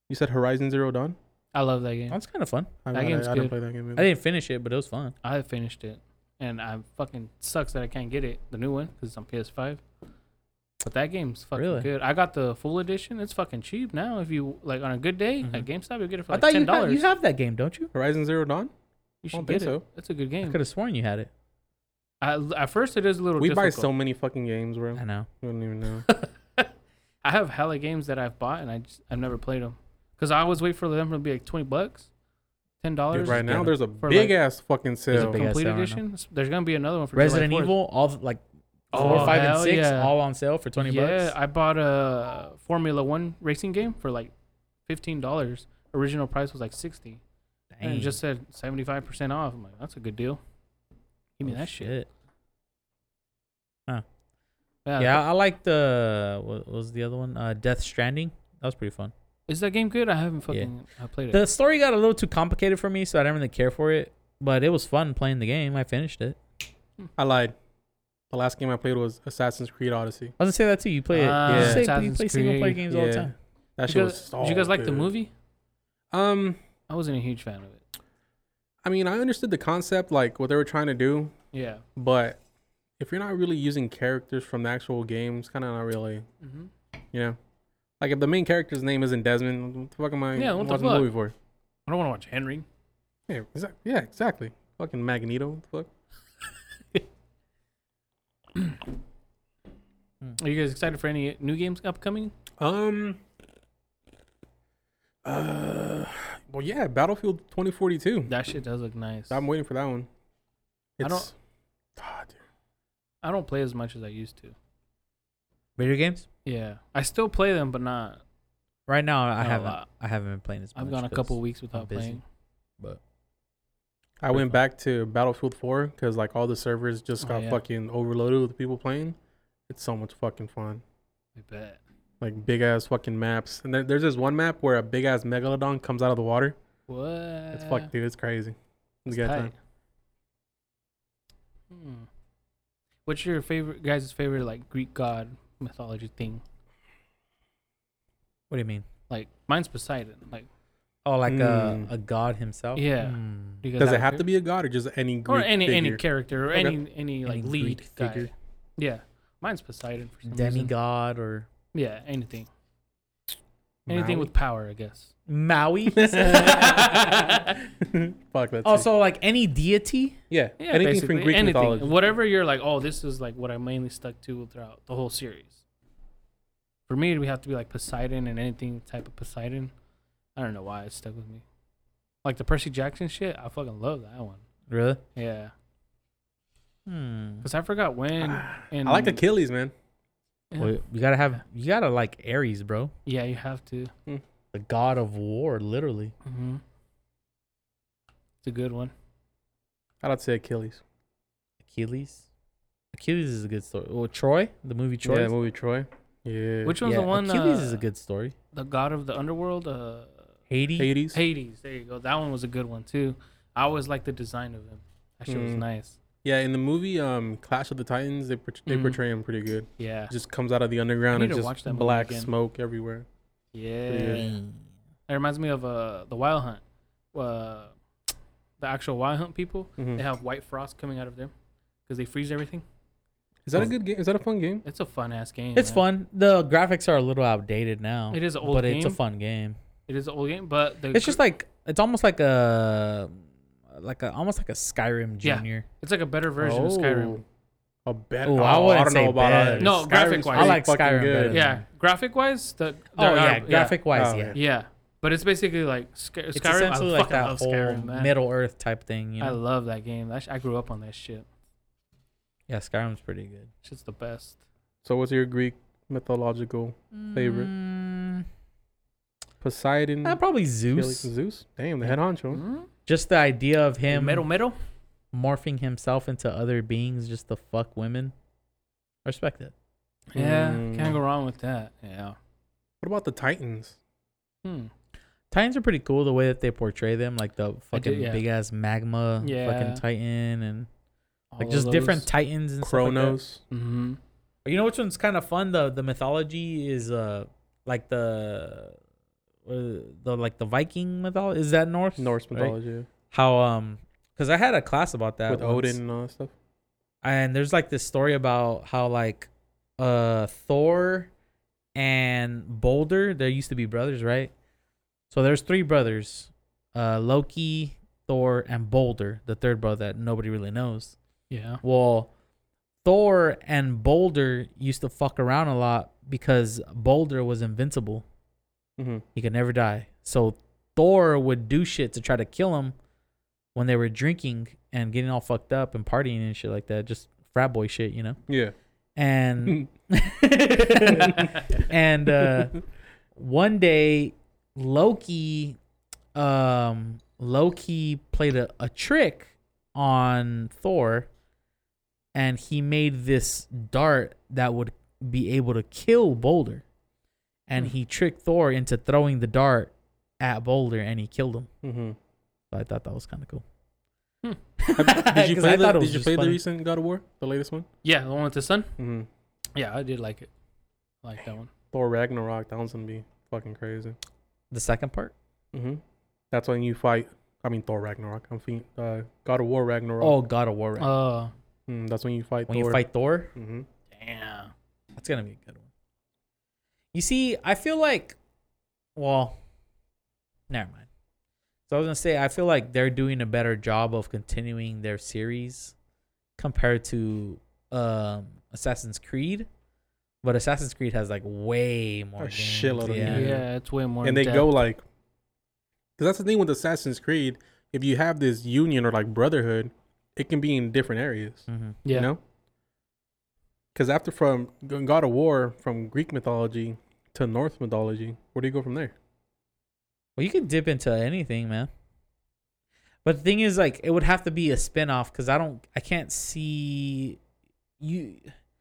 B: You said Horizon Zero Dawn.
C: I love that game.
A: That's kind of fun.
B: I,
C: That
B: I-
C: game's
B: I, didn't
C: good.
B: play that game.
A: I
B: Either.
A: didn't finish it, but it was fun.
C: I finished it, and I fucking sucks that I can't get it the new one because it's on PS5. But that game's fucking
A: Really?
C: good. I got the full edition. It's fucking cheap now. If you like on a good day at
B: Mm-hmm.
A: Mhm.
C: GameStop, you'll get it for
A: I
C: like
A: thought
C: ten
A: you had,
C: dollars.
A: you have that game, don't you?
B: Horizon Zero Dawn. I
C: You
B: don't think
C: should get it.
B: so.
C: It's a good
A: I
C: game.
A: could have sworn you had it.
C: I, at first, it is a little.
B: We buy
C: difficult.
B: so many fucking games, bro.
A: I know.
B: We don't even know.
C: I have hella games that I've bought and I just, I've never played them because I always wait for them to be like twenty bucks, ten dollars.
B: Dude, right now, there's a
C: For
B: big
C: like-
B: ass fucking
A: a
B: sale.
A: big- ass
C: complete
A: sale right now.
C: edition. S- There's gonna be another one for July
A: Resident
C: 4th.
A: Evil, all like four,
C: Oh,
A: five, and
C: hell
A: six,
C: yeah.
A: all on sale for twenty
C: yeah,
A: bucks.
C: I bought a Formula One racing game for like fifteen dollars. Original price was like sixty, and
A: Dang.
C: it just said seventy five percent off. I'm like, that's a good deal. Give me
A: Oh,
C: that shit.
A: Yeah, I like the what was the other one? Uh, Death Stranding. That was pretty fun.
C: Is that game good? I haven't fucking I played it.
A: The story got a little too complicated for me, so I didn't really care for it. But it was fun playing the game. I finished it.
B: I lied. The last game I played was Assassin's Creed Odyssey.
A: I was gonna say that too. You play it.
C: Ah,
A: you,
B: Yeah.
A: say- you
C: Assassin's
A: play single player
C: Creed.
A: games all the
B: Yeah.
A: time.
B: That
C: Did
B: shit
C: you
B: was.
C: guys, did you guys like the
B: dude.
C: movie?
B: Um,
C: I wasn't a huge fan of it.
B: I mean, I understood the concept, like what they were trying to do,
C: Yeah.
B: but if you're not really using characters from the actual games, kind of not really,
C: hmm
B: you know. Like if the main character's name isn't Desmond, what the fuck am I
C: Yeah, what the
B: watching the,
C: fuck?
B: movie for?
C: I don't want to watch Henry.
B: Yeah, exa- yeah, exactly. Fucking Magneto. what the Fuck.
C: Are you guys excited for any new games upcoming?
B: Um. Uh. Well, yeah, Battlefield 2042.
C: That shit does look nice.
B: I'm waiting for that one.
C: I don't-
B: It's, God, dude.
C: I don't play as much as I used to.
A: Video games?
C: Yeah, I still play them, but not.
A: Right now, I
C: Not a
A: haven't.
C: lot.
A: I haven't been playing as much.
C: I've gone a
A: 'cause
C: couple weeks without
A: busy.
C: playing.
B: I went back to Battlefield 4 because like all the servers just
C: Oh,
B: got
C: yeah.
B: fucking overloaded with people playing. It's so much fucking fun.
C: I bet.
B: Like big ass fucking maps, and then there's this one map where a big ass megalodon comes out of the water.
C: What? Uh,
B: It's fuck, dude. It's crazy. It's good time.
C: Hmm. What's your favorite guys' favorite like Greek god mythology thing?
A: What do you mean?
C: Like mine's Poseidon. Like
A: Oh, like
B: Mm.
A: a, a god himself?
C: Yeah.
A: Mm.
C: do you guys
B: Does it
C: a
B: have to
C: favorite?
B: be a god or just any Greek
C: or any
B: figure?
C: any character or
B: Okay.
C: any any like
A: Any
C: lead
A: Greek
C: guy?
A: figure.
C: Yeah, mine's Poseidon for some reason.
A: Demigod or
C: Yeah, anything, anything
B: Maui?
C: with power, I guess.
A: Maui?
B: fuck that's
A: oh, so like any deity?
B: yeah,
C: Yeah,
B: anything from
C: basically,
B: Greek
C: anything.
B: mythology.
C: Whatever you're like, oh, this is like what I mainly stuck to throughout the whole series. For me, we have to be like Poseidon and anything type of Poseidon. I don't know why it stuck with me. Like the Percy Jackson shit, I fucking love that one.
A: Really?
C: Yeah,
A: Hmm.
C: because I forgot when. And
B: I like Achilles, man.
C: Yeah.
A: Well, you gotta have. You gotta like Ares, bro.
C: yeah, you have to.
A: The god of war, literally.
C: hmm It's a good one.
B: I'd say Achilles.
A: Achilles. Achilles is a good story. Well, Troy, the movie Troy.
B: Yeah, movie Troy. Yeah.
C: Which one's the one?
A: Achilles
C: uh,
A: is a good story.
C: The god of the underworld. Uh,
A: Haiti.
B: Hades?
C: Hades. There you go. That one was a good one too. I always liked the design of him. That shit was
B: Mm.
C: nice.
B: Yeah, in the movie um Clash of the Titans, they portray, they
C: Mhm.
B: portray him pretty good.
C: Yeah.
B: Just comes out of the underground
C: need
B: and
C: to
B: just
C: watch that movie
B: black
C: again.
B: smoke everywhere.
C: Yeah. That reminds me of uh the Wild Hunt. Uh, the actual Wild Hunt people,
B: Mhm.
C: they have white frost coming out of them because they freeze everything.
B: Is that a good game? Is that a fun game?
C: It's a fun ass game.
A: It's fun.
C: man.
A: The graphics are a little outdated now.
C: It is an old
A: but it's a
C: game.
A: fun game.
C: It is an old game, but the
A: It's just like it's almost like a like a almost like a Skyrim
C: Yeah.
A: Junior.
C: it's like a better version of Skyrim.
B: A better.
A: Ooh,
B: oh,
A: I wouldn't
B: I don't
A: say
B: know about all
A: better.
B: that.
C: No,
B: Skyrim's
C: graphic-wise.
B: pretty
A: I like
B: fucking
A: Skyrim better.
C: Yeah, graphic wise, the
A: Oh
C: there
A: yeah,
C: are-
A: graphic wise,
B: Oh,
A: yeah.
B: yeah.
C: Yeah, but it's basically like Sky-
A: It's
C: Skyrim. I
A: essentially
C: fucking
A: like that
C: love
A: whole
C: Skyrim, man.
A: Middle Earth type thing. You
C: I
A: know?
C: love that game. That sh- I grew up on that shit.
A: yeah, Skyrim's pretty good.
C: Shit's the best.
B: So what's your Greek mythological Favorite?
A: Mm,
B: Poseidon?
A: uh, probably
B: Achilles,
A: Zeus.
B: Zeus? Damn, the head
A: Hmm?
B: honcho.
C: Mm?
A: Just the idea of him
C: Metal, metal.
A: morphing himself into other beings just to fuck women. I Respect it.
C: Yeah,
B: Mm.
C: can't go wrong with that. Yeah.
B: What about the Titans?
C: Hmm.
A: Titans are pretty cool the way that they portray them, like the fucking
C: yeah.
A: big ass magma,
C: Yeah.
A: fucking Titan, and
C: All
A: like
C: of
A: just different
C: those.
A: Titans and stuff like that.
B: Chronos.
C: Mhm.
A: You know which one's kind of fun? The the mythology is uh like the what is it? the like the Viking mythology. Is that Norse?
B: Norse
A: Right?
B: mythology
A: How um because I had a class about that
B: with
A: once.
B: Odin and all that stuff.
A: and there's like this story about how like uh Thor and Boulder there used to be brothers, right? So there's three brothers, uh Loki, Thor, and Boulder, the third brother that nobody really knows.
C: Yeah.
A: Well, Thor and Boulder used to fuck around a lot because Boulder was invincible.
B: Mm-hmm.
A: He could never die. So Thor would do shit to try to kill him when they were drinking and getting all fucked up and partying and shit like that. Just frat boy shit, you know?
B: Yeah.
A: And Hmm. and uh one day Loki um Loki played a, a trick on Thor and he made this dart that would be able to kill Boulder. And he tricked Thor into throwing the dart at Boulder and he killed him.
B: hmm
A: So I thought that was kind of cool.
C: Hmm.
B: Did you
A: 'Cause
B: play,
A: I
B: the,
A: thought it was
B: did you
A: just
B: play the
A: funny.
B: recent God of War? The latest one?
C: Yeah, the one with the sun.
B: Mm-hmm.
C: Yeah, I did like it. I like that one.
B: Thor Ragnarok. That one's going to be fucking crazy.
A: the second part?
B: Mm-hmm. That's when you fight. I mean, Thor Ragnarok. I'm thinking, uh, God of War Ragnarok.
A: Oh, God of War. Ragnarok.
C: Oh,
B: Mm, that's when you fight
A: when
B: Thor.
A: you fight Thor,
B: Mm-hmm.
C: damn.
A: that's going to be a good one. You see, I feel like, well, never mind. So I was gonna say, I feel like they're doing a better job of continuing their series compared to um, Assassin's Creed, but Assassin's Creed has like way more
B: A
A: games.
B: shitload of
A: yeah.
C: Yeah,
B: games.
C: it's way more.
B: and they
C: in-depth.
B: go like, because that's the thing with Assassin's Creed. If you have this union or like brotherhood, it can be in different areas.
A: Mhm.
C: yeah,
B: You know? Because after from God of War, from Greek mythology to Norse mythology, where do you go from there?
A: Well, you could dip into anything, man. But the thing is, like, it would have to be a spinoff because I don't, I can't see you.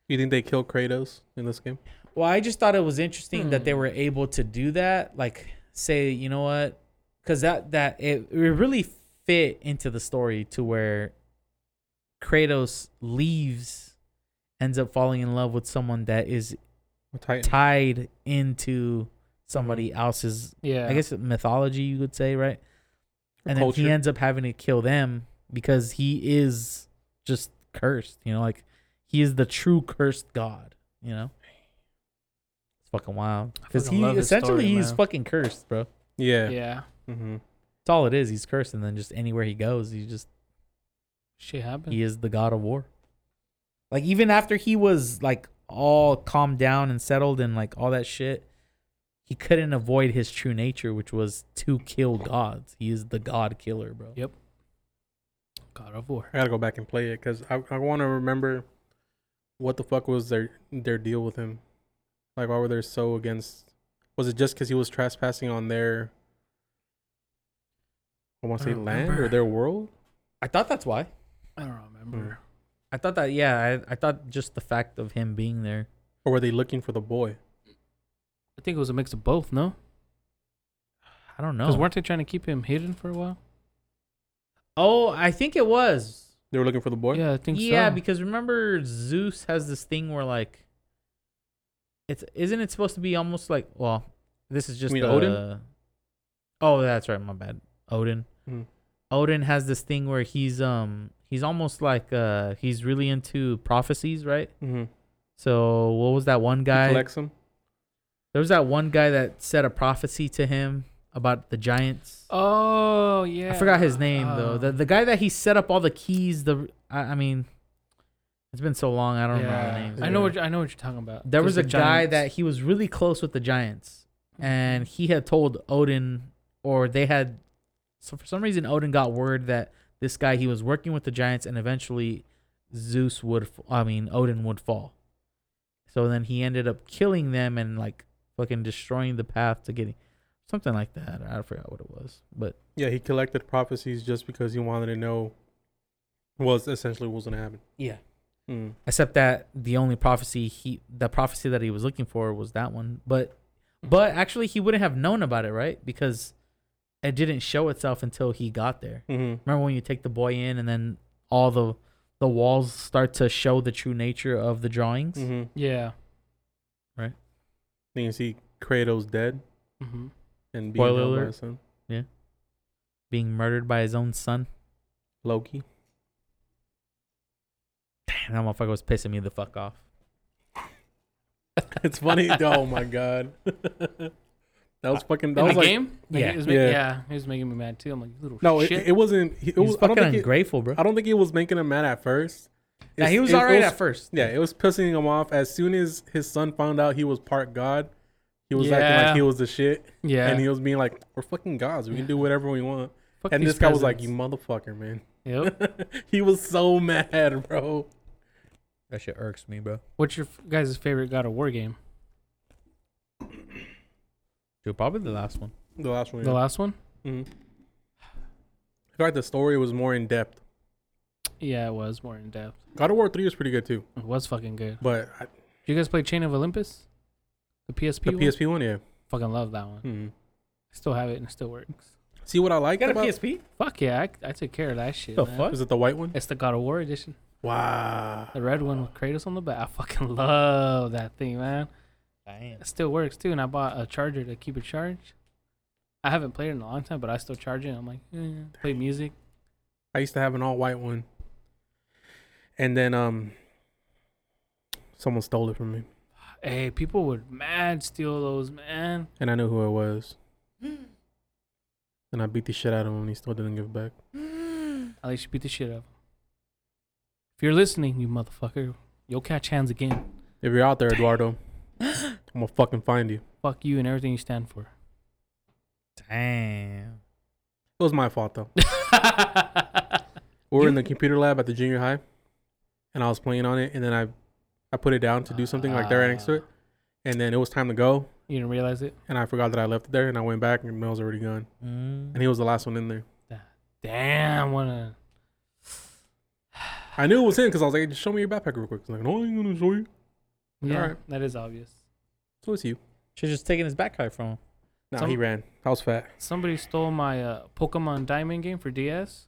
B: You think they kill Kratos in this game?
A: Well, I just thought it was interesting that they
C: Hmm.
A: were able to do that. Like, say, you know what? Because that that it, it really fit into the story to where Kratos leaves, ends up falling in love with someone that is
B: Or Titan?
A: tied into somebody else's,
C: yeah.
A: I guess, mythology. You could say, right?
B: Or
A: and then
B: culture?
A: he ends up having to kill them because he is just cursed. You know, like he is the true cursed god. You know, it's fucking wild because
C: fucking
A: he
C: love his
A: essentially
C: story,
A: he's
C: man.
A: fucking cursed, bro.
B: yeah.
C: yeah,
B: Mm-hmm.
A: That's all it is. He's cursed, and then just anywhere he goes, he just
C: shit happened.
A: he is the god of war. Like even after he was like all calmed down and settled and like all that shit, he couldn't avoid his true nature, which was to kill gods. He is the god killer, bro.
C: Yep. God of War.
B: I gotta go back and play it because I, I want to remember what the fuck was their their deal with him. Like, why were they so against? Was it just because he was trespassing on their? I want
C: I
B: to say
C: don't
B: land or
C: remember.
B: their world.
A: I thought that's why.
C: I don't remember.
A: I thought that yeah, I, I thought just the fact of him being there.
B: Or were they looking for the boy?
C: I think it was a mix of both. No,
A: I don't
C: because
A: know.
C: weren't they trying to keep him hidden for a while?
A: Oh, I think it was.
B: They were looking for the boy.
C: Yeah, I think
A: Yeah,
C: so.
A: because remember Zeus has this thing where like it's isn't it supposed to be almost like well, this is just
B: mean
A: the-
B: Odin?
A: Oh, that's right, my bad. Odin.
B: Mhm.
A: Odin has this thing where he's um he's almost like uh he's really into prophecies, right?
B: Mm-hmm.
A: So what was that one
B: He
A: guy?
B: collects him.
A: there was that one guy that said a prophecy to him about the giants.
C: oh yeah.
A: I forgot his name though. The
C: um,
A: the guy that he set up all the keys. The I, I mean, it's been so long. I don't remember the
C: yeah.
A: names.
C: I know what you- I know what you're talking about.
A: There
C: 'Cause
A: was
C: the
A: a guy
C: Giants-
A: that he was really close with the Giants, and he had told Odin, or they had. So for some reason, Odin got word that this guy he was working with the Giants, and eventually, Zeus would. f- I mean, Odin would fall. So then he ended up killing them and like fucking destroying the path to getting something like that. I forgot what it was, but
B: Yeah, he collected prophecies just because he wanted to know. Was essentially what was gonna happen.
A: yeah.
B: Mm.
A: except that the only prophecy he the prophecy that he was looking for was that one but but actually he wouldn't have known about it right because it didn't show itself until he got there
B: hmm
A: remember when you take the boy in and then all the the walls start to show the true nature of the drawings
B: Mm-hmm.
C: Yeah.
B: Then you see Kratos dead
C: Mm-hmm.
B: and being
A: Spoiler
B: held by
A: alert.
B: his son
A: being murdered by his own son
B: Loki.
A: damn that motherfucker was pissing me the fuck off
B: It's funny. oh my god, that was fucking. That
C: In
B: was
C: the
B: like
C: game? Like,
A: Yeah.
C: it was ma-
B: Yeah.
C: yeah. He was making me mad too. I'm like, you little
B: no, it,
C: shit.
B: it wasn't. It
A: he was
B: was, I don't
A: fucking
B: think. It,
A: ungrateful bro
B: I don't think it was making him mad at first.
A: now,
B: It's-
A: he was
B: it- it
A: alright
B: was-
A: at first
B: Yeah, it was pissing him off. As soon as his son found out he was part god, he was acting
C: Yeah.
B: like he was the shit,
C: yeah.
B: and he was being like, "We're fucking gods. We can do whatever we want."
C: Fuck
B: and
C: these
B: this guy was like, "You
C: peasants.
B: motherfucker, man."
C: Yep.
B: he was so mad, bro.
A: that shit irks me bro
C: What's your f- guys' favorite God of War game?
A: dude probably the last one
B: The last one.
C: The
B: yeah.
C: last one?
B: Mhm. I feel like the story was more in depth.
C: Yeah, it was more in depth.
B: God of War Three was pretty good too,
C: It was fucking good.
B: but I,
C: Did you guys play Chain of Olympus? The PSP
B: the
C: one?
B: PSP one, yeah.
C: Fucking love that one.
B: Mhm.
C: I still have it and it still works.
B: See what I like
A: you got a
B: about
A: PSP
C: Fuck yeah, I, I took care of that shit.
A: the
C: man.
A: fuck
B: is it the white one?
C: It's the God of War edition.
B: Wow.
C: The red one with Kratos on the back. I fucking love that thing, man.
A: Damn.
C: It still works too, and I bought a charger to keep it charged. I haven't played it in a long time, but I still charge it. I'm like, eh, play music.
B: I used to have an all white one, and then um, someone stole it from me.
C: Hey, people would mad steal those, man.
B: And I knew who it was. And I beat the shit out of him and he still didn't give back.
C: At least you beat the shit out of him. If you're listening, you motherfucker, you'll catch hands again.
B: If you're out there, Eduardo, I'm gonna fucking find you.
C: Fuck you and everything you stand for.
A: Damn.
B: It was my fault though. We were in the computer lab at the junior high and I was playing on it and then I I put it down to do something like there next to
C: Ah.
B: it. And then it was time to go
C: Uh, You didn't realize it?
B: and I forgot that I left it there and I went back and Mel was already gone.
A: Mm.
B: And he was the last one in there.
C: Damn, what a.
B: I knew it was him because I was like, just show me your backpack real quick. He's like, no, I ain't gonna show you.
C: Yeah,
B: Alright.
C: that is obvious.
B: So it's you.
A: Should've just taken his backpack from him.
B: Nah,
C: Some-
B: he ran. I was fat.
C: Somebody stole my uh, Pokemon Diamond game for DS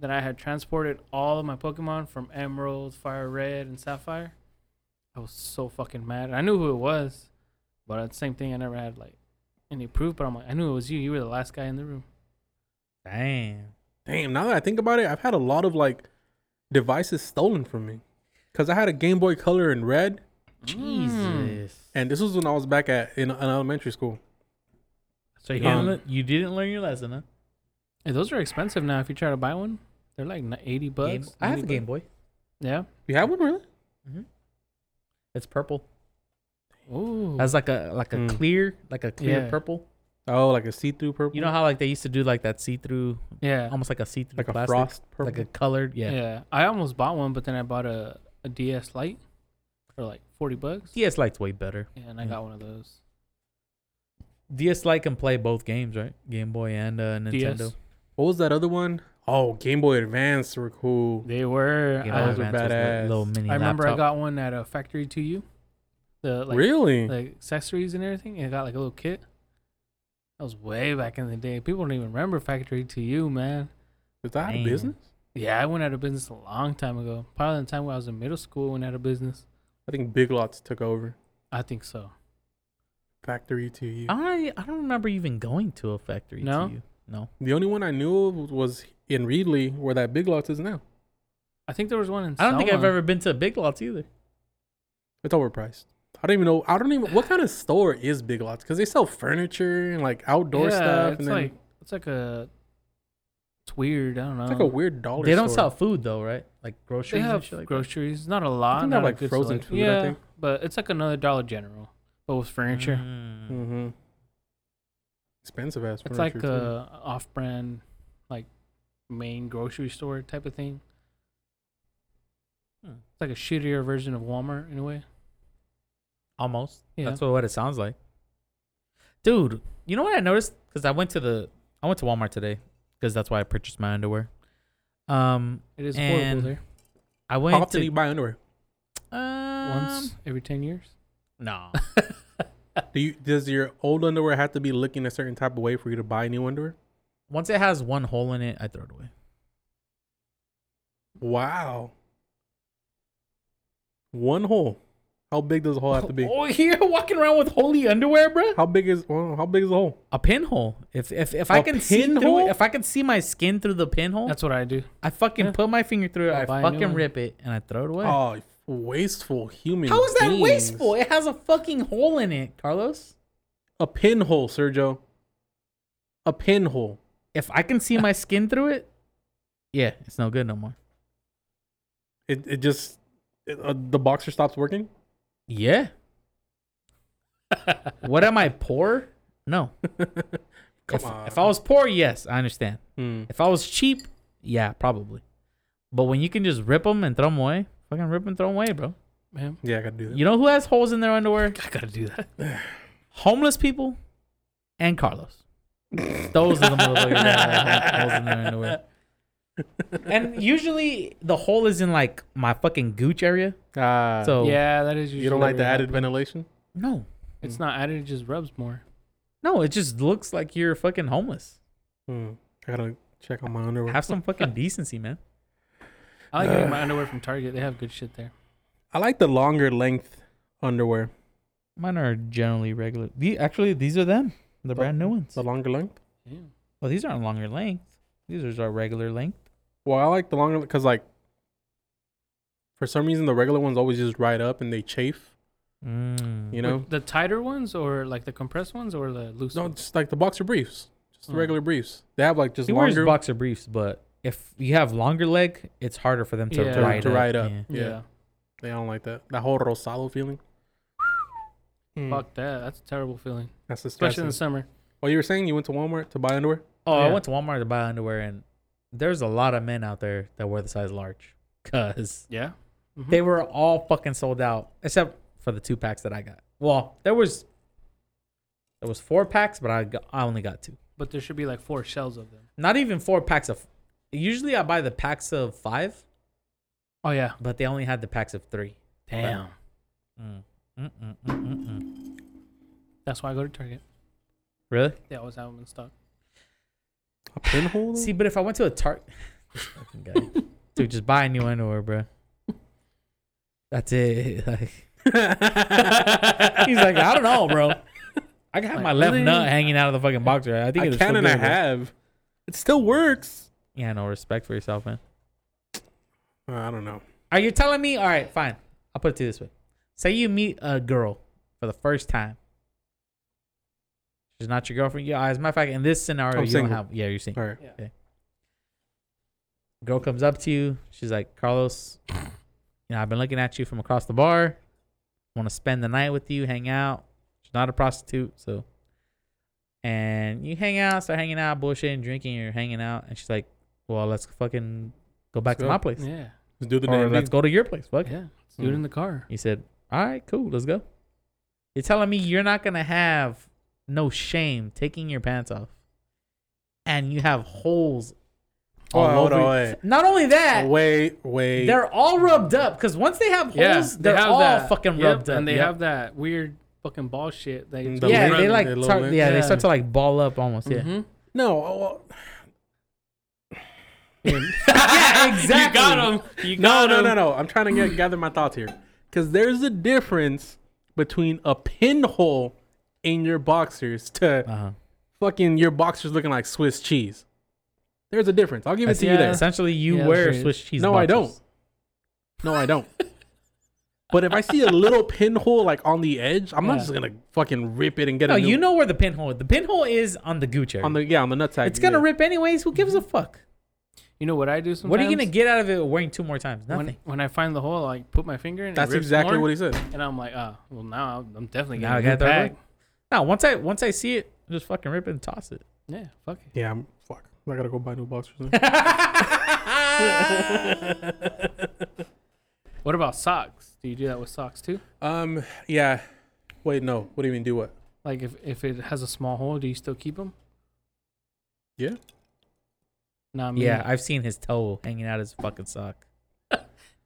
C: that I had transported all of my Pokemon from Emerald, Fire Red, and Sapphire. I was so fucking mad. I knew who it was, but at the same thing, I never had like any proof. But I'm like, I knew it was you. You were the last guy in the room.
A: Damn.
B: Damn, now that I think about it, I've had a lot of like devices stolen from me. Cause I had a Game Boy Color in red,
A: Jesus.
B: and this was when I was back at in, in elementary school.
A: So you,
B: Um,
A: didn't, le- you didn't learn your lesson, huh?
C: Hey, those are expensive now. If you try to buy one, they're like n- eighty bucks.
A: Game- I have a
C: 90
A: Game
C: bucks.
A: Boy. Mm-hmm.
C: Yeah.
B: You have one, really?
A: It's purple.
C: Ooh.
A: Has like a like a
B: Mm.
A: clear like a clear
C: Yeah.
A: purple.
B: Oh, like a see-through purple.
A: You know how like they used to do like that see through,
C: yeah.
A: almost like a see through
B: like a
A: plastic,
B: frost purple.
A: like a colored.
C: yeah.
A: Yeah.
C: I almost bought one, but then I bought a, a DS Lite for like forty bucks.
A: DS Lite's way better.
C: And I
A: Yeah.
C: got one of those.
A: DS Lite can play both games, right? Game Boy and uh, Nintendo.
C: DS.
B: What was that other one? Oh, Game Boy Advance were cool.
C: They were.
A: Game
C: I,
A: Boy
B: Those are
A: Advance was a
B: badass.
A: Little mini.
C: I remember I
A: laptop.
C: got one at a factory to you. The like
B: really?
C: the accessories and everything. It got like a little kit. That was way back in the day. People don't even remember factory to you, man.
B: Is that out of
A: Damn.
B: business?
C: Yeah, I went out of business a long time ago. Probably the time when I was in middle school went out of business.
B: I think Big Lots took over.
C: I think so.
B: Factory to you.
A: I I don't remember even going to a factory.
C: No?
A: To you. No.
B: The only one I knew of was in Reedley, where that Big Lots is now.
C: I think there was one in.
A: I don't think I've
C: Selma.
A: ever been to a Big Lots either.
B: It's overpriced. I don't even know. I don't even. What kind of store is Big Lots? Because they sell furniture and like outdoor
C: Yeah,
B: stuff.
C: It's
B: and then
C: like it's like a. It's weird. I don't know.
B: it's like a weird dollar.
A: they don't
B: store.
A: sell food though, right? Like groceries
C: They
A: and
C: have
A: shit like that.
C: groceries. Not a lot.
B: think they
C: not
B: have,
C: a
B: like,
C: good
B: frozen
C: select-
B: food, I
C: Yeah,
B: think.
C: but it's like another Dollar General, but with furniture.
A: Mm.
B: Mm-hmm. Expensive ass.
C: It's like
B: furniture, too.
C: a off-brand, like main grocery store type of thing.
A: Hmm.
C: It's like a shittier version of Walmart in a way.
A: Almost.
C: Yeah.
A: That's what, what it sounds like. Dude, you know what I noticed? Because I went to the I went to Walmart today because that's why I purchased my underwear. Um,
C: It is
A: And
C: horrible there.
A: I went
B: How often do
A: to
B: you buy underwear?
A: um,
C: Once every ten years.
A: No,
B: Do you does your old underwear have to be looking a certain type of way for you to buy new underwear?
A: once it has one hole in it, I throw it away.
B: Wow. One hole. How big does a hole have to be?
A: Oh, you're walking around with holy underwear, bro?
B: How big is well, how big is the hole?
A: A pinhole. If if if I
B: A
A: can see through
B: pinhole?
A: it, if I can see my skin through the pinhole,
C: That's what I do.
A: I fucking
C: yeah.
A: put my finger through it.
C: I'll
A: I
C: buy a new
A: fucking
C: one.
A: rip it and I throw it away.
B: Oh, wasteful human.
A: How is that
B: beings.
A: wasteful? It has a fucking hole in it, Carlos.
B: A pinhole, Sergio. A pinhole.
A: If I can see my skin through it, yeah, it's no good no more.
B: It it just it, uh, the boxer stops working.
A: Yeah. what am I poor? No.
B: Come
A: if,
B: on.
A: if I was poor, yes, I understand.
B: Hmm.
A: If I was cheap, yeah, probably. But when you can just rip them and throw them away, fucking rip and throw them away, bro.
C: Man,
B: Yeah, I gotta do that.
A: You know who has holes in their underwear?
C: I gotta do that.
A: Homeless people and Carlos. Those are the motherfuckers that have holes in their underwear. And usually the hole is in like my fucking gooch area.
B: Ah,
A: So
C: Yeah, that is usually.
B: you don't like
C: what
B: the added
C: happens.
B: ventilation?
A: no,
C: It's not added. It just rubs more.
A: no, it just looks like you're fucking homeless.
B: Hmm. I gotta check on my underwear.
A: Have some fucking decency, man.
C: I like getting my underwear from Target. They have good shit there.
B: I like the longer length underwear.
A: Mine are generally regular. The, actually, these are them, the brand new ones.
B: The longer length.
C: Yeah.
A: Well, these aren't longer length. These are just our regular length.
B: Well, I like the longer because like for some reason the regular ones always just ride up and they chafe,
A: Mm.
B: You know,
C: With the tighter ones or like the compressed ones or the loose
B: no,
C: ones?
B: just like the boxer briefs, just the
C: Mm.
B: regular briefs. They have like just
A: He wears
B: longer
A: boxer briefs, but if you have longer leg, it's harder for them to
C: Yeah.
B: to,
A: ride
B: to
A: up.
B: ride up.
A: Yeah.
B: Yeah. they don't like that. That whole rosado feeling. Mm.
C: Fuck that. That's a terrible feeling.
B: That's
C: Hmm. Especially
B: disgusting.
C: in the summer.
B: Well, you were saying you went to Walmart to buy underwear.
A: Oh, I
C: Yeah.
A: went to Walmart to buy underwear, and there's a lot of men out there that wear the size large because
C: Yeah. Mhm.
A: they were all fucking sold out except for the two packs that I got. Well, there was there was four packs, but I got, I only got two.
C: But there should be like four shells of them.
A: Not even four packs of. Usually I buy the packs of five,
C: Oh yeah.
A: but they only had the packs of three.
C: Damn.
A: Mm. Mm, mm, mm, mm, mm.
C: That's why I go to Target.
A: Really?
C: They always have them in stock.
B: A pinhole.
A: See, but if I went to a Target, dude, just buy a new underwear, bro. That's it. Like, He's
B: He's
A: like, I don't know, bro. I can have
C: Like,
A: my left
C: really?
A: nut hanging out of the fucking boxer. I think
B: I
A: it's
B: can and I have. It still works.
A: Yeah, no respect for yourself, man.
B: Uh, I don't know.
A: Are you telling me? All right, fine. I'll put it to you this way. Say you meet a girl for the first time. She's not your girlfriend. Yeah, as a matter of fact, in this scenario,
B: I'm
A: you
B: single.
A: don't have. Yeah, you're single.
B: All right.
A: Girl comes up to you. She's like, Carlos, you know, I've been looking at you from across the bar. Want to spend the night with you, hang out. She's not a prostitute, so. And you hang out, start hanging out, bullshitting, drinking, you're hanging out. And she's like, well, let's fucking go back
B: Let's
A: to
B: go.
A: my place.
C: Yeah.
B: Let's do the
A: Or
B: damn
A: let's
B: thing.
A: go to your place. Fuck.
C: Yeah. Let's do it
B: Mm.
C: in the car.
A: He said, all right, cool, let's go. You're telling me you're not going to have no shame taking your pants off. And you have holes all
B: Oh, hold
A: over.
B: on,
A: you.
B: wait.
A: Not only that,
B: Wait, wait.
A: they're all rubbed up because once they have holes,
C: Yeah. they
A: they're
C: have
A: all
C: that.
A: fucking
C: Yep,
A: rubbed up.
C: And they
A: yep.
C: have that weird fucking ball shit. They
B: Mm, the
A: yeah,
B: lint,
A: they like mm-hmm.
B: the little
A: start,
B: lint.
A: yeah, they
C: Yeah.
A: start to like ball up almost. Yeah,
C: Mhm.
B: no. uh, Well,
A: yeah, exactly.
C: You got them. You
B: no,
C: got
B: no,
C: 'em.
B: no, no. I'm trying to get, gather my thoughts here because there's a difference between a pinhole in your boxers to
A: Uh-huh.
B: fucking your boxers looking like Swiss cheese. There's a difference. I'll give it to you
C: Yeah.
B: there.
A: Essentially, you
C: Yeah,
A: wear
C: that's right.
A: Swiss cheese.
B: No, I
A: boxers.
B: No, I don't. but if I see a little pinhole like on the edge, I'm not
C: Yeah.
B: just gonna fucking rip it and get
A: No,
B: a new
A: you know where the pinhole. is. The pinhole is on the Gucci.
B: on the yeah on the nutsack.
A: it's gonna
B: yeah. Mm-hmm.
A: rip anyways. Who gives a fuck?
C: You know what I do sometimes?
A: What are you gonna get out of it wearing two more times? Nothing.
C: When, when I find the hole, I put my finger in.
B: That's
C: it rips
B: exactly
C: more,
B: what he said.
C: And I'm like, ah, well now I'm- I'm definitely
A: Now I
C: getting
A: gotta
C: a new
A: throw it
C: pack.
A: away? no, once I once I see it, I just fucking rip it and toss it.
C: Yeah, fuck it.
B: Yeah, I'm fuck. I gotta go buy new boxers. now.
C: What about socks? Do you do that with socks too?
B: um, yeah. Wait, no. What do you mean? Do what?
C: Like if, if it has a small hole, do you still keep them?
B: Yeah.
C: Nah, me.
A: yeah, I've seen his toe hanging out his fucking sock.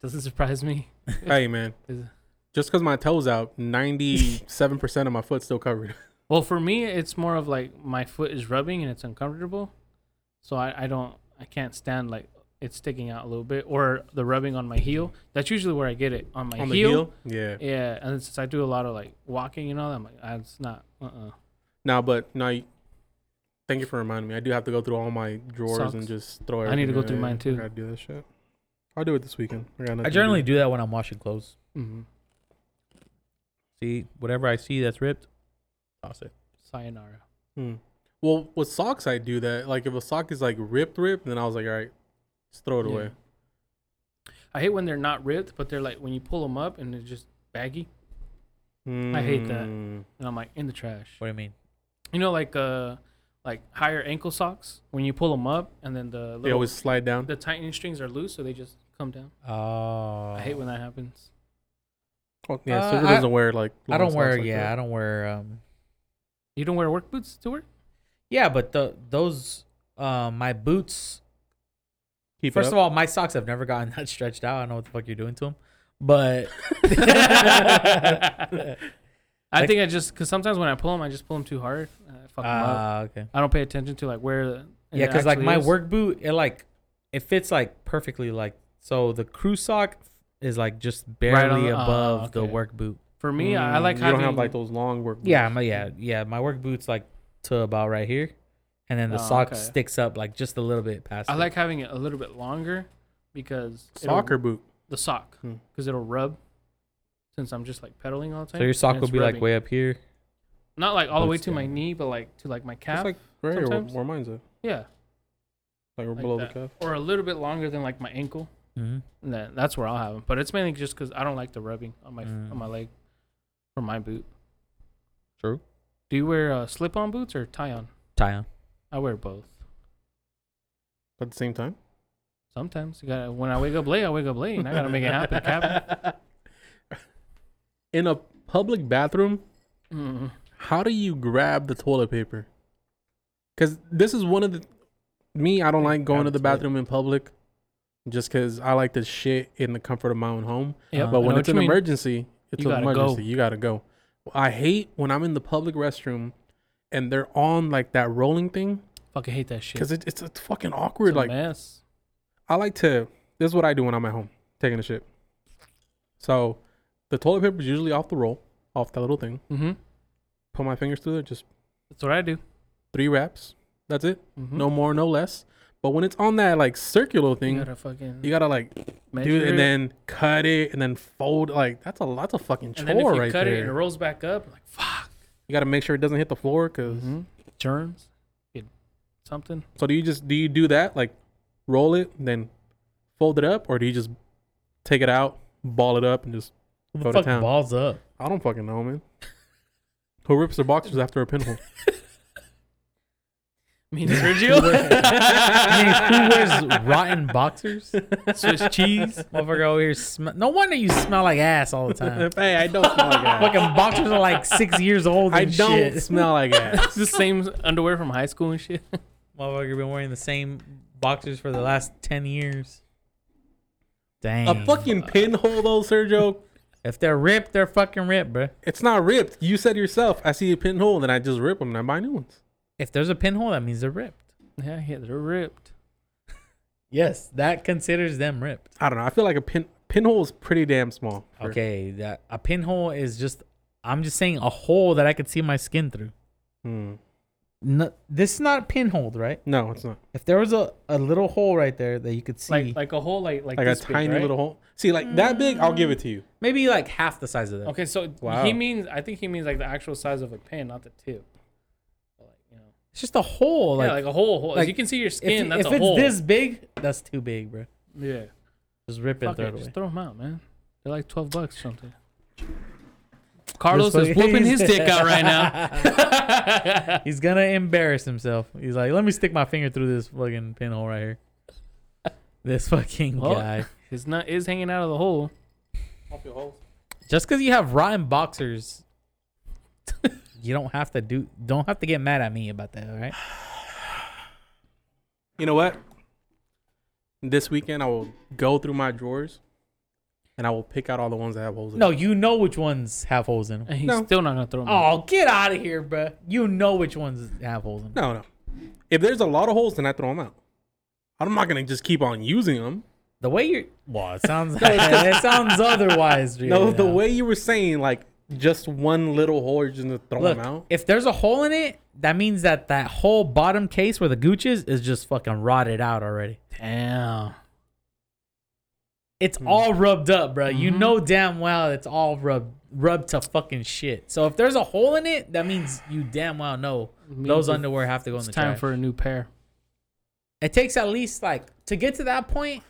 C: doesn't surprise me.
B: hey, man.
C: Is it-
B: Just because my toes out, ninety-seven percent of my foot's still covered.
C: Well, for me, it's more of like my foot is rubbing and it's uncomfortable, so I, I don't I can't stand like it's sticking out a little bit or the rubbing on my heel. That's usually where I get it on my
B: on the
C: heel.
B: heel. Yeah.
C: Yeah, and since I do a lot of like walking and all that, I'm like, "Ah, it's not. Uh uh
B: No, but no. you- Thank you for reminding me. I do have to go through all my drawers and
C: Socks.
B: just throw.
C: I need to
B: everything
C: go
B: away.
C: through mine, too.
B: I gotta do that shit. I'll do it this weekend. I, got nothing
A: I
B: to
A: generally
B: do.
A: do that when I'm washing clothes.
C: Mm-hmm.
A: See, whatever I see that's ripped, toss it.
C: Sayonara.
B: Hmm. Well, with socks, I do that. Like if a sock is like ripped, ripped, then I was like, all right, just throw it
C: Yeah.
B: away.
C: I hate when they're not ripped, but they're like when you pull them up and they're just baggy, I hate that.
B: Mm.
C: and I'm like in the trash.
A: What do you mean?
C: You know, like uh, like higher ankle socks when you pull them up and then the
B: They
C: little,
B: always slide down.
C: the tightening strings are loose, so they just come down.
A: Oh,
C: I hate when that happens.
B: Oh, yeah,
A: Uh,
B: Sergio
A: I-
B: doesn't wear like.
A: I
B: long
A: don't wear.
B: socks like
A: yeah,
B: that.
A: I don't wear. Um,
C: You don't wear work boots to work?
A: yeah, but the those uh, my boots.
B: Keep
A: first of all, my socks have never gotten that stretched out. I don't know what the fuck you're doing to them, but I
C: I
A: Like-
C: think I just because sometimes when I pull them, I just pull them too hard. And I fuck 'em up.
A: Ah, okay.
C: I don't pay attention to like where. The,
A: Yeah,
C: it
A: because like
C: actually
A: my
C: is.
A: work boot, it like it fits like perfectly. Like so, the crew sock is like just barely
C: the- ah,
A: above the
C: okay.
A: work boot.
C: For me,
A: Mm,
C: I, I like
B: Mm, you
C: having.
B: don't have like those long work.
A: Yeah, my yeah yeah my work boots like to about right here, and then the
C: Oh,
A: sock
C: okay.
A: sticks up like just a little bit past.
C: I
A: it.
C: like having it a little bit longer because it'll-
B: soccer boot.
C: the sock
B: Hmm.
C: because it'll rub since I'm just like pedaling all the time.
A: So your sock
C: and
A: would
C: it's
A: be
C: rubbing.
A: like way up here.
C: not like all the way to my
A: down.
C: knee, but like to like my
B: It's
C: calf.
B: like right here where,
C: sometimes.
B: where mine's at.
C: yeah,
B: Like we're
C: Like
B: below the
C: that.
B: cuff.
C: or a little bit longer than like my ankle.
A: Mm-hmm.
C: And That that's where I'll have them. But it's mainly just because I don't like the rubbing on my
A: Mm.
C: on my leg from my boot.
A: True.
C: Do you wear uh, slip-on boots or tie-on?
A: Tie on.
C: I wear both.
B: At the same time.
C: Sometimes you gotta. When I wake up late, I wake up late, and I gotta make it happen. cap.
B: In a public bathroom,
C: Mm.
B: how do you grab the toilet paper? Because this is one of the me. I don't like going to
A: the
B: the
A: toilet.
B: bathroom in public, just because I like to shit in the comfort of my own home.
C: Yep,
B: But
C: I
B: when
C: know
B: it's
C: what
B: an
C: you mean.
B: emergency, it's
C: You
B: an
C: gotta go.
B: emergency. You gotta go. I hate when I'm in the public restroom and they're on like that rolling thing
C: fucking hate that shit.
B: because it, it's, it's fucking
C: It's
B: awkward.
C: a
B: like
C: mess.
B: I like to. This is what I do when I'm at home, taking a shit. So, the toilet paper is usually off the roll, off that little thing.
C: Mm-hmm.
B: Put my fingers through there, just
C: That's what I do.
B: three wraps. That's it.
C: Mhm.
B: No more, no less. But when it's on that like circular thing,
C: You gotta fucking
B: you gotta like do
C: measure
B: it and
C: it.
B: then cut it and then fold. Like that's a that's a fucking
C: And then if
B: chore
C: you
B: right
C: cut
B: there.
C: it and it rolls back up, like fuck.
B: you gotta make sure it doesn't hit the floor. because
C: Mm-hmm. Germs, Get something.
B: so do you just do you do that like roll it then fold it up or do you just take it out, ball it up and just Go
A: The
B: to
A: fuck
B: town.
A: balls up.
B: I don't fucking know, man. Who rips their boxers after a pinhole?
C: Me and Sergio.
A: Who wears rotten boxers?
C: Swiss cheese.
A: Motherfucker over here smell. No wonder you smell like ass all the time.
B: hey, I don't smell like ass.
A: Fucking boxers are like six years old. And
B: I don't
A: Shit.
B: smell like ass.
C: It's the same underwear from high school and shit.
A: Motherfucker been wearing the same boxers for the last ten years. Dang.
B: a fucking pinhole though, Sergio.
A: If they're ripped, they're fucking ripped, bro.
B: It's not ripped. You said yourself. I see a pinhole, then I just rip them and I buy new ones.
A: If there's a pinhole, that means they're ripped.
C: Yeah, yeah, they're ripped.
A: Yes, that considers them ripped.
B: I don't know. I feel like a pin pinhole is pretty damn small. for-
A: Okay, that a pinhole is just. I'm just saying a hole that I could see my skin through.
B: Hmm.
A: No, this is not pinholed, right?
B: No, it's not.
A: If there was a, a little hole right there that you could see,
C: Like like a whole like like,
B: Like
C: this
B: a
C: big,
B: tiny
C: right?
B: little hole. See, like that big, I'll give it to you.
A: maybe like half the size of that.
C: Okay, so
B: Wow.
C: he means I think he means like the actual size of a pin, not the tip. But, like, you know.
A: It's just a hole. Like,
C: yeah, like a whole hole.
A: like,
C: As you can see your
A: if,
C: skin,
A: you-
C: that's
A: if
C: a
A: it's
C: hole.
A: this big, that's too big, bro.
C: yeah.
A: Just rip it, and
C: Fuck
A: throw
C: it,
A: it away.
C: just throw them out, man. They're like twelve bucks or something. Carlos is
A: fucking-
C: whooping his dick out right now.
A: He's gonna embarrass himself. He's like, let me stick my finger through this fucking pinhole right here. This fucking
C: Well-
A: guy.
C: his nut is hanging out of the hole.
A: Just because you have rotten boxers, you don't have to do. Don't have to get mad at me about that. All right.
B: You know what? This weekend, I will go through my drawers, and I will pick out all the ones that have holes. in
A: No, you know which ones have holes in them.
C: And he's
B: No.
C: still not gonna throw him. out.
A: Oh, get out of here, bruh. You know which ones have holes in
B: it.
A: them.
B: No, no. If there's a lot of holes, then I throw them out. I'm not gonna just keep on using them.
A: The way you're. Well, it sounds. it sounds otherwise, dude.
B: no, the way you were saying, like just one little hole, you're just gonna throw
A: Look,
B: them out.
A: if there's a hole in it, that means that that whole bottom case where the gooch is is just fucking rotted out already.
C: Damn.
A: It's all rubbed up, bro. You know damn well it's all rubbed rubbed to fucking shit. So if there's a hole in it, that means you damn well know
C: Means
A: those
C: it's-
A: underwear have to go in
C: It's
A: the
C: time
A: trash.
C: for a new pair.
A: it takes at least like to get to that point.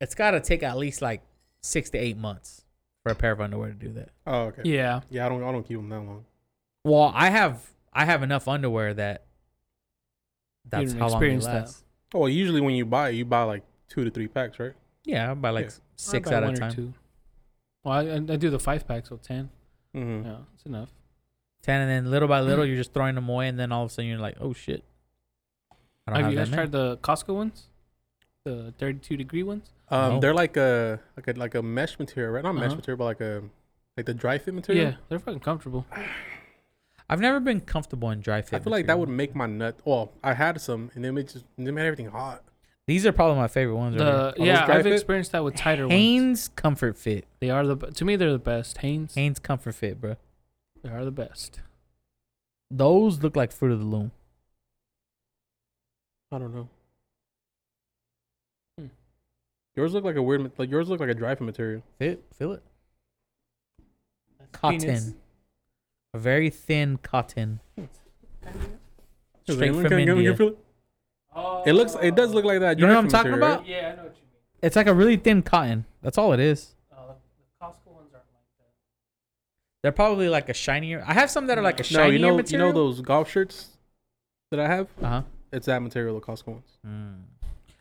A: It's got to take at least like six to eight months for a pair of underwear to do that.
B: Oh, okay. Yeah.
C: Yeah.
B: I don't. I don't keep them that long.
A: Well, I have I have enough underwear that that's
C: didn't
A: how long it
C: experience that.
A: lasts.
B: Oh, well, usually when you buy, you buy like two to three packs, right?
A: Yeah, by like
B: Yeah.
A: six
C: I buy
A: out
C: one
A: of
C: or
A: time.
C: Two. Well, I, I I do the five pack, so ten.
B: Mm-hmm.
C: Yeah, it's enough.
A: Ten, and then little by little, you're just throwing them away, and then all of a sudden you're like, oh shit. I don't
C: Have
A: have,
C: you
A: that
C: guys
A: many.
C: tried the Costco ones? The 32 degree ones?
B: Um,
A: No.
B: they're like a like a like a mesh material, right? Not mesh
C: Uh-huh.
B: material, but like a like the dry fit material.
C: Yeah, they're fucking comfortable.
A: I've never been comfortable in dry fit.
B: I feel like that
A: material.
B: would make my nut. Well, I had some, and then it just they made everything hot.
A: These are probably my favorite ones.
C: The
B: Oh,
C: yeah,
B: those dry
C: I've
B: fit?
C: experienced that with tighter
A: right here.
C: ones.
A: Hanes Comfort Fit.
C: They are the be- to me they're the best. Hanes,
A: Hanes Comfort Fit, bro.
C: they are the best.
A: Those look like fruit of the loom.
B: Hmm. I don't know. Yours look like a weird, ma- like yours look like a dry from material.
A: Feel it? Feel it?
D: Penis.
A: Cotton. A very thin cotton.
B: Is
A: Straight
B: anyone
A: from
B: can- can- can
A: India.
B: feel it? It looks, it does look like that.
A: You know
B: dry
A: what I'm
B: from
A: talking
B: material, right?
A: about?
C: Oh, Yeah, I know what you mean.
A: It's like a really thin cotton. That's all it is.
C: Uh, the Costco ones aren't like that.
A: They're probably like a shinier. I have some that are like a
B: No,
A: shinier
B: you know,
A: material.
B: you know those golf shirts that I have.
A: Uh huh.
B: It's that material, the Costco ones.
A: Hmm.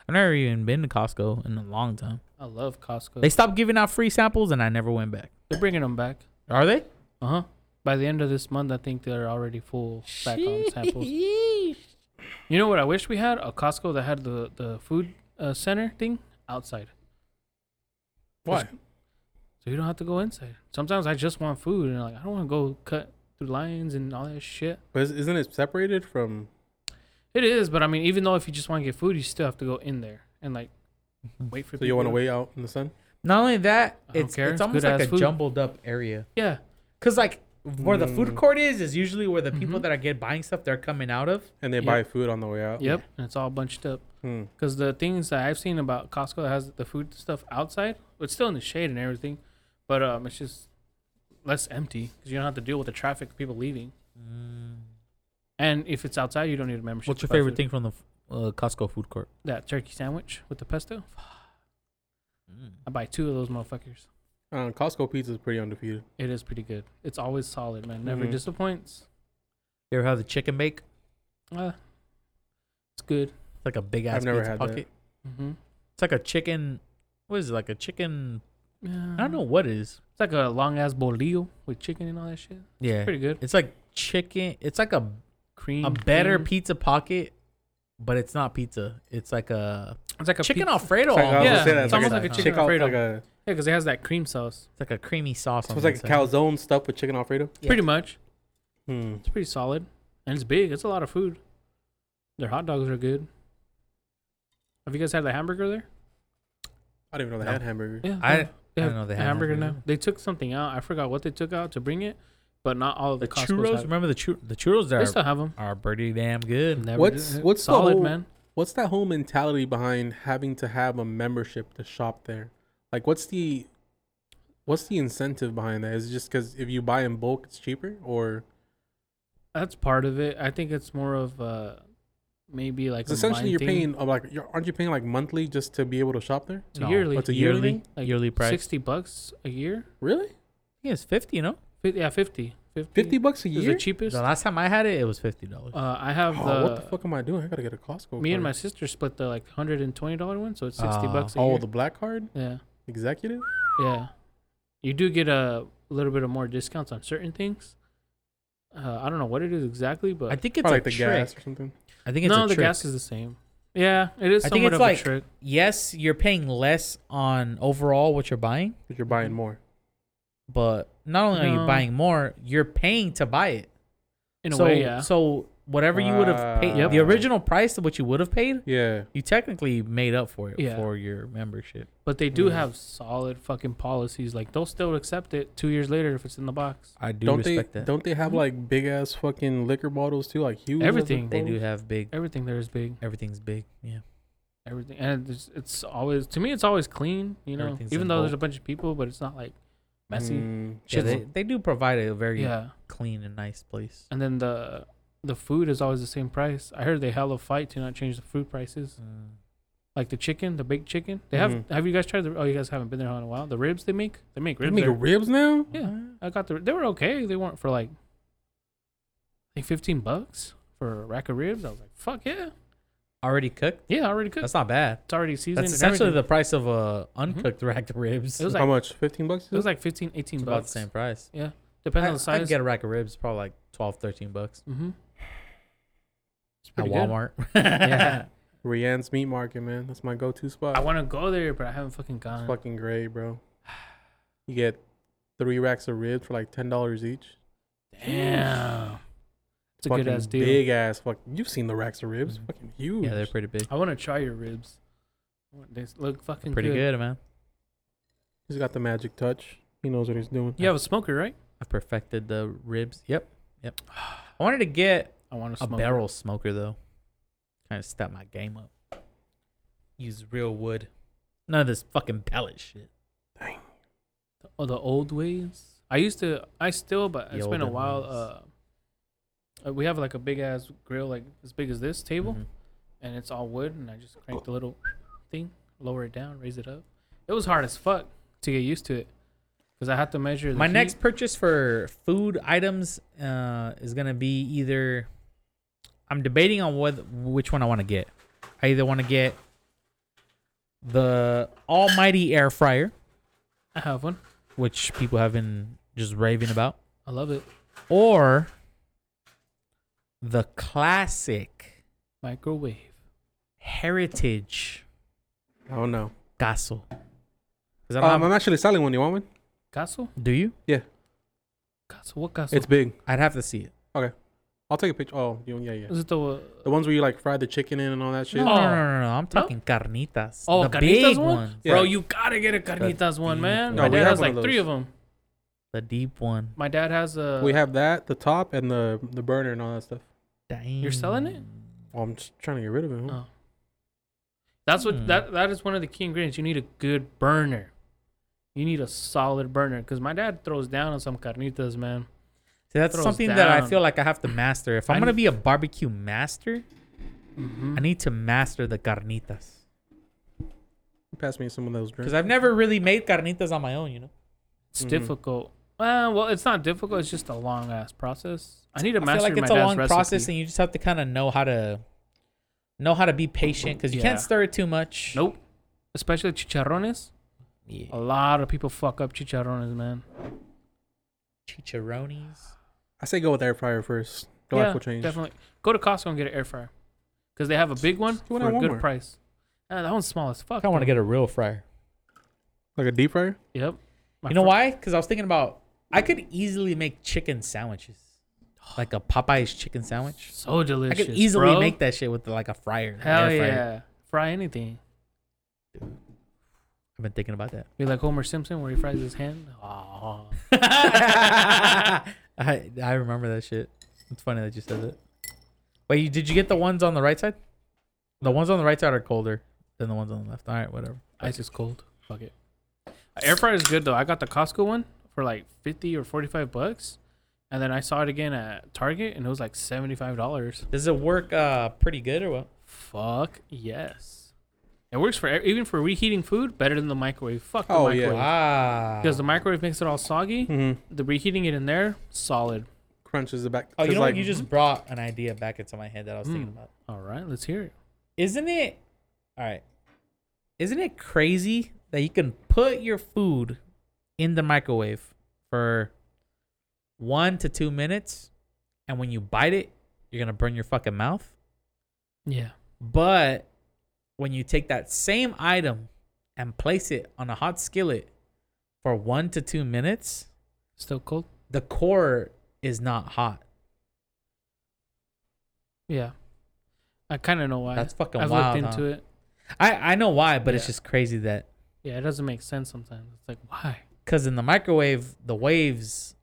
A: I've never even been to Costco in a long time.
C: I love Costco.
A: They stopped giving out free samples, and I never went back.
C: They're bringing them back.
A: Are they?
C: Uh huh. By the end of this month, I think they're already full back on samples.
A: Sheesh.
C: You know what I wish we had? A Costco that had the the food uh, center thing outside.
B: Why?
C: So you don't have to go inside. Sometimes I just want food, and like I don't want to go cut through lines and all that shit.
B: But is- isn't it separated from?
C: It is, but I mean, even though if you just want to get food, you still have to go in there and like wait for.
B: So you want to
C: people.
B: wait out in the sun?
A: Not only that,
C: I don't
A: it's
C: care.
A: it's
C: It's
A: almost
C: good-ass
A: like a
C: food.
A: jumbled up area.
C: Yeah,
A: Cause like where the food
B: Mm. Mm-hmm.
A: court is is usually where the people
C: Mhm.
A: that are get buying stuff they're coming out of.
B: And they
C: Yeah.
B: buy food on the way out.
C: yep, and it's all bunched up.
B: Hmm.
C: Because the things that I've seen about Costco that has the food stuff outside, it's still in the shade and everything, but um, it's just less empty because you don't have to deal with the traffic of people leaving.
B: Mm.
C: And if it's outside, you don't need a membership.
A: What's
C: to
A: your
C: buy
A: favorite
C: food.
A: thing from the uh, Costco food court?
C: That turkey sandwich with the pesto. I buy two of those motherfuckers.
B: Uh, Costco pizza is pretty undefeated.
C: It is pretty good. It's always solid, man. Never
B: Mhm.
C: disappoints.
A: You ever have the chicken bake?
C: Uh, it's good.
A: It's like a big ass
B: I've never
A: pizza
B: had that.
A: pocket.
C: Mm-hmm.
A: It's like a chicken. What is it? Like a chicken?
C: Yeah.
A: I don't know what it is.
C: It's like a long ass bolillo with chicken and all that shit.
A: Yeah,
C: Pretty good.
A: it's like chicken. It's like a
C: Cream.
A: a better
C: cream.
A: pizza pocket, but it's not pizza. It's like a
C: It's like a
A: chicken
C: pizza.
A: Alfredo.
B: It's like, I was gonna
A: almost.
C: Oh, yeah,
B: say that,
C: it's almost like a chicken
B: chick-
C: Alfredo.
B: Like a,
C: Yeah, because it has that cream sauce.
A: It's like a creamy sauce.
B: so
A: on
B: it's
A: the
B: like a
A: inside.
B: calzone stuffed with chicken Alfredo.
A: Yeah.
C: Pretty much.
B: Hmm.
C: It's pretty solid. And it's big. It's a lot of food. Their hot dogs are good. Have you guys had the hamburger there?
B: I didn't even know they
A: No.
B: had hamburger.
C: Yeah.
A: I-
C: they-
A: I
C: they have
A: don't know. They
C: a
A: had
C: hamburger
A: hamburger.
C: now. They took something out. I forgot what they took out to bring it, but not all of the,
A: The
C: Costco's
A: churros.
C: have it.
A: Remember the chur- the churros
C: They
A: there
C: still have them.
A: are pretty damn good.
C: Never
B: What's-
C: did it.
B: what's the
C: solid,
B: whole-
C: man?
B: What's that whole mentality behind having to have a membership to shop there? Like, what's the what's the incentive behind that? Is it just because if you buy in bulk, it's cheaper, or
C: That's part of it. I think it's more of uh, maybe like
B: 'cause
C: a
B: essentially
C: mind
B: you're
C: thing.
B: paying uh, like you're, aren't you paying like monthly just to be able to shop there?
C: It's a yearly.
B: Oh, it's a yearly thing?
C: Like
A: yearly price.
C: sixty bucks a year.
B: Really?
A: I think it's fifty. You know,
C: Fif- yeah, 50. 50,
B: Fifty bucks a
C: is
B: year?
C: the cheapest.
A: the
C: Uh,
A: last time I had it, it was fifty dollars.
C: I have
B: Oh,
C: the,
B: what the fuck am I doing? I gotta get a Costco.
C: me and my
B: card.
C: sister split the like hundred and twenty dollar one, so it's sixty
A: Ah.
C: bucks. A
B: oh
C: year.
B: the black card
C: yeah,
B: executive.
C: yeah. You do get a little bit of more discounts on certain things. Uh, I don't know what it is exactly, but
A: I think it's a
B: Probably like the
A: trick.
B: gas or something.
A: I think it's
C: no,
A: a
C: the
A: trick.
C: gas is the same. Yeah, it is
A: I think
C: somewhat
A: it's
C: of
A: like-
C: a trick.
A: yes, you're paying less on overall what you're buying,
B: If you're
C: Mm-hmm.
B: buying more.
A: but not only are you
C: No.
A: buying more, you're paying to buy it.
C: In a
A: so,
C: way, yeah.
A: So whatever you would have paid,
C: Yep.
A: the original price of what you would have paid,
B: Yeah.
A: you technically made up for it
C: Yeah.
A: for your membership.
C: But they do
B: Mm.
C: have solid fucking policies. Like they'll still accept it two years later if it's in the box.
A: I do
B: not they
A: respect that.
B: don't they have like big ass fucking liquor bottles too? Like huge. liquor
C: Mm-hmm. Everything.
A: They do
B: bottles?
A: have big.
C: Everything there is big.
A: Everything's big. Yeah.
C: Everything and it's, it's always to me it's always clean. You know,
A: Everything's in
C: even though there's a
A: bulk.
C: bunch of people, but it's not like messy.
B: Mm,
A: Yeah,
C: Shit's-
A: they, they do provide a very
C: yeah.
A: clean and nice place.
C: And then the the food is always the same price. I heard they hella fight to not change the food prices.
A: Uh,
C: Like the chicken, the baked chicken. They have.
A: Mm-hmm.
B: Mhm.
C: Have you guys tried the? Oh, you guys haven't been there in a while. The ribs they make. They make
B: They
C: ribs.
B: make
C: there.
B: ribs now?
C: Yeah, I got the. They were okay. They weren't for like, like fifteen bucks for a rack of ribs. I was like, fuck yeah,
A: Already cooked.
C: yeah, already cooked.
A: That's not bad.
C: it's already seasoned.
A: That's
C: and
A: essentially
C: everything. Mm-hmm.
A: the price of a uncooked rack of ribs.
C: It was
B: How
C: like
B: much? Fifteen bucks?
C: it was like 15, 18
A: It's
C: bucks.
A: about the same price.
C: Yeah, depends
A: I,
C: on the
A: I can
C: size.
A: get a rack of ribs probably like 12, 13 bucks
C: mm-hmm. It's
A: at
C: pretty good.
A: Walmart.
C: Yeah.
B: Rianne's meat market, man. That's my go to spot.
C: I want to go there, but I haven't fucking gone.
B: it's fucking great, bro. You get three racks of ribs for like ten dollars each.
C: Damn, it's a
B: fucking
C: good ass deal. Mm-hmm.
B: Big ass fuck you've seen the racks of ribs. Fucking huge.
A: yeah, they're pretty big.
C: I want to try your ribs. I want- They s- look fucking
A: Pretty
C: good.
A: good. man.
B: He's got the magic touch. He knows what he's doing.
C: You have a smoker, right?
A: I've perfected the ribs. Yep. Yep. I wanted to get
C: I want to
A: a
C: smoke.
A: barrel smoker though. Kind of step my game up. Use real wood. None of this fucking pellet shit.
C: Oh, the old ways. I used to. I still, but
A: The
C: it's been a
A: olden
C: while.
A: ways.
C: Uh, uh, we have like a big ass grill, like as big as this table,
B: Mm-hmm.
A: Mhm.
C: and it's all wood. And I just
B: Oh.
C: crank the little thing, lower it down, raise it up. It was hard as fuck to get used to it, because I had to measure. The
A: My
C: heat.
A: next purchase for food items uh, is gonna be either. I'm debating on what which one I want to get. I either want to get the almighty air fryer,
C: I have one.
A: which people have been just raving about,
C: I love it.
A: or the classic
C: Microwave.
A: heritage
B: Oh no.
A: caso. 'Cause I don't
B: Um,
A: have-
B: I'm actually selling one. You want one?
C: Caso?
A: do you?
C: Caso? What caso?
B: It's big.
A: I'd have to see it.
B: I'll take a picture. Oh, you, yeah, yeah.
C: Is it the? Uh,
B: The ones where you like fry the chicken in and all that shit.
A: No,
C: Oh.
A: no, no, no, no. I'm talking carnitas.
C: oh,
A: the
C: carnitas
A: big
C: one.
A: ones.
B: Yeah.
C: Bro, you gotta get a carnitas one,
A: big
C: man.
A: one.
B: No,
C: My
B: we
C: dad
B: have
C: has
B: one of
C: like three of
B: those.
C: them.
A: the deep one.
C: My dad has a.
A: uh,
B: We have that, the top, and the the burner and all that stuff.
A: Dang.
C: selling it?
B: Well, I'm just trying to get rid of it. huh?
C: Oh. That's what
A: Hmm.
C: that that is one of the key ingredients. You need a good burner. You need a solid burner because my dad throws down on some carnitas, man.
A: See, that's
C: Throws
A: something that I
C: down.
A: feel like I have to master. If I'm
C: I
A: gonna
C: need-
A: be a barbecue master,
C: Mm-hmm.
A: I need to master the carnitas Oh.
B: Pass me some of those
A: because
B: drinks.
A: I've never really made carnitas on my own. You know,
C: It's
A: Mm-hmm.
B: Mhm.
C: difficult. Well, well, it's not difficult. It's just a long ass process. I need to
A: I feel
C: master
A: like it's a
C: my dad's
A: long
C: recipe.
A: process, and you just have to kind of know how to know how to be patient because you
C: Yeah.
A: can't stir it too much.
C: nope, Oh. especially chicharrones. A
A: Yeah.
C: lot of people fuck up chicharrones, man.
A: Chicharrones.
B: I say go with air fryer first. The life will change.
C: Definitely. Go to Costco and get an air fryer. Because they have a big one
B: Just do
C: for
B: it
C: a
B: at
C: good
B: Walmart.
C: price. Uh, that one's small as fuck.
A: I want to
C: though.
A: get a real fryer.
B: Like a deep fryer.
C: Yep. My
A: you know
C: fr-
A: why? Because I was thinking about I could easily make chicken sandwiches, like a Popeye's chicken sandwich.
C: So
A: I
C: delicious.
A: could easily
C: bro.
A: make that shit with like a fryer.
C: Hell
A: air fryer.
C: yeah. Fry anything.
A: I've been thinking about that.
C: Be like Homer Simpson where he fries his hand. Oh.
A: I I remember that shit. It's funny that you said it. Wait, you, did you get the ones on the right side? The ones on the right side are colder than the ones on the left. All right, whatever.
C: Ice is cold. Fuck it. Air fryer is good though. I got the Costco one for like 50 or 45 bucks. And then I saw it again at Target and it was like $75.
A: Does it work uh pretty good or what?
C: Fuck yes. It works for e, even for reheating food better than the microwave. Fuck the
B: Oh, yeah.
C: microwave.
A: Ah.
C: Because the microwave makes it all soggy.
B: Mm-hmm.
C: The reheating it in there, solid.
B: Crunches the back.
A: oh, you
B: 'cause,
A: know
B: like,
A: what? You just brought an idea back into my head that I was thinking
C: Mm.
A: about.
C: All right, let's hear it.
A: Isn't it? All right. Isn't it crazy that you can put your food in the microwave for one to two minutes, and when you bite it, you're gonna burn your fucking mouth?
C: Yeah.
A: But when you take that same item and place it on a hot skillet for one to two minutes,
C: Still cold?
A: the core is not hot.
C: Yeah. I kind of know why.
A: That's fucking
C: I've
A: wild.
C: looked
A: huh?
C: into it.
A: I, I know why, but it's
C: Yeah.
A: just crazy that
C: Yeah, it doesn't make sense sometimes. It's like, why?
A: because in the microwave, the waves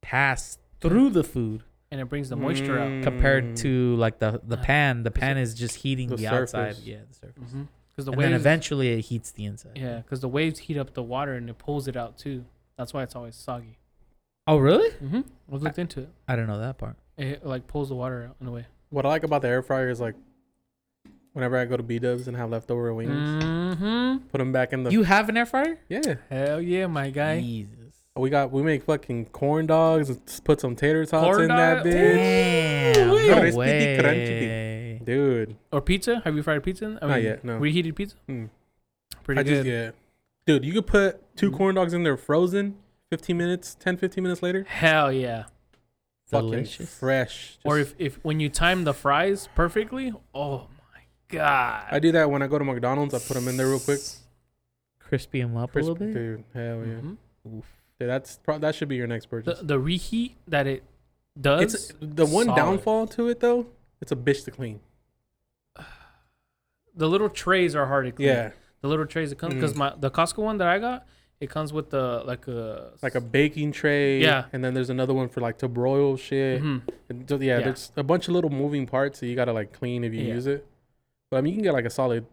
A: pass through the food
C: And it brings the moisture out.
A: compared
B: Mm.
A: to like the, the
C: Uh,
A: pan. The
C: 'cause
A: pan
C: it-
A: is just heating the,
B: the
A: outside.
B: surface.
A: Yeah, the surface.
C: Because Mm-hmm. the
A: And
C: waves.
A: then eventually it heats the inside.
C: yeah, because the waves heat up the water and it pulls it out too. That's why it's always soggy.
A: Oh, really?
C: Mm-hmm. I've looked into it.
A: I don't know that part.
C: It like pulls the water out in a way.
B: What I like about the air fryer is like, whenever I go to B Dubs and have leftover wings,
C: Mm-hmm.
B: put them back in the.
A: Mm. You have an air fryer?
B: yeah,
C: Hell yeah, my guy.
A: Jesus.
B: we got we make fucking corn dogs. Just put some tater tots
C: Corn
B: in that
C: dog?
B: bitch,
A: Damn.
B: Ooh,
A: No
B: crispy,
A: way.
B: crunchy. dude.
C: Or pizza? Have you fried pizza? in- I
B: Not yet, no.
C: Reheated pizza?
B: Mm.
C: Pretty
B: I
C: good.
B: just yeah, dude. You could put two corn dogs in there frozen. 15 minutes, 10, 15 minutes later,
C: Hell yeah.
B: fucking fresh. Just-
C: or if, if when you time the fries perfectly, oh my god.
B: I do that when I go to McDonald's, I put them in there real quick.
A: Crispy them up a
B: Crisp,
A: little bit.
B: dude. Hell yeah.
C: Mhm.
B: Dude, that's pro- that should be your next
C: the,
B: purchase.
C: the reheat that it does
B: it's the one
C: solid.
B: downfall to it though. It's a bitch to clean.
C: the little trays are hard to clean.
B: Yeah,
C: the little trays that come because
B: Mhm.
C: my the Costco one that I got it comes with the like a
B: like a baking tray.
C: Yeah.
B: and then there's another one for like to broil shit.
C: hmm
B: And so, yeah,
C: Yeah.
B: there's a bunch of little moving parts that you gotta like clean if you
C: Yeah.
B: use it. But I mean, you can get like a solid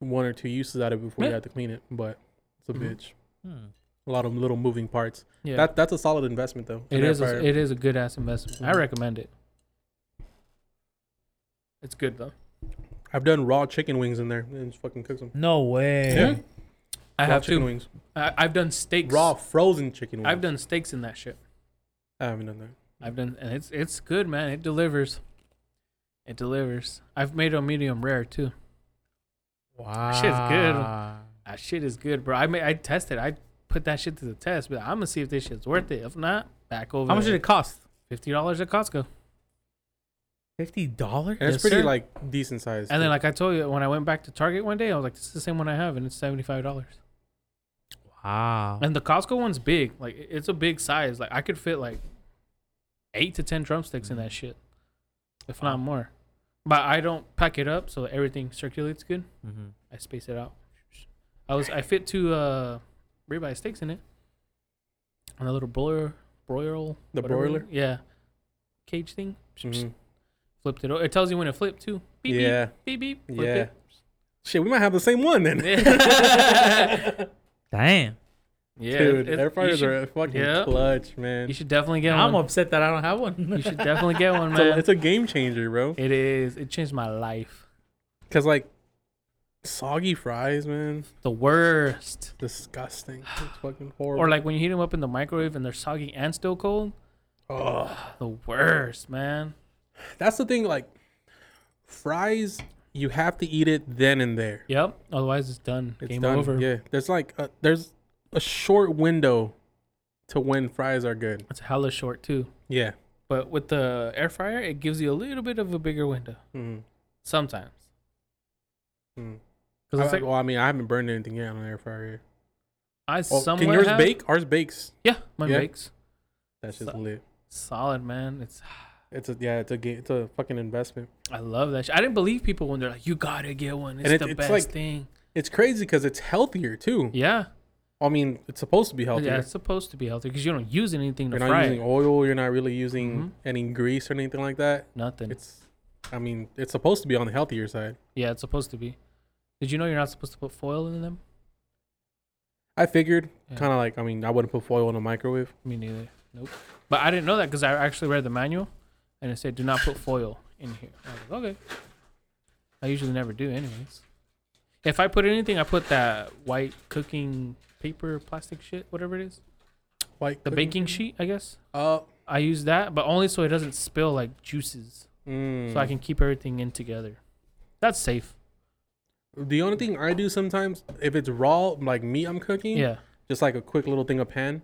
B: one or two uses out of it before you
C: Yeah.
B: have to clean it. But it's a
C: Mhm.
B: bitch.
A: Hmm.
B: A lot of little moving parts.
C: Yeah,
B: That that's a Mm-hmm. solid investment though.
C: it
B: An air
C: is.
B: fryer.
C: A, it is a good ass investment. I recommend it. It's good though.
B: I've done raw chicken wings in there and just fucking cooks them.
A: No way.
B: Yeah.
C: I
B: raw
C: have
B: chicken
C: too.
B: wings.
C: I, I've done steaks.
B: Raw frozen chicken wings.
C: I've done steaks in that shit.
B: I haven't done that.
C: I've done, and it's it's good, man. It delivers. It delivers. I've made a medium rare too.
A: Wow.
C: That shit is good, bro. I made, I tested. I put that shit to the test, but I'm gonna see if this shit's worth it. If not, back over.
D: How much
C: to
D: did it cost?
C: Fifty dollars at Costco.
A: Fifty dollars?
B: And
C: Yes,
B: it's pretty
C: sir.
B: like decent size.
C: And then, like I told you, when I went back to Target one day, I was like, "This is the same one I have, and it's seventy five dollars."
A: Wow.
B: Uh-huh.
C: And the Costco one's big. Like it- it's a big size. Like I could fit like eight to ten drumsticks
B: Mm-hmm.
C: in that shit, if not more. But I don't pack it up, so everything circulates good.
A: Mm-hmm.
C: I space it out. I was I fit two uh ribeye steaks in it. And a little broiler broil
B: The
C: whatever it-
B: broiler?
C: Yeah. Cage thing.
B: Mhm.
C: Flipped it over. It tells you when to flip too. Beep
B: yeah,
C: beep beep beep.
B: yeah.
C: Flip
B: Shit, we might have the same one then.
C: it.
A: Damn.
C: yeah.
B: Dude,
C: it-
B: air
C: you
B: fryers
C: should,
B: are a fucking
C: yeah.
B: clutch, man.
C: you should definitely get
A: I'm
C: one.
A: upset that I don't have one.
C: you should definitely get one,
B: It's a,
C: man.
B: it's a game changer, bro.
C: It is. It changed my life.
B: Cause like soggy fries, man,
C: The worst.
B: disgusting. It's fucking horrible.
C: Or like when you heat them up in the microwave and they're soggy and still cold.
B: Ugh.
C: The worst, man.
B: Oh. that's the thing. Like fries, you have to eat it then and there.
C: Yep. Otherwise, it's done.
B: It's
C: Game
B: done.
C: over.
B: Yeah, there's like a, there's a short window to when fries are good.
C: It's hella short too.
B: Yeah.
C: But with the air fryer, it gives you a little bit of a bigger window
B: Mm.
C: sometimes.
B: Mm. I,
C: Because it's like
B: well, I mean, I haven't burned anything yet on an air fryer. Yet.
C: I
B: Oh,
C: somewhat
B: can yours
C: have-
B: bake? Ours bakes.
C: Yeah, my
B: Yeah.
C: bakes
B: That's just
C: So-
B: lit.
C: solid, man. It's
B: It's a yeah. It's a game. It's a fucking investment.
C: I love that. Shit. I didn't believe people when they're like, "You gotta get one. It's
B: it-
C: the
B: it's
C: best
B: like-
C: thing."
B: It's crazy because it's healthier too.
C: Yeah,
B: I mean, it's supposed to be healthier.
C: yeah. It's supposed to be healthy because you don't use anything to
B: you're not
C: fry
B: using
C: it.
B: oil. You're not really using
C: Mhm.
B: any grease or anything like that.
C: nothing.
B: It's, I mean, it's supposed to be on the healthier side.
C: yeah, it's supposed to be. Did you know you're not supposed to put foil in them?
B: I figured,
C: Yeah.
B: kind of like, I mean, I wouldn't put foil in a microwave.
C: Me neither. Nope. But I didn't know that because I actually read the manual, and it said do not put foil in here. I was like, okay. I usually never do, anyways. If I put anything, I put that white cooking paper, plastic shit, whatever it is,
B: Like
C: the baking sheet, I guess.
B: Uh,
C: I use that, but only so it doesn't spill like juices,
B: mm.
C: so I can keep everything in together. That's safe.
B: The only thing I do sometimes, if it's raw, like meat I'm cooking,
C: Yeah.
B: just like a quick little thing of pan,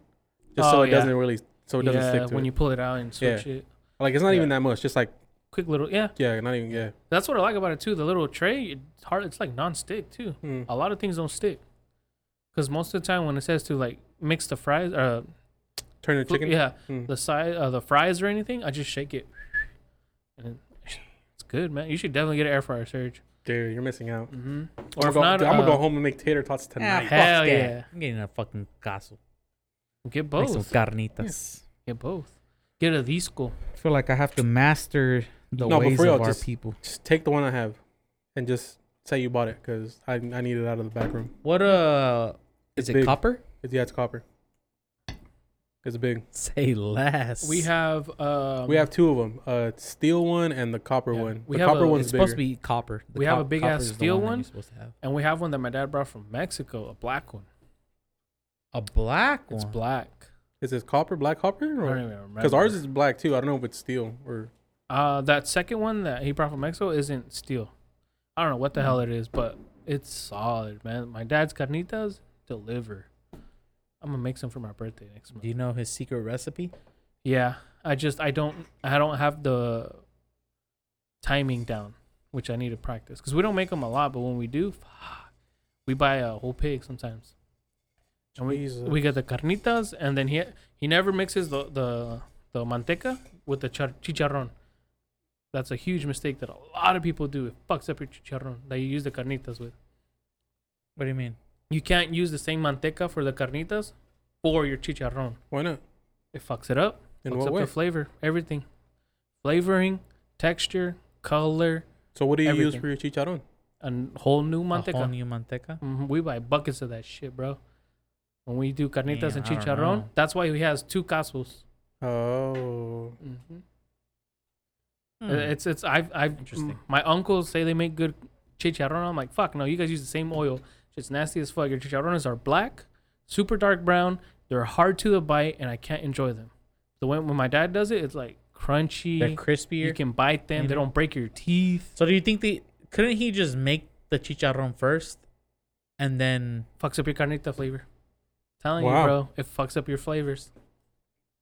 B: just so
C: Oh,
B: it
C: yeah.
B: doesn't really, so it doesn't
C: yeah.
B: stick to
C: when
B: it.
C: you pull it out and switch it,
B: like it's not
C: yeah.
B: even that much. Just like,
C: quick little yeah.
B: yeah, not even, yeah.
C: That's what I like about it too. The little tray, it hard. It's like non-stick too.
B: Mm.
C: a lot of things don't stick because most of the time when it says to like mix the fries or
B: Turn the chicken.
C: yeah
B: Mm.
C: the side uh, the fries or anything i just shake it and then it's good man you should definitely get an air fryer surge
B: Dude, you're missing out.
C: mm-hmm.
B: I'm,
C: or if
B: gonna go,
C: not
B: dude, I'm gonna
C: uh,
B: go home and make tater tots
A: Ah,
B: tonight.
C: fuck Hell
A: that.
C: yeah.
A: I'm getting a fucking caso.
C: get
A: Make some
C: both
A: carnitas.
C: get both get a disco
D: I feel like I have to master the
B: No, but
D: ways
B: for real,
D: of our
B: just-
D: people.
B: Just take the one I have, and just say you bought it because I I need it out of the back room.
A: What uh
B: It's
A: is it
B: big.
A: copper?
B: It's, yeah, it's copper. It's big.
A: Say less.
C: we have um,
B: we have two of them: a steel one and the copper
C: yeah,
B: one.
C: we
B: the
C: have
B: copper
C: a-
B: one's
A: it's
B: bigger.
A: supposed to be copper. The
C: We have a
A: cop-
C: big
A: copper
C: ass
A: is the
C: steel
A: that
C: one.
A: you're supposed to have.
C: and we have one that my dad brought from mexico a black one
A: A black
C: it's
A: one.
C: black
B: is this copper, black
C: i don't
B: copper?
C: even remember
B: Because ours is black too. I don't know if it's steel or
C: Uh, that second one that he brought from Mexico isn't steel. I don't know
B: Mm.
C: what the hell it is, but it's solid, man. My dad's carnitas deliver. I'm gonna make some for my birthday next month.
A: Do you know his secret recipe?
C: Yeah, I just I don't I don't have the timing down, which I need to practice because we don't make them a lot, but when we do, fuck, we buy a whole pig sometimes. And we
B: Jesus.
C: we get the carnitas, and then he he never mixes the the the manteca with the char- chicharrón. That's a huge mistake that a lot of people do. It fucks up your chicharrón that you use the carnitas with.
A: What do you mean?
C: You can't use the same manteca for the carnitas or your chicharrón.
B: why not?
C: It fucks it up.
B: In
C: Fucks
B: what
C: up
B: way?
C: the flavor, everything, flavoring, texture, color.
B: So what do you use
C: everything.
B: for your chicharron?
C: a n- whole new
A: A whole
C: manteca.
A: new manteca.
C: Mhm, We buy buckets of that shit, bro. When we do carnitas
D: Man,
C: and
D: I don't
C: chicharron,
D: know.
C: that's why he has two cascos.
B: Oh.
C: Mm-hmm.
D: Hmm.
C: Uh, It's it's I've I've
D: Interesting.
C: m- my uncles say they make good chicharron. I'm like fuck no, you guys use the same oil. It's nasty as fuck. Your chicharrones are black, super dark brown. They're hard to the bite, and I can't enjoy them. The way when my dad does it, it's like crunchy.
A: They're Mm-hmm. crispier.
C: You can bite them.
A: You
C: They
A: know?
C: don't break your teeth.
A: So do you think they couldn't he just make the chicharron first, and then
C: Fucks up your carnita flavor. Telling
B: Wow.
C: you, bro, it fucks up your flavors.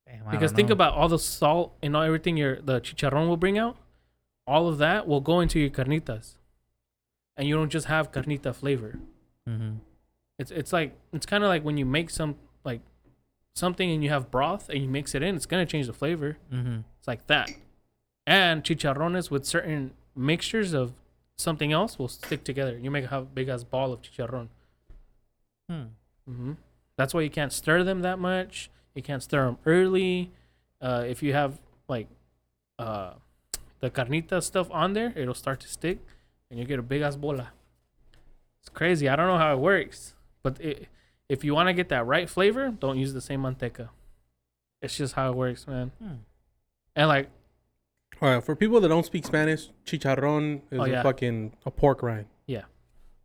A: Damn, I
C: Because
A: don't
C: think
A: know.
C: about all the salt and all everything your the chicharron will bring out. All of that will go into your carnitas, and you don't just have carnita flavor.
A: Mhm.
C: It's it's like it's kind of like when you make some like something and you have broth and you mix it in, it's gonna change the flavor.
A: Mhm.
C: It's like that. And chicharrones with certain mixtures of something else will stick together. You make a big ass ball of chicharron.
A: Hmm.
C: hmm That's why you can't stir them that much. You can't stir them early. Uh, if you have like uh, the carnita stuff on there, it'll start to stick, and you get a big ass bola. It's crazy. I don't know how it works, but it, if you want to get that right flavor, don't use the same manteca. It's just how it works, man.
A: Hmm.
C: And like,
B: All right. For people that don't speak Spanish, chicharron is
C: Oh,
B: a
C: yeah.
B: fucking a pork rind.
C: Yeah.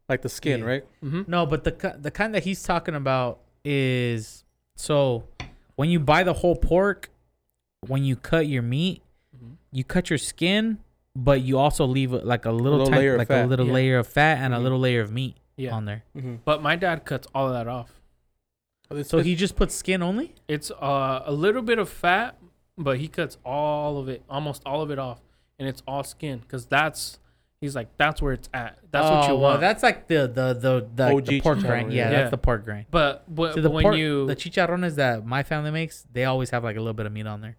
B: Like the skin,
A: Yeah.
B: right?
C: mm-hmm.
A: No, but the ki- the kind that he's talking about is so when you buy the whole pork, when you cut your meat,
C: Mhm.
A: you cut your skin, but you also leave a- like a little,
B: little
A: tiny-
B: layer of
A: like a
B: fat.
A: little
C: Yeah. Mm-hmm.
A: layer of fat and
B: Mhm.
A: a little layer of meat
C: yeah.
A: on there.
B: Mm-hmm.
C: But my dad cuts all of that off.
A: So he just puts skin only.
C: It's uh, a little bit of fat, but he cuts all of it, almost all of it off, and it's all skin because that's he's like that's where it's at. That's what
A: Oh,
C: you
A: well,
C: want.
A: that's like the the the the,
B: OG
A: the pork
B: chicharron,
A: grind.
B: yeah.
A: Yeah,
C: Yeah.
A: that's the pork grind.
C: but but
A: So the
C: when
A: pork,
C: you
A: the chicharrones that my family makes, they always have like a little bit of meat on there.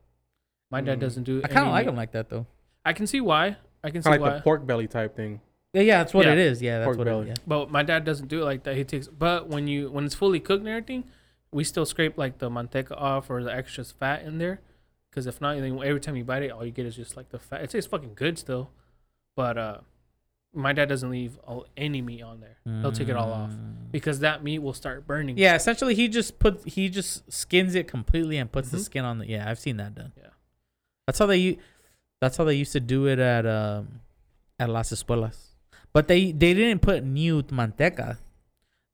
C: my dad doesn't do.
A: Mm. I kind
C: any
A: of like
C: meat.
A: them like that though.
C: I can see why. I can see
B: kind of like
C: why.
B: the pork belly type thing.
A: Yeah, yeah, that's what
C: Yeah.
A: it is. Yeah, that's
B: Pork
A: what.
B: belly.
A: It, yeah.
C: But my dad doesn't do it like that. He takes. But when you when it's fully cooked and everything, we still scrape like the manteca off or the extras fat in there, because if not, then every time you bite it, all you get is just like the fat. It tastes fucking good still, but uh, my dad doesn't leave all, any meat on there. He'll take it all off
A: Mm.
C: because that meat will start burning.
A: Yeah, essentially he just put he just skins it completely and puts the
C: Mhm.
A: skin on the yeah, I've seen that done.
C: Yeah.
A: That's how they u- that's how they used to do it at um at Las Espuelas. But they they didn't put new manteca.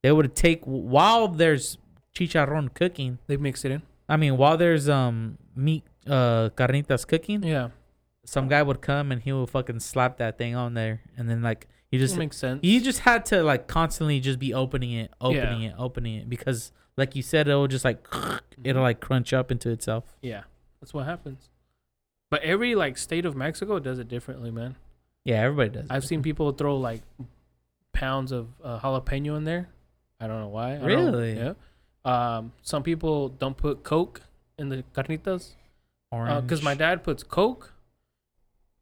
A: They would take while there's chicharron cooking.
C: they mix it in.
A: I mean, while there's um meat uh carnitas cooking,
C: Yeah,
A: some guy would come and he would fucking slap that thing on there and then like he just
C: it makes sense.
A: you just had to like constantly just be opening it, opening it, opening it because like you said it'll just like
C: Mm-hmm.
A: it'll like crunch up into itself.
C: yeah, that's what happens. But every like state of Mexico does it differently, man.
A: Yeah, everybody does.
C: I've seen people throw like pounds of uh, jalapeno in there. I don't know why. I don't-
A: Really?
C: yeah. Um, some people don't put Coke in the carnitas because uh, my dad puts Coke.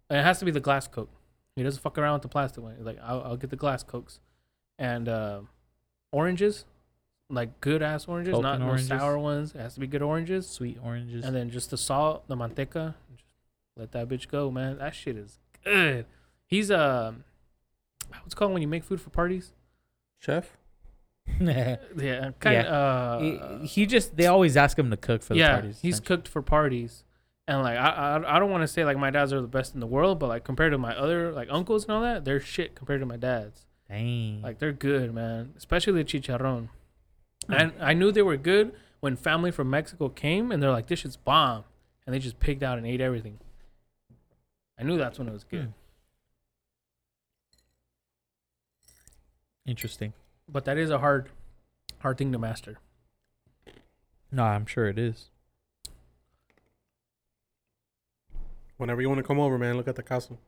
C: And it has to be the glass Coke. He doesn't fuck around with the plastic one. He's like, I'll, I'll get the glass Cokes, and uh, oranges, like good ass oranges,
A: Coke
C: not
A: and
C: no
A: oranges.
C: sour ones. It has to be good oranges.
A: sweet oranges.
C: And then just the salt, the manteca, just let that bitch go, man. That shit is good. He's uh, what's it called when you make food for parties?
B: Chef?
C: Yeah, kind of. Uh,
A: he, he just they always ask him to cook for the
C: yeah,
A: parties.
C: he's cooked for parties, and like I, I, I don't want to say like my dads are the best in the world, but like compared to my other like uncles and all that, they're shit compared to my dad's.
B: Mm.
A: dang.
C: Like they're good, man. Especially the chicharron.
B: Mm.
C: And I knew they were good when family from Mexico came and they're like, "This shit's bomb," and they just picked out and ate everything. I knew that's when it was good.
B: Mm.
A: Hmm. Interesting.
C: But that is a hard, hard thing to master.
A: No, I'm sure it is.
B: Whenever you want to come over, man, look at the castle.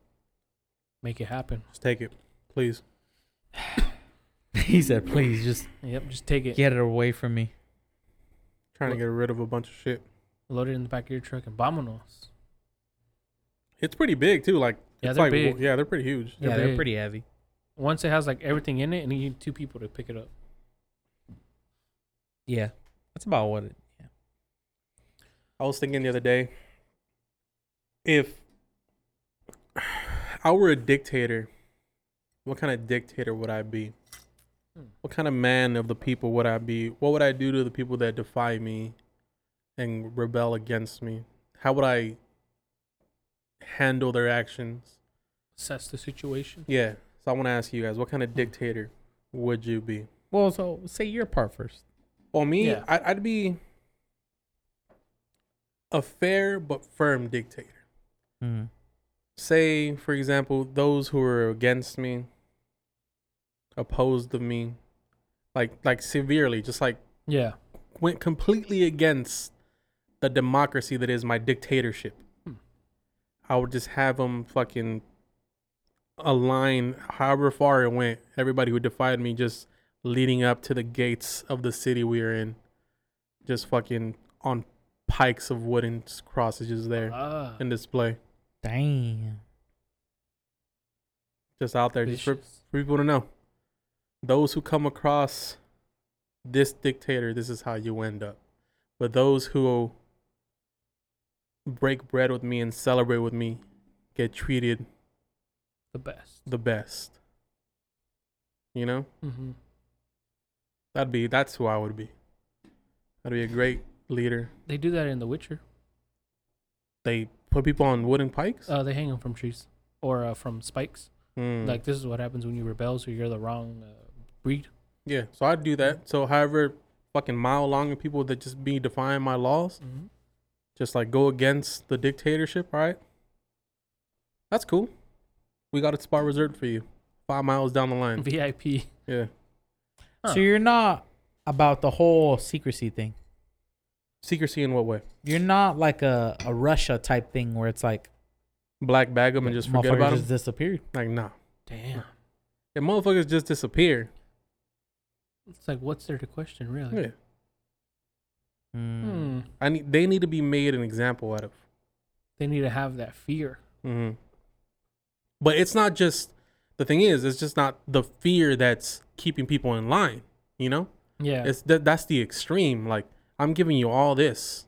C: Make it happen.
B: Just take it, please.
A: he said, "Please just
C: Yep, just take it,
A: get it away from me."
B: Trying to get rid of a bunch of shit.
C: load it in the back of your truck, and vámonos.
B: It's pretty big too. Like
C: Yeah,
B: it's
C: they're
B: like
C: big.
B: yeah, they're pretty huge.
C: They're
A: yeah, they're
C: big.
A: pretty heavy.
C: Once it has like everything in it, and you need two people to pick it up.
A: Yeah, that's about what it.
B: I was thinking the other day, if I were a dictator, What kind of dictator would I be?
C: Hmm.
B: What kind of man of the people would I be? What would I do to the people that defy me and rebel against me? How would I handle their actions?
C: Assess the situation.
B: Yeah. So I want to ask you guys, what kind of dictator would you be?
A: Well, so say your part first.
B: Well, me,
C: Yeah.
B: I, I'd be a fair but firm dictator.
A: Hmm.
B: say for example those who are against me opposed to me like like severely just like
C: Yeah.
B: went completely against the democracy that is my dictatorship
C: Hmm.
B: i would just have them fucking align however far it went everybody who defied me just leading up to the gates of the city we are in just fucking on pikes of wooden crosses just there
C: Ah,
B: in display
A: Damn.
B: just out there just for
C: vicious.
B: for people to know. Those who come across this dictator, this is how you end up. But those who break bread with me and celebrate with me get treated
C: the best.
B: the best. You know?
C: Mm-hmm.
B: That'd be that's who I would be. That'd be a great leader.
C: They do that in The Witcher.
B: They put people on wooden pikes?
C: Uh, they hang them from trees or uh, from spikes.
B: Hmm.
C: Like this is what happens when you rebel, so you're the wrong uh, breed.
B: yeah, so I'd do that. So however fucking mile long people that just be defying my laws,
C: Mm-hmm.
B: just like go against the dictatorship, all right? That's cool. We got a spot reserved for you. Five miles down the line.
C: VIP.
B: Yeah.
C: Huh.
A: So you're not about the whole secrecy thing.
B: Secrecy in what way?
A: You're not like a, a Russia type thing where it's like
B: Black bag them and just forget
A: motherfuckers
B: about
A: just
B: them?
A: disappeared.
B: Like, nah.
C: Damn.
B: If motherfuckers just disappear,
C: It's like, what's there to question, really?
B: yeah.
A: Mm.
C: Hmm.
B: I need, they need to be made an example out of.
C: They need to have that fear.
B: hmm But it's not just, the thing is, it's just not the fear that's keeping people in line, you know?
C: Yeah.
B: It's that that's the extreme. Like I'm giving you all this,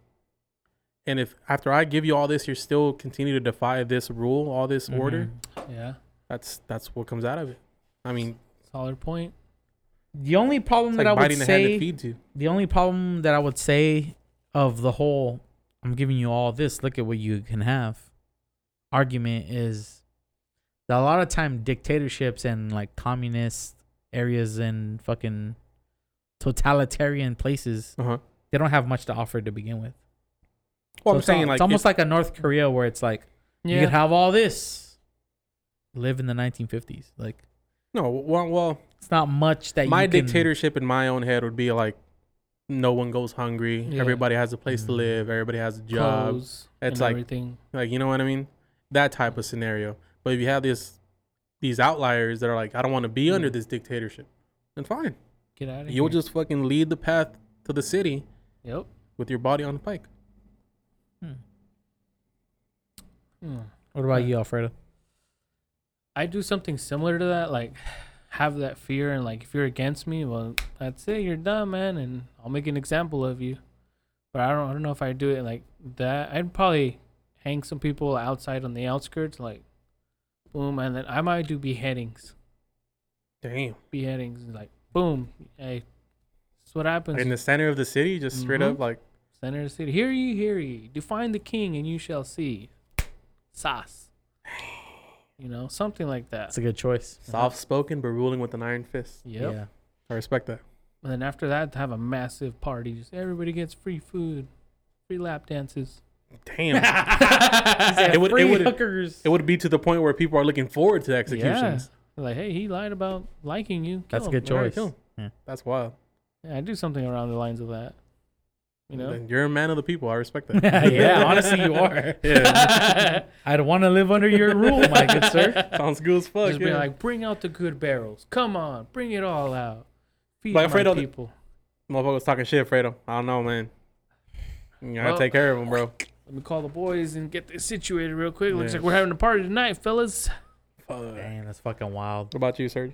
B: and if after I give you all this, you're still continue to defy this rule, all this order.
A: Mhm.
C: yeah.
B: That's that's what comes out of it. I mean,
C: Solid point.
A: The only problem
B: it's
A: that
B: like
A: I would
B: biting the hand
A: say
B: that feeds you.
A: the only problem that I would say of the whole I'm giving you all this, look at what you can have argument is that a lot of time dictatorships and like communist areas and fucking totalitarian places
B: Uh huh.
A: they don't have much to offer to begin with.
B: Well, I'm
A: it's
B: saying
A: al-
B: like
A: it's almost like a North Korea where it's like you
C: Yeah.
A: could have all this live in the 1950s. Like
B: no. Well, well,
A: it's not much that
B: my
A: you can-
B: dictatorship in my own head would be like, no one goes hungry.
C: Yeah.
B: Everybody has a place to
A: Mm.
B: live. Everybody has a job.
C: Clothes
B: It's
C: and
B: like-
C: everything.
B: Like you know what I mean? That type of scenario. But if you have this, these outliers that are like, I don't want to
A: Mm-hmm.
B: be under
C: Mm.
B: this dictatorship, then fine.
C: Get out of
B: You'll
C: here.
B: just fucking lead the path to the city
C: Yep.
B: with your body on the pike.
C: Hmm.
A: What about you, Alfredo?
C: I do something similar to that, like have that fear and like if you're against me, well that's it, you're done, man, and I'll make an example of you. But I don't I don't know if I do it like that. I'd probably hang some people outside on the outskirts, like boom, and then I might do beheadings.
B: Damn.
C: Beheadings like boom. Hey. That's what happens.
B: In the center of the city, just straight up
C: Mhm.
B: like
A: Uh-huh.
C: Center of the city. Hear ye, hear ye. Define the king and you shall see. Sauce. You know, something like that.
A: That's a good choice.
B: soft spoken but ruling with an iron fist.
C: Yep.
A: Yeah.
B: I respect that.
C: And then after that, to have a massive party. Just everybody gets free food, free lap dances.
B: Damn.
A: it
B: would- it would-
A: hookers.
B: it would be to the point where people are looking forward to the executions.
C: Yeah. Like, hey, he lied about liking you. Kill
A: That's a
C: him.
A: good
B: All right,
A: choice.
B: kill 'em.
A: Yeah.
B: That's wild.
C: Yeah, I do something around the lines of that. You know?
B: Then you're a man of the people. I respect that.
A: yeah, honestly, you are. I'd want to live under your rule, my good sir.
B: Sounds good as fuck.
C: Just be
B: yeah.
C: like, bring out the good barrels. Come on, bring it all out. Feed
B: Like,
C: my
B: Fredo, the-
C: people.
B: Motherfuckers talking shit, Fredo. I don't know, man. You gotta
C: Well-
B: take care of him, bro.
C: Let me call the boys and get this situated real quick. Looks
B: Yeah.
C: like we're having a party tonight, fellas.
B: Fuck.
A: Damn, that's fucking wild.
B: What about you, Serge?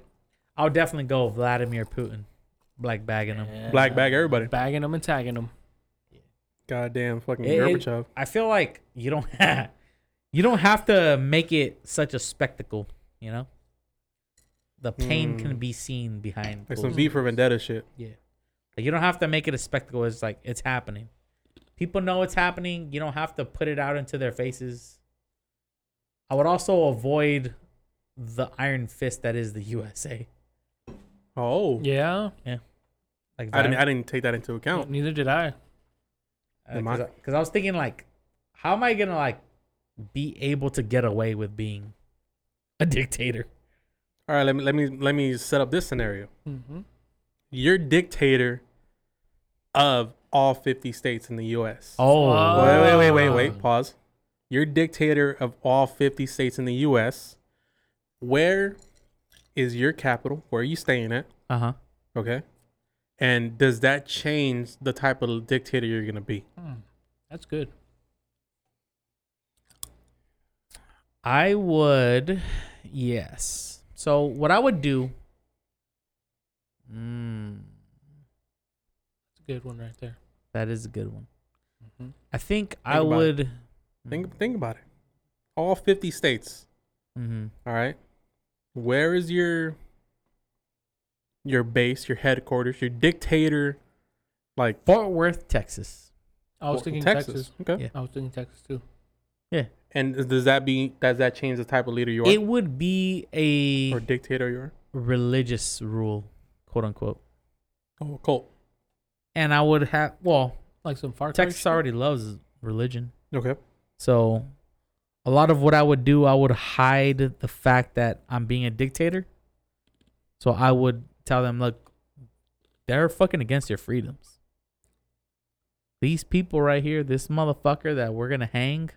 A: I'll definitely go Vladimir Putin, black bagging him.
B: Black bag everybody.
C: Bagging them and tagging them.
B: Goddamn fucking
A: It- it-
B: Gorbachev.
A: I feel like you don't you don't have to make it such a spectacle, you know. the pain can
B: Mm.
A: be seen behind.
B: Like some
A: closed
B: V for Vendetta shit.
A: Like, you don't have to make it a spectacle. It's like it's happening. People know it's happening. You don't have to put it out into their faces. I would also avoid the iron fist that is the USA.
B: Oh,
C: Yeah.
A: Like
B: I didn't. I didn't take that into account.
C: Neither did I.
B: Am
A: because
B: I-
A: I, Uh, 'cause I was thinking like, how am I gonna like be able to get away with being a dictator?
B: All right, let me let me let me set up this scenario.
C: Mm-hmm.
B: You're dictator of all 50 states in the U.S.
A: Oh,
C: Fuck.
B: Wait, wait, wait, wait,
C: Ah.
B: wait. Pause. You're dictator of all 50 states in the U.S. Where is your capital? Where are you staying at?
A: uh huh.
B: Okay. And does that change the type of dictator you're gonna be?
C: That's good.
A: I would, yes. So what I would do. Mm,
C: That's a good one right there.
A: that is a good one.
C: hmm
A: I think I
B: about it.
A: would.
B: Think think about it. All 50 states.
A: Mm-hmm.
B: All right. Where is your your base, your headquarters, your dictator? Like
A: Fort Worth, Texas.
C: I was
B: Well,
C: thinking Texas.
B: Okay.
A: Yeah.
C: I was thinking Texas too.
B: And does that be does that change the type of leader you are
A: It would be a
B: or dictator you are?
A: religious rule, quote unquote.
B: Oh, cult.
A: And I would have well,
C: Like some far Cry
A: Texas
C: shit.
A: already loves religion,
B: Okay.
A: so a lot of what I would do, I would hide the fact that I'm being a dictator. So I would tell them, look, they're fucking against your freedoms. These people right here, this motherfucker that we're gonna hang,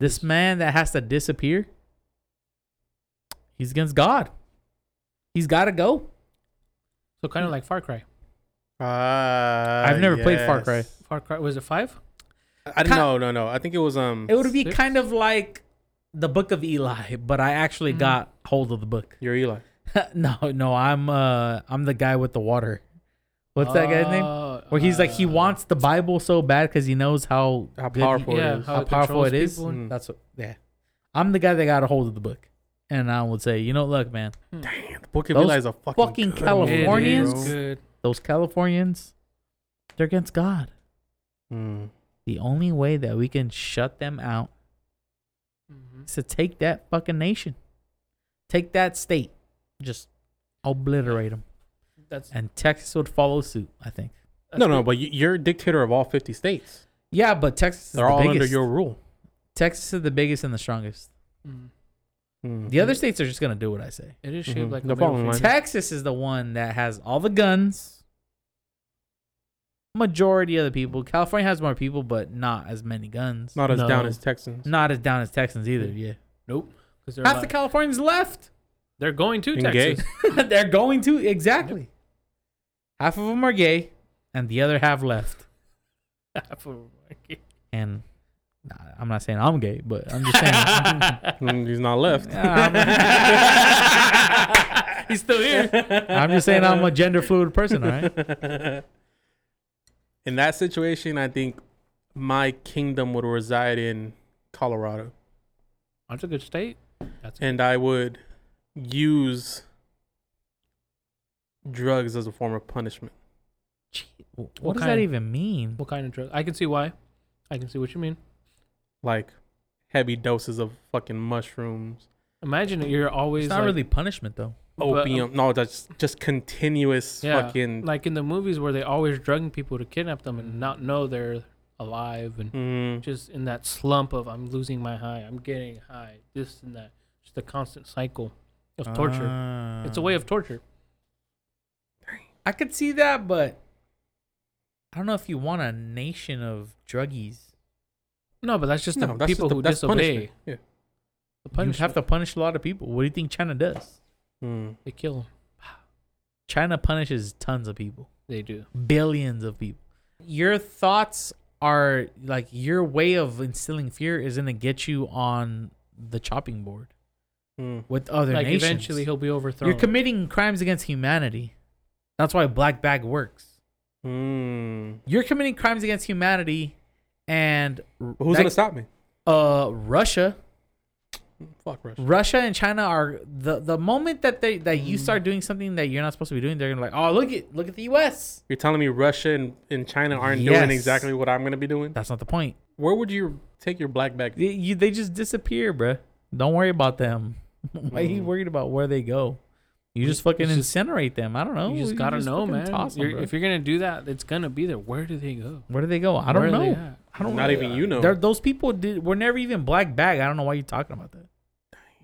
A: this man that has to disappear, he's against God. He's got to go.
C: So kind of like Far Cry.
B: Ah,
A: I've never played Far Cry.
B: yes.
C: Far Cry was it five?
B: I, I
A: Ki-
B: no no no. I think it was um
A: It would be
C: Six?
A: kind of like the Book of Eli, but I actually
C: Mhm.
A: got hold of the book.
B: your Eli.
A: no, no, I'm uh I'm the guy with the water. What's that guy's name?
C: Uh,
A: Where he's like he
C: uh,
A: wants the Bible so bad because he knows how
B: How
A: good-
B: powerful
C: Yeah,
B: it is.
A: how powerful it
C: controls
A: is.
C: people and-
B: Mm.
A: That's what, yeah. I'm the guy that got a hold of the book, and I would say, you know, look, man,
B: Damn, the Book of
A: Those
B: Eli is a fucking,
A: fucking
B: good
C: uh, It
B: movie,
C: is
A: Californians?
B: bro.
C: good.
A: those Californians, they're against God.
B: Mm.
A: The only way that we can shut them out
C: Mhm.
A: is to take that fucking nation, take that state, just obliterate them,
C: That's,
A: and Texas would follow suit. I think.
C: that's
B: No no,
C: good.
B: but you- you're dictator of all 50 states.
A: Yeah, but Texas is
B: They're
A: the
B: all
A: biggest.
B: under your rule.
A: Texas is the biggest and the strongest.
C: Mhm.
B: Mm.
A: The other states are just gonna do what I say.
C: It is shaped
B: Mhm.
C: like
B: No
C: a middle
B: problem,
C: finger.
B: man.
A: Texas is the one that has all the guns. Majority of the people. California has more people, but not as many guns.
B: not as
C: No.
B: down as Texans.
A: Not as down as Texans either. Yeah,
C: Nope. Because they're,
A: half the
C: like-
A: Californians left.
C: they're going to
B: And
C: Texas.
B: gay.
A: They're going to exactly. Half of them are gay, and the other half left.
C: For-
A: And nah, I'm not saying I'm gay, but I'm just saying.
B: Mm, He's not left.
A: I'm-
C: He's still here.
A: I'm just saying I'm a gender fluid person. All right.
B: in that situation, I think my kingdom would reside in Colorado,
C: That's a good state. That's
B: and I would use drugs as a form of punishment.
A: Gee, wh- what,
C: What
A: does
C: kind?
A: that even mean?
C: what kind of drug? I can see why. I can see what you mean.
B: Like heavy doses of fucking mushrooms,
C: Imagine that you're always
A: It's not
C: like,
A: really punishment though.
C: But-
B: opium. no, that's just continuous
C: Yeah,
B: fucking.
C: like in the movies where they always drugging people to kidnap them and not know they're alive and
B: Mm,
C: just in that slump of I'm losing my high, I'm getting high, this and that. Just a constant cycle of torture. it's a way of torture.
A: Ah. I could see that, but I don't know if you want a nation of druggies.
C: No, but that's just
B: no,
C: the
B: that's
C: people
B: just the-
C: who
B: that's
C: disobey.
B: punishment. Yeah.
A: You'd
C: The
A: have
C: punishment.
A: to punish a lot of people. What do you think China does?
B: Mm.
C: They kill 'em.
A: China punishes tons of people,
C: They do.
A: billions of people. Your thoughts are like your way of instilling fear is gonna get you on the chopping board
B: Mm.
A: with other
C: like
A: nations.
C: eventually he'll be overthrown.
A: you're committing crimes against humanity. That's why Black Bag works.
B: Mm.
A: you're committing crimes against humanity and
B: Who's
A: that-
B: gonna stop me?
A: uh Russia
B: Fuck Russia.
A: Russia and China are the the moment that they that
C: Mm.
A: you start doing something that you're not supposed to be doing, they're gonna be like, oh look at look at the U.S.
B: You're telling me Russia and, and China aren't
A: Yes.
B: doing exactly what I'm gonna be doing?
A: That's not the point.
B: Where would you take your black bag?
A: They, you, they just disappear, bruh. Don't worry about them. Why are you
B: Mm.
A: worried about where they go? You just fucking
C: It's just-
A: incinerate them. I don't know.
C: you just gotta know,
A: fucking
C: man.
A: toss 'em,
C: You're-
A: bruh.
C: if you're gonna do that, it's gonna be there. Where do they go?
A: where do they go? I don't
C: Where are
A: know.
C: they at?
A: I don't
B: Not
A: know.
B: even you know.
A: They're- those people did were never even black bag. I don't know why you're talking about that.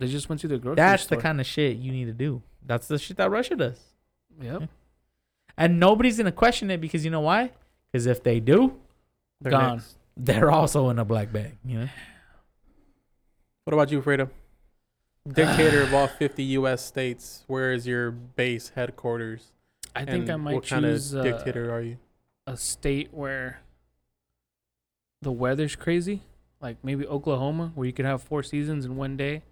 C: They just went to the grocery
A: That's
C: store.
A: the kind of shit you need to do. That's the shit that Russia does.
C: Yep.
A: And nobody's gonna question it because you know why? Because if they do,
B: They're
C: Gone.
B: next.
A: they're also in a black bag. You know,
B: What about you, Fredo? Dictator of all 50 U.S. states. Where is your base headquarters?
C: I think I
B: And
C: might
B: what kind
C: choose
B: of
C: uh,
B: dictator are you?
C: a state where the weather's crazy, like maybe Oklahoma, where you could have four seasons in one day.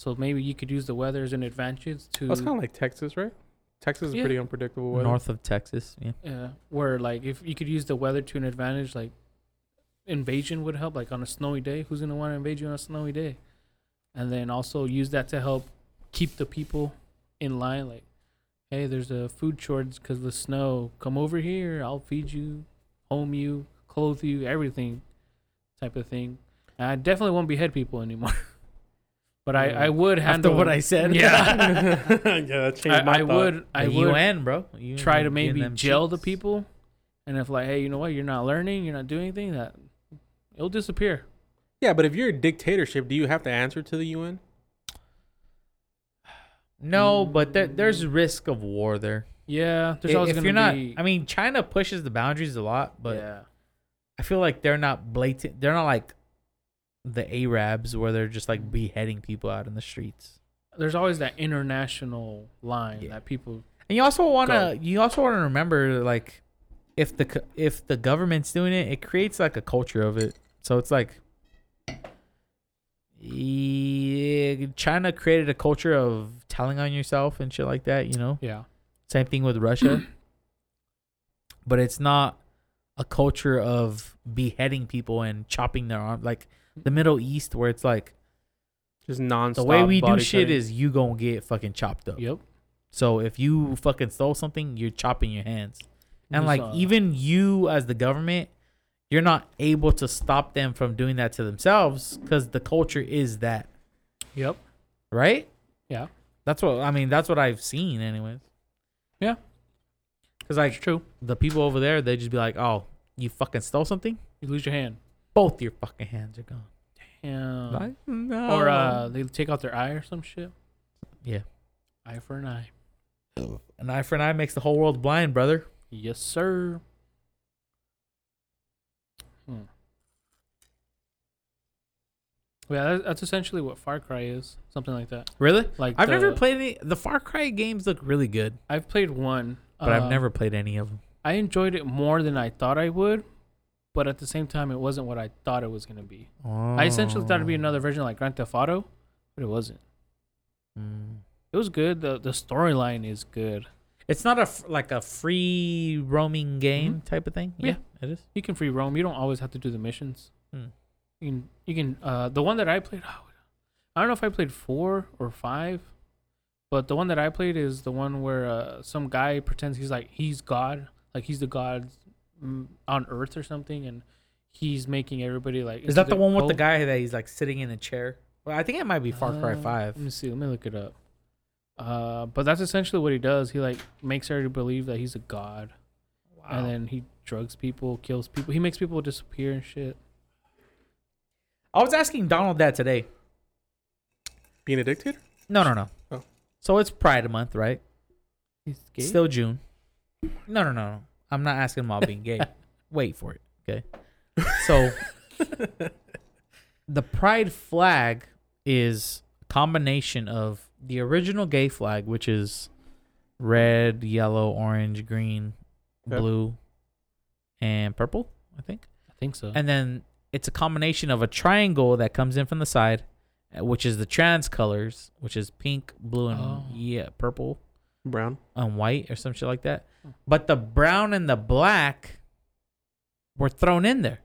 C: So maybe you could use the weather as an advantage to
B: That's kind of like Texas, right? Texas is
C: Yeah.
B: pretty unpredictable weather.
A: north of Texas. Yeah,
C: Yeah, uh, where like if you could use the weather to an advantage, like invasion would help. Like on a snowy day, who's gonna want to invade you on a snowy day? And then also use that to help keep the people in line. Like, hey, there's a food shortage because of the snow. Come over here. I'll feed you, home you, clothe you, everything, type of thing. And I definitely won't behead people anymore. but I, I would handle
A: after what I said.
C: Yeah.
B: yeah, that changed
C: I,
B: my
C: I
B: thought.
C: would. I
A: the
C: would
A: UN, bro. You
C: try to
A: getting
C: maybe
A: them
C: jail the
A: cheeks.
C: people, and if like, hey, you know what, you're not learning, you're not doing anything, that it'll disappear.
B: Yeah, but if you're a dictatorship, do you have to answer to the UN?
A: No, but there, there's risk of war there.
C: Yeah, there's
A: If-
C: always
A: if
C: gonna
A: you're not,
C: be.
A: I mean, China pushes the boundaries a lot, but
C: yeah,
A: I feel like they're not blatant. They're not like the Arabs where they're just like beheading people out in the streets.
C: there's always that international line
A: Yeah.
C: that people.
A: And you also want to you also want to remember like if the co- if the government's doing it, it creates like a culture of it. So it's like yeah, China created a culture of telling on yourself and shit like that, you know?
C: Yeah,
A: Same thing with Russia. but it's not a culture of beheading people and chopping their arm like the Middle East where it's like
B: Just nonstop.
A: the way we do
B: body
A: shit
B: cutting.
A: is you going to get fucking chopped up.
C: yep.
A: So if you fucking stole something, you're chopping your hands. And
C: Just,
A: like
C: uh,
A: even you as the government, you're not able to stop them from doing that to themselves cuz the culture is that,
C: yep,
A: right?
C: yeah,
A: That's what I mean, that's what I've seen anyways.
C: Yeah.
A: Cuz like
C: it's true.
A: the people over there, they just be like, "Oh, you fucking stole something?
C: You lose your hand.
A: Both your fucking hands are gone."
C: Yeah.
A: Like, no.
C: Or uh, they take out their eye or some shit.
A: Yeah.
C: Eye for an eye.
A: an eye for an eye makes the whole world blind, brother.
C: Yes, sir. Hmm. Yeah, that- that's essentially what Far Cry is. Something like that.
A: Really?
C: Like
A: I've never
C: the-
A: played any. The Far Cry games look really good,
C: I've played one,
A: but I've
C: um,
A: never played any of them.
C: I enjoyed it more than I thought I would, but at the same time, it wasn't what I thought it was gonna be. I essentially thought it'd
A: Oh.
C: be another version like Grand Theft Auto, but it wasn't.
A: Mm.
C: It was good. the The storyline is good.
A: It's not a f- like a free roaming game type of thing.
C: Mm-hmm. Yeah.
A: it is.
C: You can free roam. You don't always have to do the missions.
A: Hmm.
C: You can. You can. Uh, the one that I played, I don't know if I played four or five, but the one that I played is the one where uh, some guy pretends he's like he's God, like he's the god mm, on Earth or something, and he's making everybody like.
A: Is that
C: into
A: the
C: their
A: one with the
C: cult.
A: guy that he's like sitting in a chair? Well, I think it might be Far Cry
C: Uh,
A: Five.
C: Let me see. Let me look it up. Uh, but that's essentially what he does. He like makes everybody believe that he's a god, and then he drugs people, kills people. He makes people disappear and shit.
A: I was asking Donald that today.
B: being a dictator.
A: No, no, no.
B: Oh.
A: So it's Pride Month, right?
C: He's gay.
A: Still June. No, no, no, no. I'm not asking about being gay. Wait for it. Okay. So the pride flag is a combination of the original gay flag, which is red, yellow, orange, green,
B: Okay.
A: blue, and purple, I think.
C: I think so.
A: And then it's a combination of a triangle that comes in from the side, uh, which is the trans colors, which is pink, blue, and
C: Oh.
A: yeah, purple
B: Brown.
A: and white or some shit like that. But the brown and the black were thrown in there.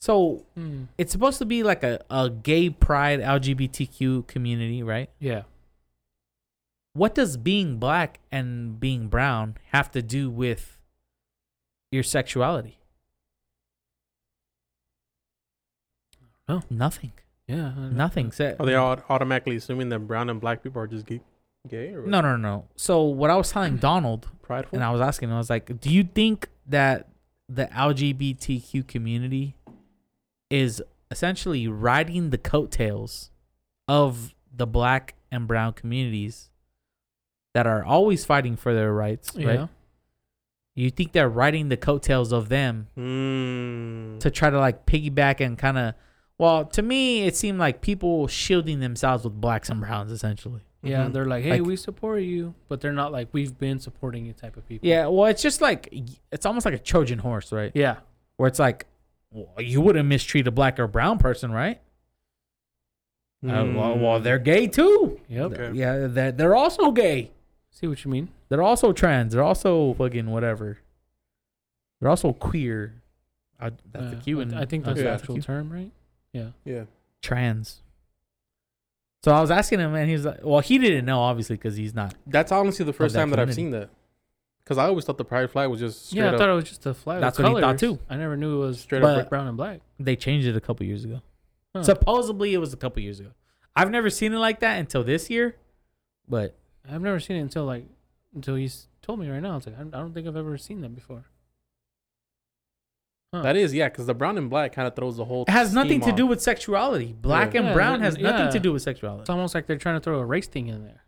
A: So it's supposed to be like a, a gay pride LGBTQ community, right?
C: Yeah.
A: What does being black and being brown have to do with your sexuality?
C: No. Mm-hmm.
A: Nothing.
C: Yeah. I-
A: Nothing. So,
B: Are Oh, they all automatically assuming that brown and black people are just gay? Gay or
A: no, no, no. So what I was telling Donald
B: prideful?
A: and I was asking, him, I was like, "Do you think that the LGBTQ community is essentially riding the coattails of the black and brown communities that are always fighting for their rights?"
C: Yeah.
A: Right? You think they're riding the coattails of them
B: Mm.
A: to try to like piggyback and kind of? Well, to me, it seemed like people shielding themselves with blacks and browns, essentially.
C: Yeah.
B: Mhm.
C: They're like, hey,
A: Mm-hmm. Like-
C: we support you, but they're not like we've been supporting you type of people.
A: Yeah, well, it's just like it's almost like a Trojan horse, right?
C: Yeah.
A: where it's like well, you wouldn't mistreat a black or brown person, right? Uh, well,
B: Hmm.
A: well, they're gay too.
C: Mm. Yep.
B: Okay.
A: Yeah, they're, they're also gay.
C: See what you mean?
A: They're also trans. They're also fucking whatever. They're also queer. I, that's
C: Yeah.
A: the Q.
C: I-
A: in-
C: Uh, I think that's
B: Yeah.
C: the
B: that's
C: actual
A: Q.
C: term, right?
B: yeah.
A: trans. So I was asking him, and he's like, "Well, he didn't know, obviously, because he's not."
B: That's honestly the first
A: that
B: time that I've
A: community.
B: seen that. Because I always thought the pride flag was just straight
C: yeah, I
B: up.
C: thought it was just a flag.
A: That's
C: with
A: what he thought,
C: colors.
A: too.
C: I never knew it was
B: Straight
A: up
C: brown and black.
A: They changed it a couple years ago.
C: Huh.
A: Supposedly, it was a couple years ago. I've never seen it like that until this year, but
C: I've never seen it until like until he's told me right now. It's like I I don't think I've ever seen that before.
B: that is, yeah, because the brown and black kind of throws the whole.
A: It has
B: scheme
A: nothing to
B: off.
A: do with sexuality. Black
B: Yeah.
A: and
C: Yeah,
A: brown
C: it-
A: has nothing
C: yeah.
A: to do with
C: It's
A: sexuality.
C: almost like they're trying to throw a race thing in there.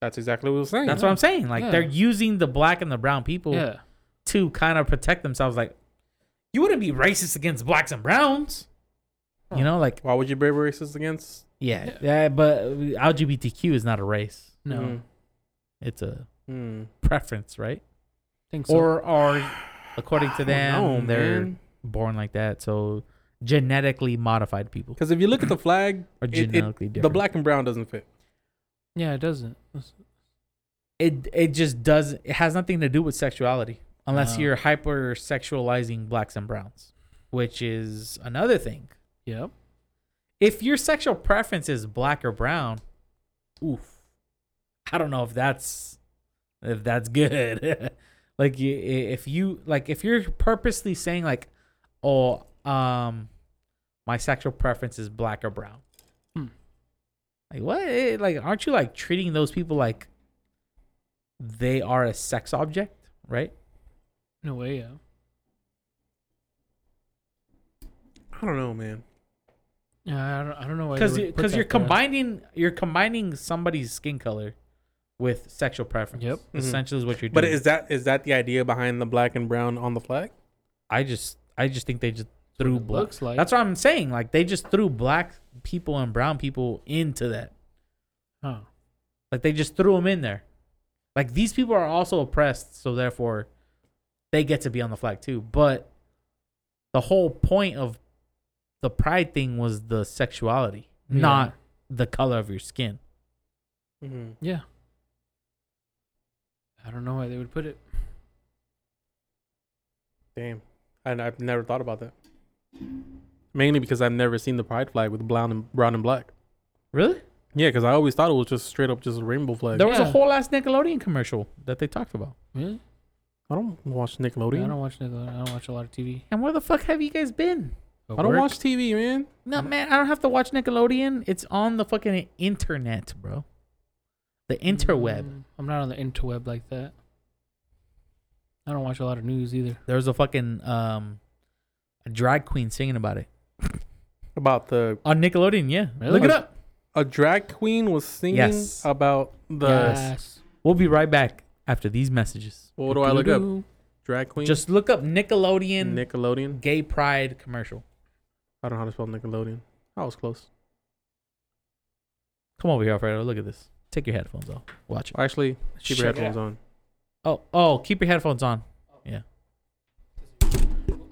B: That's exactly what I was saying.
A: That's what I'm saying. Like
C: Yeah.
A: they're using the black and the brown people
C: Yeah,
A: to kind of protect themselves. Like you wouldn't be racist against blacks and browns. You
C: Huh.
A: know, like
B: Why would you be racist against?
A: yeah,
C: Yeah.
A: yeah, but LGBTQ is not a race.
C: no,
B: Mm.
A: It's a
B: Mm.
A: preference, right?
C: think so.
A: Or are according to them
B: No,
A: they're
B: man.
A: born like that. So genetically modified people
B: Because if you look at the flag,
A: are
B: it- it-
A: genetically different.
B: the black and brown doesn't fit.
C: yeah, it doesn't. It's-
A: it it just does it has nothing to do with sexuality unless
C: No.
A: you're hyper sexualizing blacks and browns which is another thing
C: Yep.
A: if your sexual preference is black or brown oof i don't know if that's if that's good like you- i- if you like if you're purposely saying like oh um my sexual preference is black or brown
C: Hmm.
A: like what Eh, like aren't you like treating those people like they are a sex object right
C: No way. Yeah.
B: I don't know, man.
C: Yeah. I don't. I don't know why. they
A: because
C: would put
A: because
C: that
A: you're
C: there.
A: combining you're combining somebody's skin color with sexual preference
C: Yep.
B: Mhm.
A: essentially is what you're doing
B: But is that is that the idea behind the black and brown on the flag?
A: I just I just think they just
C: what
A: threw
C: it
A: black.
C: looks like.
A: That's what I'm saying. Like they just threw black people and brown people into that.
C: Huh.
A: Like they just threw them in there. Like these people are also oppressed, so therefore they get to be on the flag too. But the whole point of the pride thing was the sexuality,
C: Yeah.
A: not the color of your skin.
B: Mm-hmm.
C: Yeah. I don't know why they would put it.
B: Damn, and I've never thought about that. Mainly because I've never seen the pride flag with brown and brown and black.
A: Really?
B: Yeah, because I always thought it was just straight up just a rainbow flag.
A: There was a
C: Yeah.
A: whole ass Nickelodeon commercial that they talked about.
C: Really?
B: I don't watch
C: I
B: Nickelodeon. I
C: don't
B: don't,
C: watch Nickelodeon. I don't watch a lot of TV.
A: And where the fuck have you guys been?
C: At work.
B: watch TV, man.
A: No, man, I don't have to watch Nickelodeon. It's on the fucking internet, bro. The interweb.
C: Mm, I'm not on the interweb like that. I don't watch a lot of news either.
A: There was a fucking um, a drag queen singing about it
B: About the
A: on Nickelodeon. Yeah,
C: Really?
A: look it up.
B: a drag queen was singing
A: Yes.
B: about the.
C: Yes.
A: We'll be right back after these messages.
B: What do I look up?
C: Doo-doo.
B: Drag queen.
A: Just look up Nickelodeon
B: Nickelodeon.
A: gay pride commercial.
B: I don't know how to spell Nickelodeon. I was close.
A: Come over here, Alfredo. Look at this. Take your headphones off. Watch it.
B: Well, actually, keep your
A: Shut
B: headphones on.
A: Oh, oh, keep your headphones on. Yeah. Oh,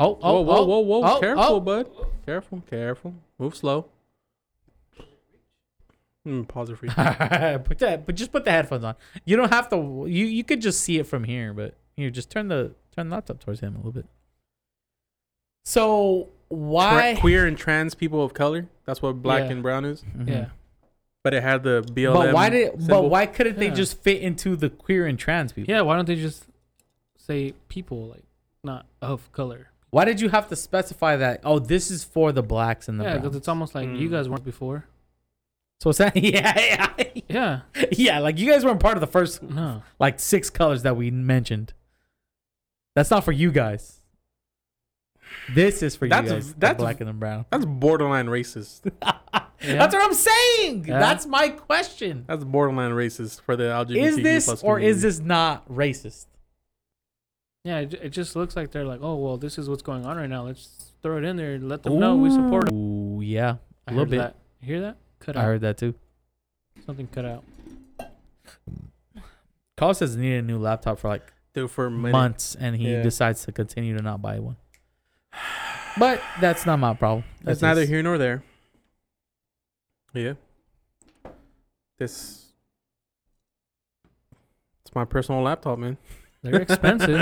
A: oh,
B: whoa, whoa,
A: oh,
B: whoa, whoa!
A: oh,
B: careful,
A: oh.
B: bud. Careful, careful. Move slow. Mm, pause it for you.
A: put that, but just put the headphones on. You don't have to. You you could just see it from here, but here, just turn the turn the laptop towards him a little bit. So why?
B: Tra- queer and trans people of color. That's what black
C: Yeah.
B: and brown is.
D: Mhm.
C: Yeah.
B: But it had the BLM.
A: Mm-hmm. but why did? But
B: symbol.
A: why couldn't they
C: Yeah.
A: just fit into the queer and trans people?
C: Yeah. Why don't they just say people like not of color?
A: Why did you have to specify that? Oh, this is for the blacks and the
C: Yeah, because
A: browns.
C: it's almost like you
B: Mm.
C: guys weren't before.
A: So it's that, yeah, yeah,
C: Yeah.
A: yeah. Like you guys weren't part of the first
B: Mm-hmm.
C: No.
A: like six colors that we mentioned. That's not for you guys. This is for
B: That's-
A: you guys.
B: that's-
A: the black and the brown.
B: That's borderline racist.
A: That's what I'm saying.
C: Yeah.
A: That's my question.
B: That's borderline racist for the LGBTQ
A: Is
B: plus
A: this or
B: community.
A: is this not racist?
C: Yeah. It, ju- it just looks like they're like, oh well, this is what's going on right now. Let's throw it in there and let them know we support. 'em."
A: Ooh, yeah,
C: I
A: a little
C: heard
A: bit.
C: That. You hear that? Cut
A: I
B: uh,
C: out.
A: heard that too.
C: Something cut out.
A: Carlos has needed a new laptop for like
B: Dude, for money.
A: months, and he
B: Yeah.
A: decides to continue to not buy one. But that's not my problem. That's
B: That's neither
A: his.
B: here nor there. Yeah. This. It's my personal laptop, man.
C: They're expensive.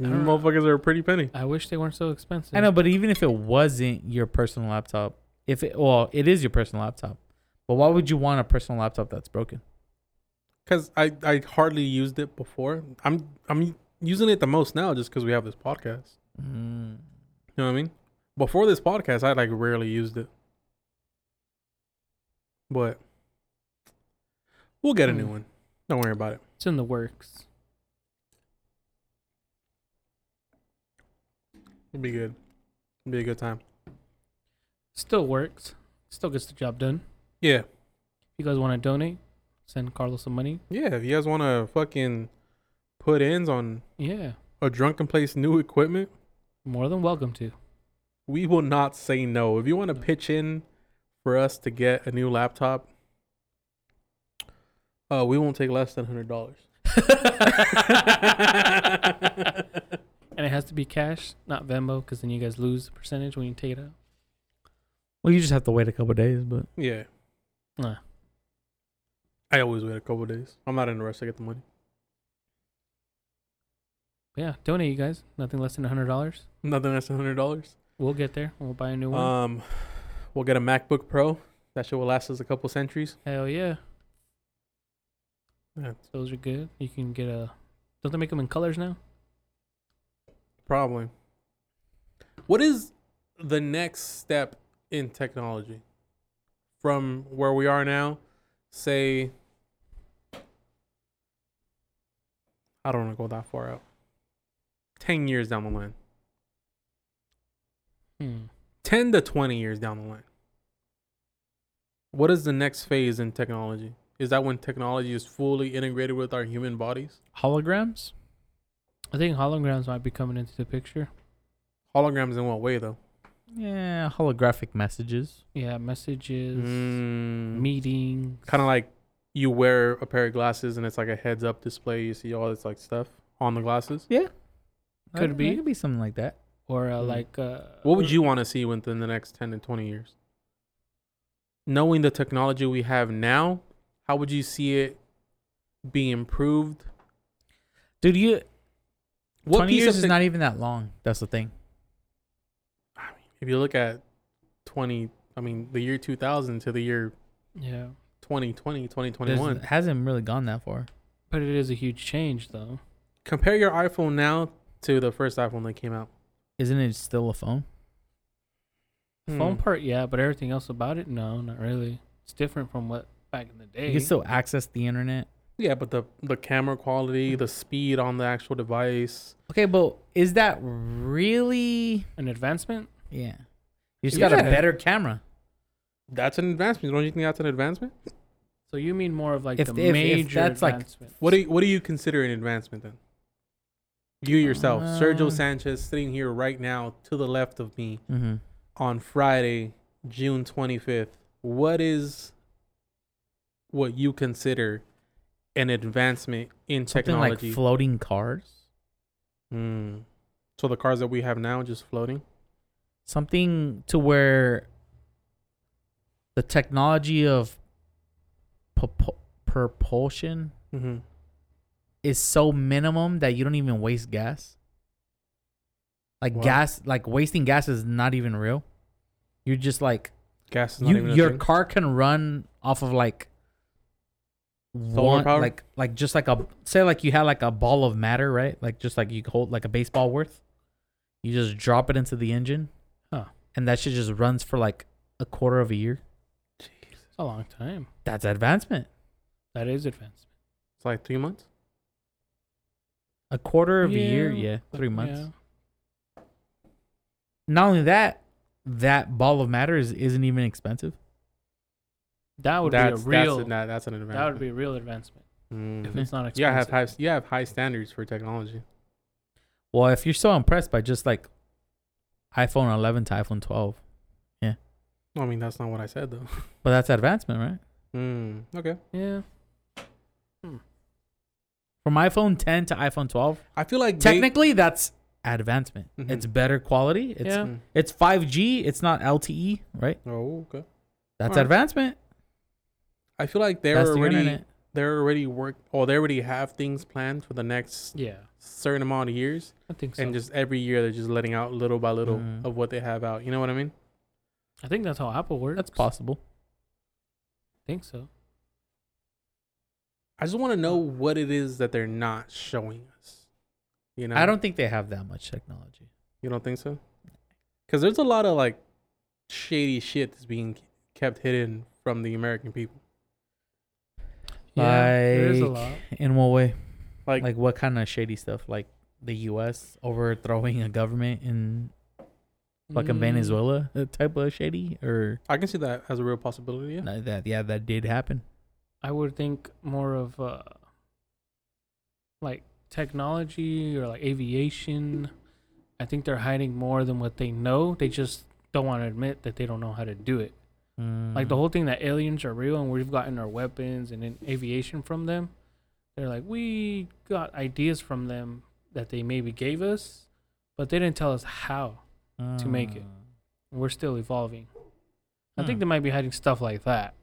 C: don't know.
B: Motherfuckers are a pretty penny.
C: I wish they weren't so expensive.
A: I know, but even if it wasn't your personal laptop, if it well, it is your personal laptop. But why would you want a personal laptop that's broken?
B: Cause I I hardly used it before. I'm I'm using it the most now just because we have this podcast.
A: Mm.
B: You know what I mean? Before this podcast, I like rarely used it. But we'll get a new
C: Hmm.
B: one. Don't worry about it.
C: It's in the works.
B: It'll be good. It'll be a good time.
C: Still works. Still gets the job done.
B: Yeah.
C: If you guys want to donate, send Carlos some money.
B: Yeah. If you guys want to fucking put ins on
C: Yeah,
B: a drunken place new equipment,
C: more than welcome to.
B: we will not say no. If you want to pitch in for us to get a new laptop, uh, we won't take less than hundred dollars.
C: And it has to be cash, not Venmo, because then you guys lose the percentage when you take it out.
A: Well, you just have to wait a couple days, but
B: Yeah.
C: Nah.
B: I always wait a couple days. I'm not in a rush to get the money.
C: But yeah, donate, you guys. Nothing less than a hundred dollars.
B: Nothing less than hundred dollars.
C: We'll get there. We'll buy a new one.
B: Um, we'll get a MacBook Pro. That shit will last us a couple centuries.
C: Hell yeah,
B: Yeah,
C: those are good. You can get a. Don't they make them in colors now?
B: probably. What is the next step in technology from where we are now? Say, I don't want to go that far out. Ten years down the line.
C: Hmm.
B: 10 to 20 years down the line what is the next phase in technology is that when technology is fully integrated with our human bodies
A: holograms.
C: I think holograms might be coming into the picture.
B: holograms in what way though
A: Yeah, holographic messages.
C: Yeah, messages,
B: mm,
C: meetings.
B: kind of like you wear a pair of glasses and it's like a heads up display you see all this like stuff on the glasses
A: That-
C: Could
A: that
C: be.
A: Could be something like that.
C: or uh,
B: Mm.
C: like uh,
B: what would you want to see within the next 10 to 20 years knowing the technology we have now how would you see it be improved
A: Dude, you
B: what
A: twenty years is
B: tech-
A: not even that long. That's the thing.
B: if you look at 20 i mean the year 2000 to the year
C: yeah
B: 2020
A: There's-
B: 2021
A: It hasn't really gone that far.
C: but it is a huge change though
B: compare your iphone now to the first iphone that came out
A: Isn't it still a phone?
C: phone
B: Hmm.
C: part yeah but everything else about it no not really it's different from what back in the day
A: You can still access the internet.
B: yeah but the the camera quality the speed on the actual device
A: Okay, but is that really?
C: an advancement
A: Yeah, you just got a
B: Yeah.
A: better camera.
B: that's an advancement don't you think that's an advancement
C: so you mean more of like
A: If-
C: the
A: if- if
C: major
A: that's, like,
C: advancement
B: what do you, what do you consider an advancement then you yourself
A: Um,
B: sergio sanchez sitting here right now to the left of me
A: Mm-hmm.
B: on Friday, June 25th, what is what you consider an advancement in
A: Something like
B: technology?
A: floating cars.
B: Hmm. So the cars that we have now just floating?
A: something to where the technology of propo- propulsion
B: Mm-hmm.
A: is so minimum that you don't even waste gas. Like
B: Wow.
A: gas, like wasting gas is not even real. You're just like
B: Gas is not
A: you,
B: even a
A: your
B: thing.
A: car can run off of like
B: Solar power?
A: like like just like a say like you had like a ball of matter, right? Like just like you could hold like a baseball worth. You just drop it into the engine,
C: Huh.
A: and that shit just runs for like a quarter of a year.
C: It's a long time.
A: That's advancement.
C: That is advanced.
B: It's like three months.
A: A quarter of a year,
C: Yeah,
A: yeah,
C: but
A: three months.
C: yeah.
A: Not only that, that ball of matter is, isn't even expensive.
C: That would
B: that's,
C: be a real.
B: That's, a- nah, that's an advantage.
C: that would be a real advancement.
B: Mm.
C: If it's
A: Mm-hmm.
C: not expensive.
B: You gotta have high. You have high standards for technology.
A: Well, if you're so impressed by just like iPhone 11 to iPhone 12,
B: I mean, that's not what I said though.
A: but that's advancement, right?
B: Mm. Okay.
C: Yeah.
A: From iPhone 10 to iPhone 12,
B: I feel like they-
A: technically that's advancement.
B: Mhm.
A: It's better quality. It's
C: Mm-hmm. Yeah.
B: Mm.
A: it's 5G. It's not LTE, right?
B: Oh, okay.
A: That's
B: Alright.
A: advancement.
B: I feel like they're
A: That's the
B: already
A: internet.
B: they're already work or they already have things planned for the next
C: Yeah.
B: certain amount of years,
C: I think so.
B: and just every year they're just letting out little by little
A: Mm.
B: of what they have out. You know what I mean?
C: I think that's how Apple works.
A: That's possible.
C: I think so.
B: I just want to know what it is that they're not showing us. You know,
A: I don't think they have that much technology.
B: You don't think so? Because there's a lot of like shady shit that's being kept hidden from the American people.
C: Yeah. there is a
A: Like-
C: lot.
A: In what way?
B: Like,
A: Like what kind of shady stuff? Like the U.S. overthrowing a government in fucking
C: Mm.
A: Venezuela uh, type of shady or
B: I can see that as a real possibility. Yeah.
A: No, that yeah that did happen.
C: I would think more of uh, like technology or like aviation. I think they're hiding more than what they know. They just don't want to admit that they don't know how to do it. Like
A: Mm-hmm.
C: the whole thing that aliens are real and we've gotten our weapons and in aviation from them. They're like, we got ideas from them that they maybe gave us, but they didn't tell us how. to make it. We're still evolving. I think
A: Hmm.
C: they might be hiding stuff like that.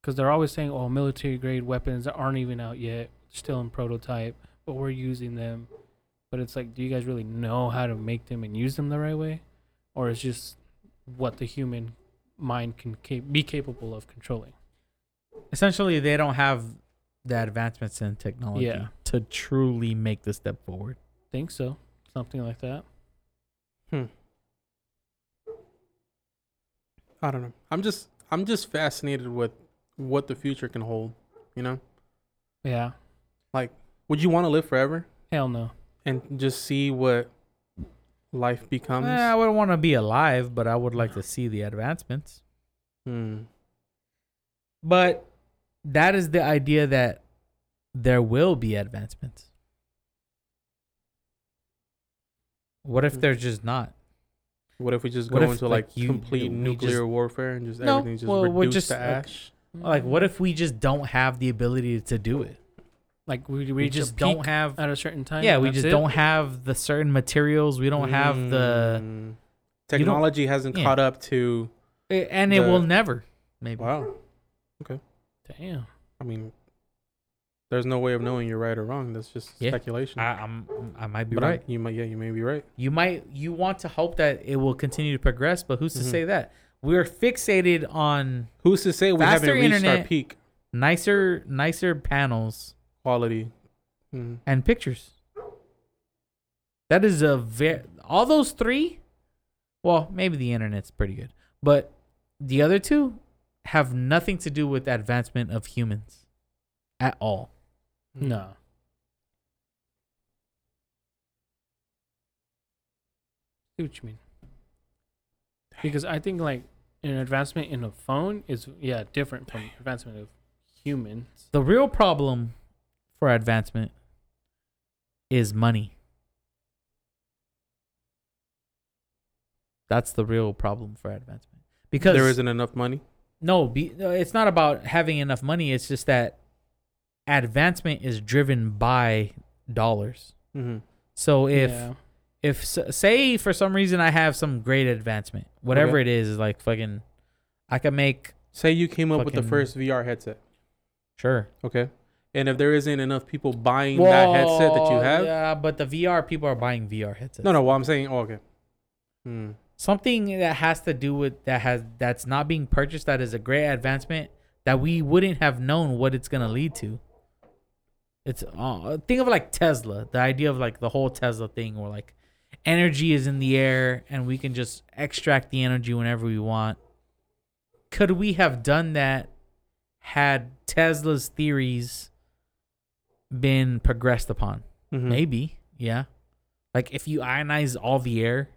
C: Because they're always saying, oh, military grade weapons that aren't even out yet, still in prototype, but we're using them. But it's like, do you guys really know how to make them and use them the right way? Or it's just what the human mind can ca- be capable of controlling?
A: Essentially, they don't have the advancements in technology
C: Yeah.
A: to truly make the step forward.
C: Think so. Something like that.
B: Hmm. I don't know. I'm just I'm just fascinated with what the future can hold. You know,
C: Yeah.
B: would you want to live forever
C: Hell no.
B: and just see what life becomes?
A: Eh, I wouldn't want to be alive, but I would like to see the advancements.
B: Hmm.
A: But that is the idea that there will be advancements. What if
C: Hmm.
B: Mm.
A: there's just not?
B: What if we just
A: What
B: go
A: if,
B: into
A: like,
B: like,
A: you-
B: complete
A: we
B: nuclear
A: just-
B: warfare and just
A: No,
B: everything's just
A: well, we're
B: reduced
A: just,
B: to
A: like-
B: ash?
C: Hmm.
A: Like, what if we just don't have the ability to do it?
C: Like we,
A: We,
C: reach a
A: just don't
C: peak
A: have
C: at a certain time.
A: yeah
C: and
A: we
C: that's
A: just
C: it?
A: don't have the certain materials we don't have
C: Hmm.
A: the
B: Mm. technology hasn't
A: yeah.
B: caught up to
A: a- and it will
B: The-
A: never maybe
B: wow.
C: Damn.
B: I mean, there's no way of knowing you're right or wrong. That's just
A: Yeah.
B: speculation.
A: I, I'm, I might be
B: but I-
A: right
B: you might, yeah, you may be right.
A: you might you want to hope that it will continue to progress but who's to
B: Mhm.
A: say that we're fixated on
B: Who's to say we
A: Faster
B: haven't reached our
A: internet.
B: peak
A: nicer nicer panels
B: quality? Mm.
A: and pictures that is a very all those three well maybe the internet's pretty good but the other two have nothing to do with the advancement of humans at all
B: Hmm.
C: No. See what you mean. Because I think like an advancement in a phone is yeah different from advancement of humans.
A: The real problem for advancement is money. That's the real problem for advancement. Because
B: There isn't enough money.
A: no, be, no, it's not about having enough money. It's just that advancement is driven by dollars.
B: Mm-hmm.
A: So if
C: yeah.
A: if s- say for some reason I have some great advancement, whatever
B: Okay.
A: it is, is like fucking, I can make
B: Say you came up with the
A: Fucking-
B: first VR headset.
A: sure
B: Okay. And if there isn't enough people buying that headset that you
A: Well,
B: have,
A: Yeah, but the VR people are buying VR headsets.
B: no, no. Well, I'm saying, oh, okay. Hmm.
A: something that has to do with that has that's not being purchased that is a great advancement that we wouldn't have known what it's going to lead to it's uh, think of it like tesla the idea of like the whole tesla thing where like energy is in the air and we can just extract the energy whenever we want could we have done that had tesla's theories been progressed upon
B: Mhm.
A: Maybe, yeah. Like if you ionize all the air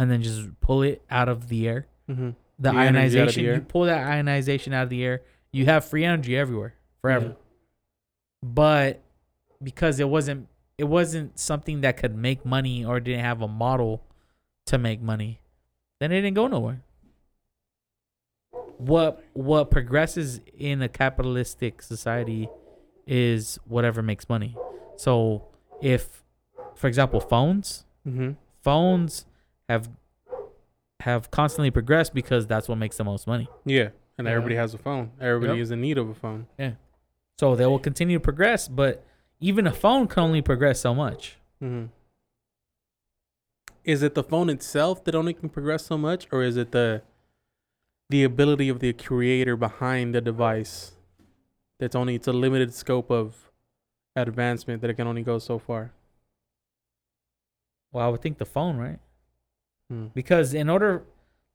A: and then just pull it out of the air,
B: Mhm.
A: the,
B: The energy out of the
A: ionization,
B: air.
A: you pull that ionization out of the air, you have free energy everywhere forever.
B: Yeah.
A: But because it wasn't it wasn't something that could make money or didn't have a model to make money, then it didn't go nowhere. What what progresses in a capitalistic society is whatever makes money. So if for example phones
B: Mhm.
A: phones have have constantly progressed because that's what makes the most money
B: Yeah. And
C: Yeah.
B: everybody has a phone. Everybody
C: Yep.
B: is in need of a phone.
A: so they will continue to progress but even a phone can only progress so much
B: Mhm. Is it the phone itself that only can progress so much, or is it the the ability of the creator behind the device that's only it's a limited scope of advancement that it can only go so far?
A: well i would think the phone right
B: Hmm.
A: because in order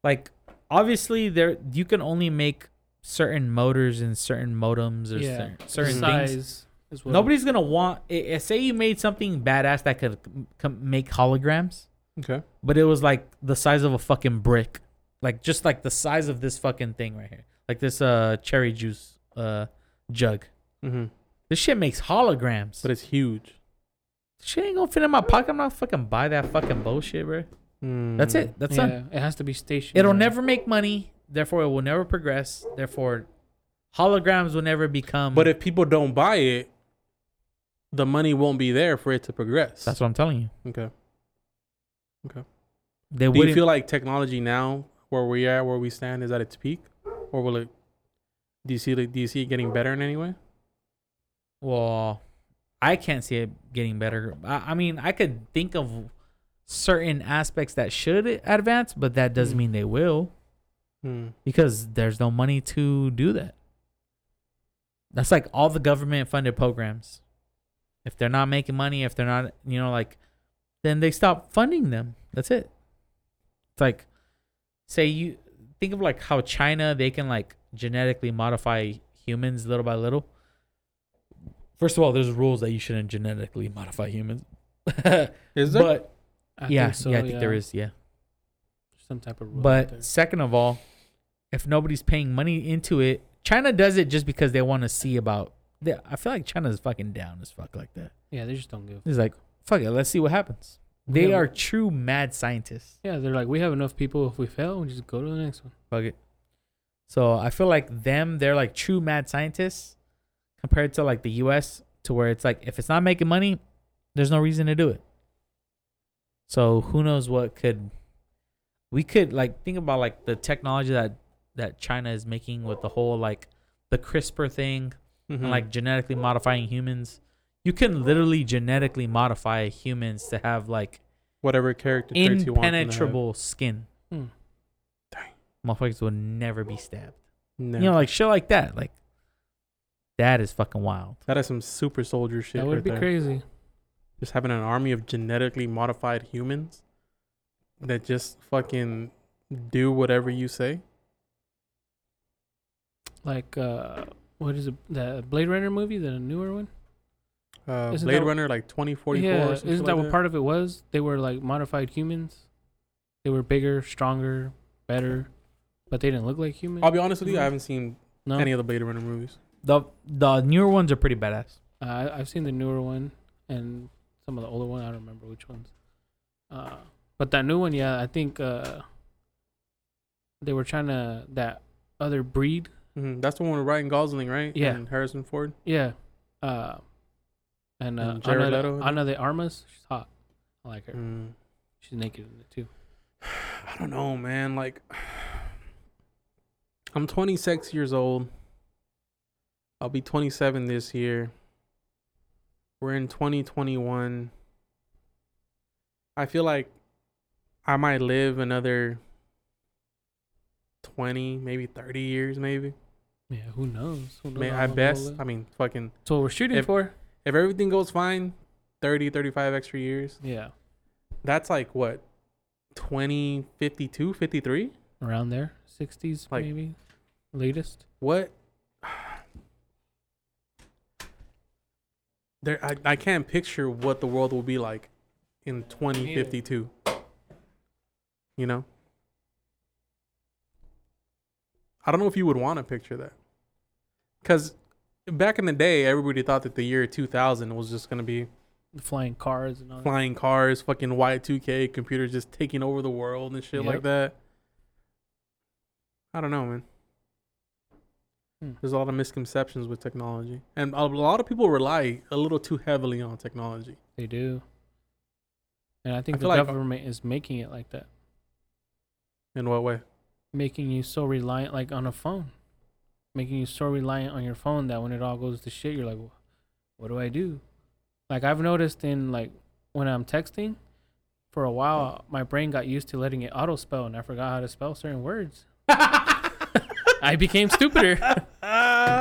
A: like obviously there you can only make certain motors and certain modems or
C: Yeah.
A: cer- certain
C: size
A: things
C: is what
A: nobody's gonna want i- i- say you made something badass that could c- com- make holograms
B: Okay.
A: but it was like the size of a fucking brick, like just like the size of this fucking thing right here, like this uh cherry juice uh jug.
B: Mm-hmm.
A: This shit makes holograms.
B: But
A: But
B: it's huge.
A: shit ain't gonna fit in my pocket. I'm not fucking buy that fucking bullshit, bro.
B: Mm-hmm.
A: That's it. That's
C: yeah,
A: it.
C: it has to be stationary.
A: It'll never make money. Therefore, it will never progress. Therefore, holograms will never become.
B: But if people don't buy it, the money won't be there for it to progress.
A: that's what I'm telling you,
B: okay.
A: they
B: Do you
A: wouldn't.
B: feel like technology now, where we are, where we stand, is at its peak, or will it? Do you see? Like, do you see it getting better in any way?
A: well, I can't see it getting better. I, I mean, I could think of certain aspects that should advance, but that doesn't
B: Mm.
A: mean they will.
B: Hmm.
A: because there's no money to do that. That's like all the government funded programs. If they're not making money, if they're not, you know, like, then they stop funding them. That's it. It's like, say you think of like how China, they can like genetically modify humans little by little. First of all, there's rules that you shouldn't genetically modify humans.
B: Is there?
A: but
C: I
A: yeah,
C: think so,
A: yeah, I think there is, yeah.
C: some type of rule. out there.
A: But second of all, if nobody's paying money into it, China does it just because they want to see about. They, I feel like China's fucking down as fuck like that.
C: yeah, they just don't give.
A: It's like fuck it, let's see what happens. They
C: Yeah.
A: are true mad scientists.
C: Yeah, they're like, we have enough people. If we fail, we just go to the next one.
A: Fuck it. So I feel like them, they're like true mad scientists compared to like the U.S. to where it's like if it's not making money, there's no reason to do it. So who knows what could we could like think about like the technology that that China is making with the whole like the CRISPR thing
B: Mhm.
A: and like genetically modifying humans. You can literally genetically modify humans to have like
B: whatever character traits you want. them to have.
A: impenetrable skin.
C: Hmm.
B: Dang.
A: Motherfuckers will never be stabbed.
B: No.
A: You know, like shit like that. Like that is fucking wild.
B: that is some super soldier shit.
C: that would
B: right
C: be
B: there.
C: crazy.
B: Just having an army of genetically modified humans that just fucking do whatever you say.
C: Like, uh, what is it? The Blade Runner movie, the newer one.
B: Uh,
C: Isn't
B: Blade
C: that-
B: Runner like twenty forty four.
C: yeah,
B: or
C: isn't
B: something
C: that
B: like
C: what part of it was? They were like modified humans. They were bigger, stronger, better, but they didn't look like humans.
B: I'll be honest with you. I haven't seen
C: no,
B: any of the Blade Runner movies.
A: The the newer ones are pretty badass.
C: Uh, I- I've seen the newer one and some of the older one. I don't remember which ones. Uh, but that new one, yeah, I think uh, they were trying to that other breed.
B: hmm That's the one with Ryan Gosling, right?
C: Yeah.
B: And Harrison Ford.
C: Yeah, uh, and, uh,
B: And Jared
C: Ana-
B: Leto, I think.
C: Ana de Armas. She's hot. I like her.
B: Mm.
C: She's naked in it too.
B: I don't know, man. Like, I'm 26 years old. I'll be 27 this year. we're in 2021. I feel like I might live another 20, maybe 30 years, maybe.
C: Yeah, who knows? Who knows
B: May,
C: how
B: I
C: long we'll
B: best.
C: live.
B: I mean, fucking.
C: That's what we're shooting
B: if-
C: for.
B: If everything goes fine, 30, 35 extra years.
C: Yeah,
B: That's like what? 20, 52, 53?
C: around there, sixties
B: Like-
C: maybe, latest.
B: What? There, I, I can't picture what the world will be like in 2052. You know? I don't know if you would want to picture that. Because back in the day, everybody thought that the year 2000 was just going to be
C: The flying cars and all that.
B: flying cars, fucking Y2K, computers just taking over the world and shit like
C: Yep.
B: that. I don't know, man.
C: Hmm.
B: There's a lot of misconceptions with technology, and a lot of people rely a little too heavily on technology.
C: They do. And I think the
B: feel like-
C: government is making it like that,
B: In what way?
C: making you so reliant, like on a phone, making you so reliant on your phone that when it all goes to shit, you're like, "Wha- what do I do? Like I've noticed in like when I'm texting, for a while my brain got used to letting it auto spell, and I forgot how to spell certain words. I became stupider, and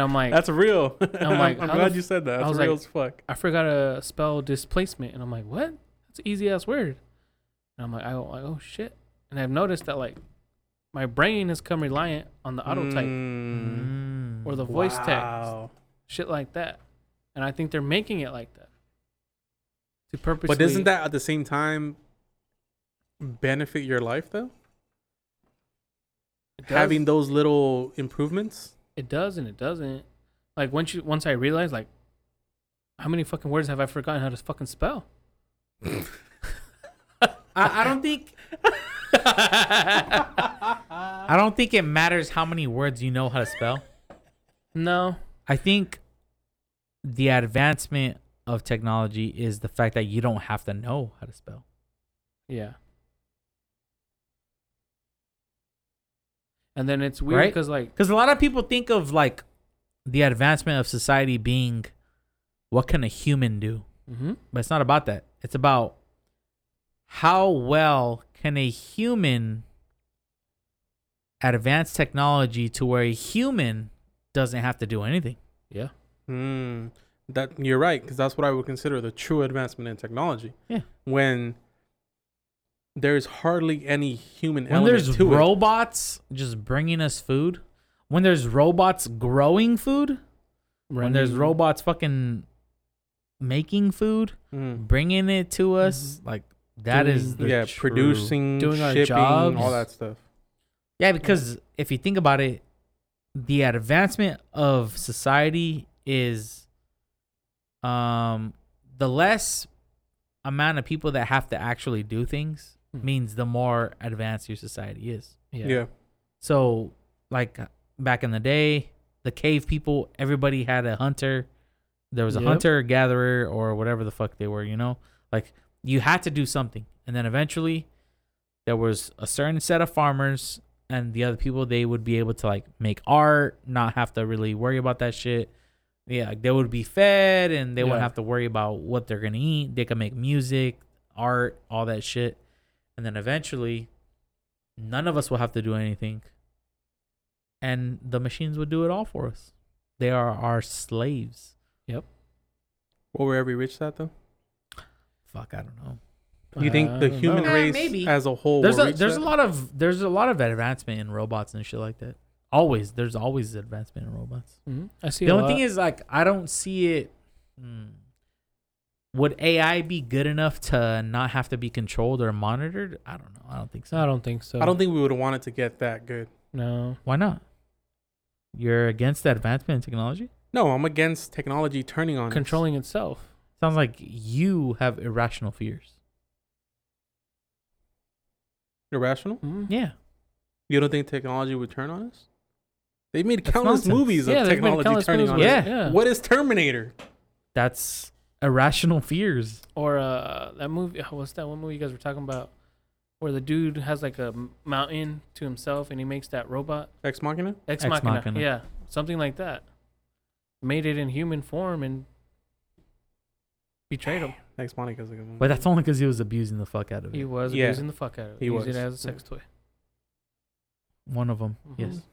C: I'm like,
B: That's real.
C: I'm like,
B: I'm
C: how
B: glad
C: the
B: you said that.
C: I
B: That's
C: was
B: real
C: like-
B: as fuck.
C: I forgot to spell displacement, and I'm like, what? That's an easy ass word. And I'm like, I like, oh shit. And I've noticed that like my brain has come reliant on the auto type
B: Mm.
C: or the voice text,
B: Wow.
C: shit like that. And I think they're making it like that to purposely.
B: But doesn't that at the same time benefit your life though?
C: it does-
B: Having those little improvements.
C: it does and it doesn't? Like once you once I realized like how many fucking words have I forgotten how to fucking spell?
A: I, I don't think I don't think it matters how many words you know how to spell.
C: No,
A: I think the advancement of technology is the fact that you don't have to know how to spell.
C: Yeah. And then it's weird
A: Right?
C: because like
A: Because a lot of people think of like the advancement of society being what can a human do?
C: mhm,
A: But it's not about that. It's about how well can a human advance technology to where a human doesn't have to do anything.
C: yeah,
A: Hmm.
B: Mm, that you're right, because that's what I would consider the true advancement in technology.
A: Yeah.
B: When there's hardly any human
A: when
B: element
A: there's
B: to it.
A: robots just bringing us food, when there's robots growing food, when there's
C: Running-
A: robots fucking making food,
B: Mm.
A: bringing it to us, like that is
C: Doing-
A: the
B: Mm-hmm. Yeah,
A: true-
B: producing,
C: Doing our
B: shipping,
C: jobs.
B: all that stuff.
A: Yeah, because if you think about it, the advancement of society is um the less amount of people that have to actually do things
C: Hmm.
A: means the more advanced your society is.
C: yeah,
B: Yeah.
A: So, like back in the day, the cave people, everybody had a hunter. There was a
C: Yep.
A: hunter, gatherer, or whatever the fuck they were, you know? Like, you had to do something. And then eventually, there was a certain set of farmers and the other people, they would be able to, like, make art, not have to really worry about that shit. Yeah, like, they would be fed and they
C: Yeah.
A: wouldn't have to worry about what they're going to eat. They could make music, art, all that shit. And then eventually, none of us will have to do anything and the machines would do it all for us. They are our slaves.
B: What were we reached that though?
A: Fuck, I don't know.
B: You think the
C: Uh,
B: human
A: know. Eh,
B: race
A: maybe.
B: as a whole
A: There's
B: will
A: a
B: reach
A: there's
B: that?
A: a lot of there's a lot of advancement in robots and shit like that. Always there's always advancement in robots.
C: mhm. I see.
A: The only thing is like I don't see it. Hmm. Would AI be good enough to not have to be controlled or monitored? I don't know. I don't think so.
C: I don't think so.
B: I don't think we would have wanted to get that good.
C: No,
A: Why not? You're against the advancement in technology?
B: No, I'm against technology turning on us.
C: controlling itself.
A: Sounds like you have irrational fears.
B: irrational.
C: Mhm.
A: Yeah.
B: You don't think technology would turn on us? They've made
A: That's
B: countless
A: nonsense.
B: movies of
C: Yeah, there's been
B: technology
C: countless
B: turning
C: movies
B: on
C: with-
A: us.
B: us.
A: Yeah.
C: yeah.
B: What is Terminator?
A: That's irrational fears.
C: Or uh, that movie. oh, What's that one movie you guys were talking about? Where the dude has like a m- mountain to himself, and he makes that robot
B: Ex Machina?
A: Ex
C: Ex, Machina.
A: Machina.
C: Yeah, something like that. Made it in human form and betrayed him.
B: Thanks, Monica's a good one.
A: But that's only because he was abusing the fuck out of it.
C: He was
B: Yeah.
C: abusing the fuck out of it.
B: He
C: He used
B: was.
C: it as a sex toy.
A: One of them.
C: Mhm.
A: Yes.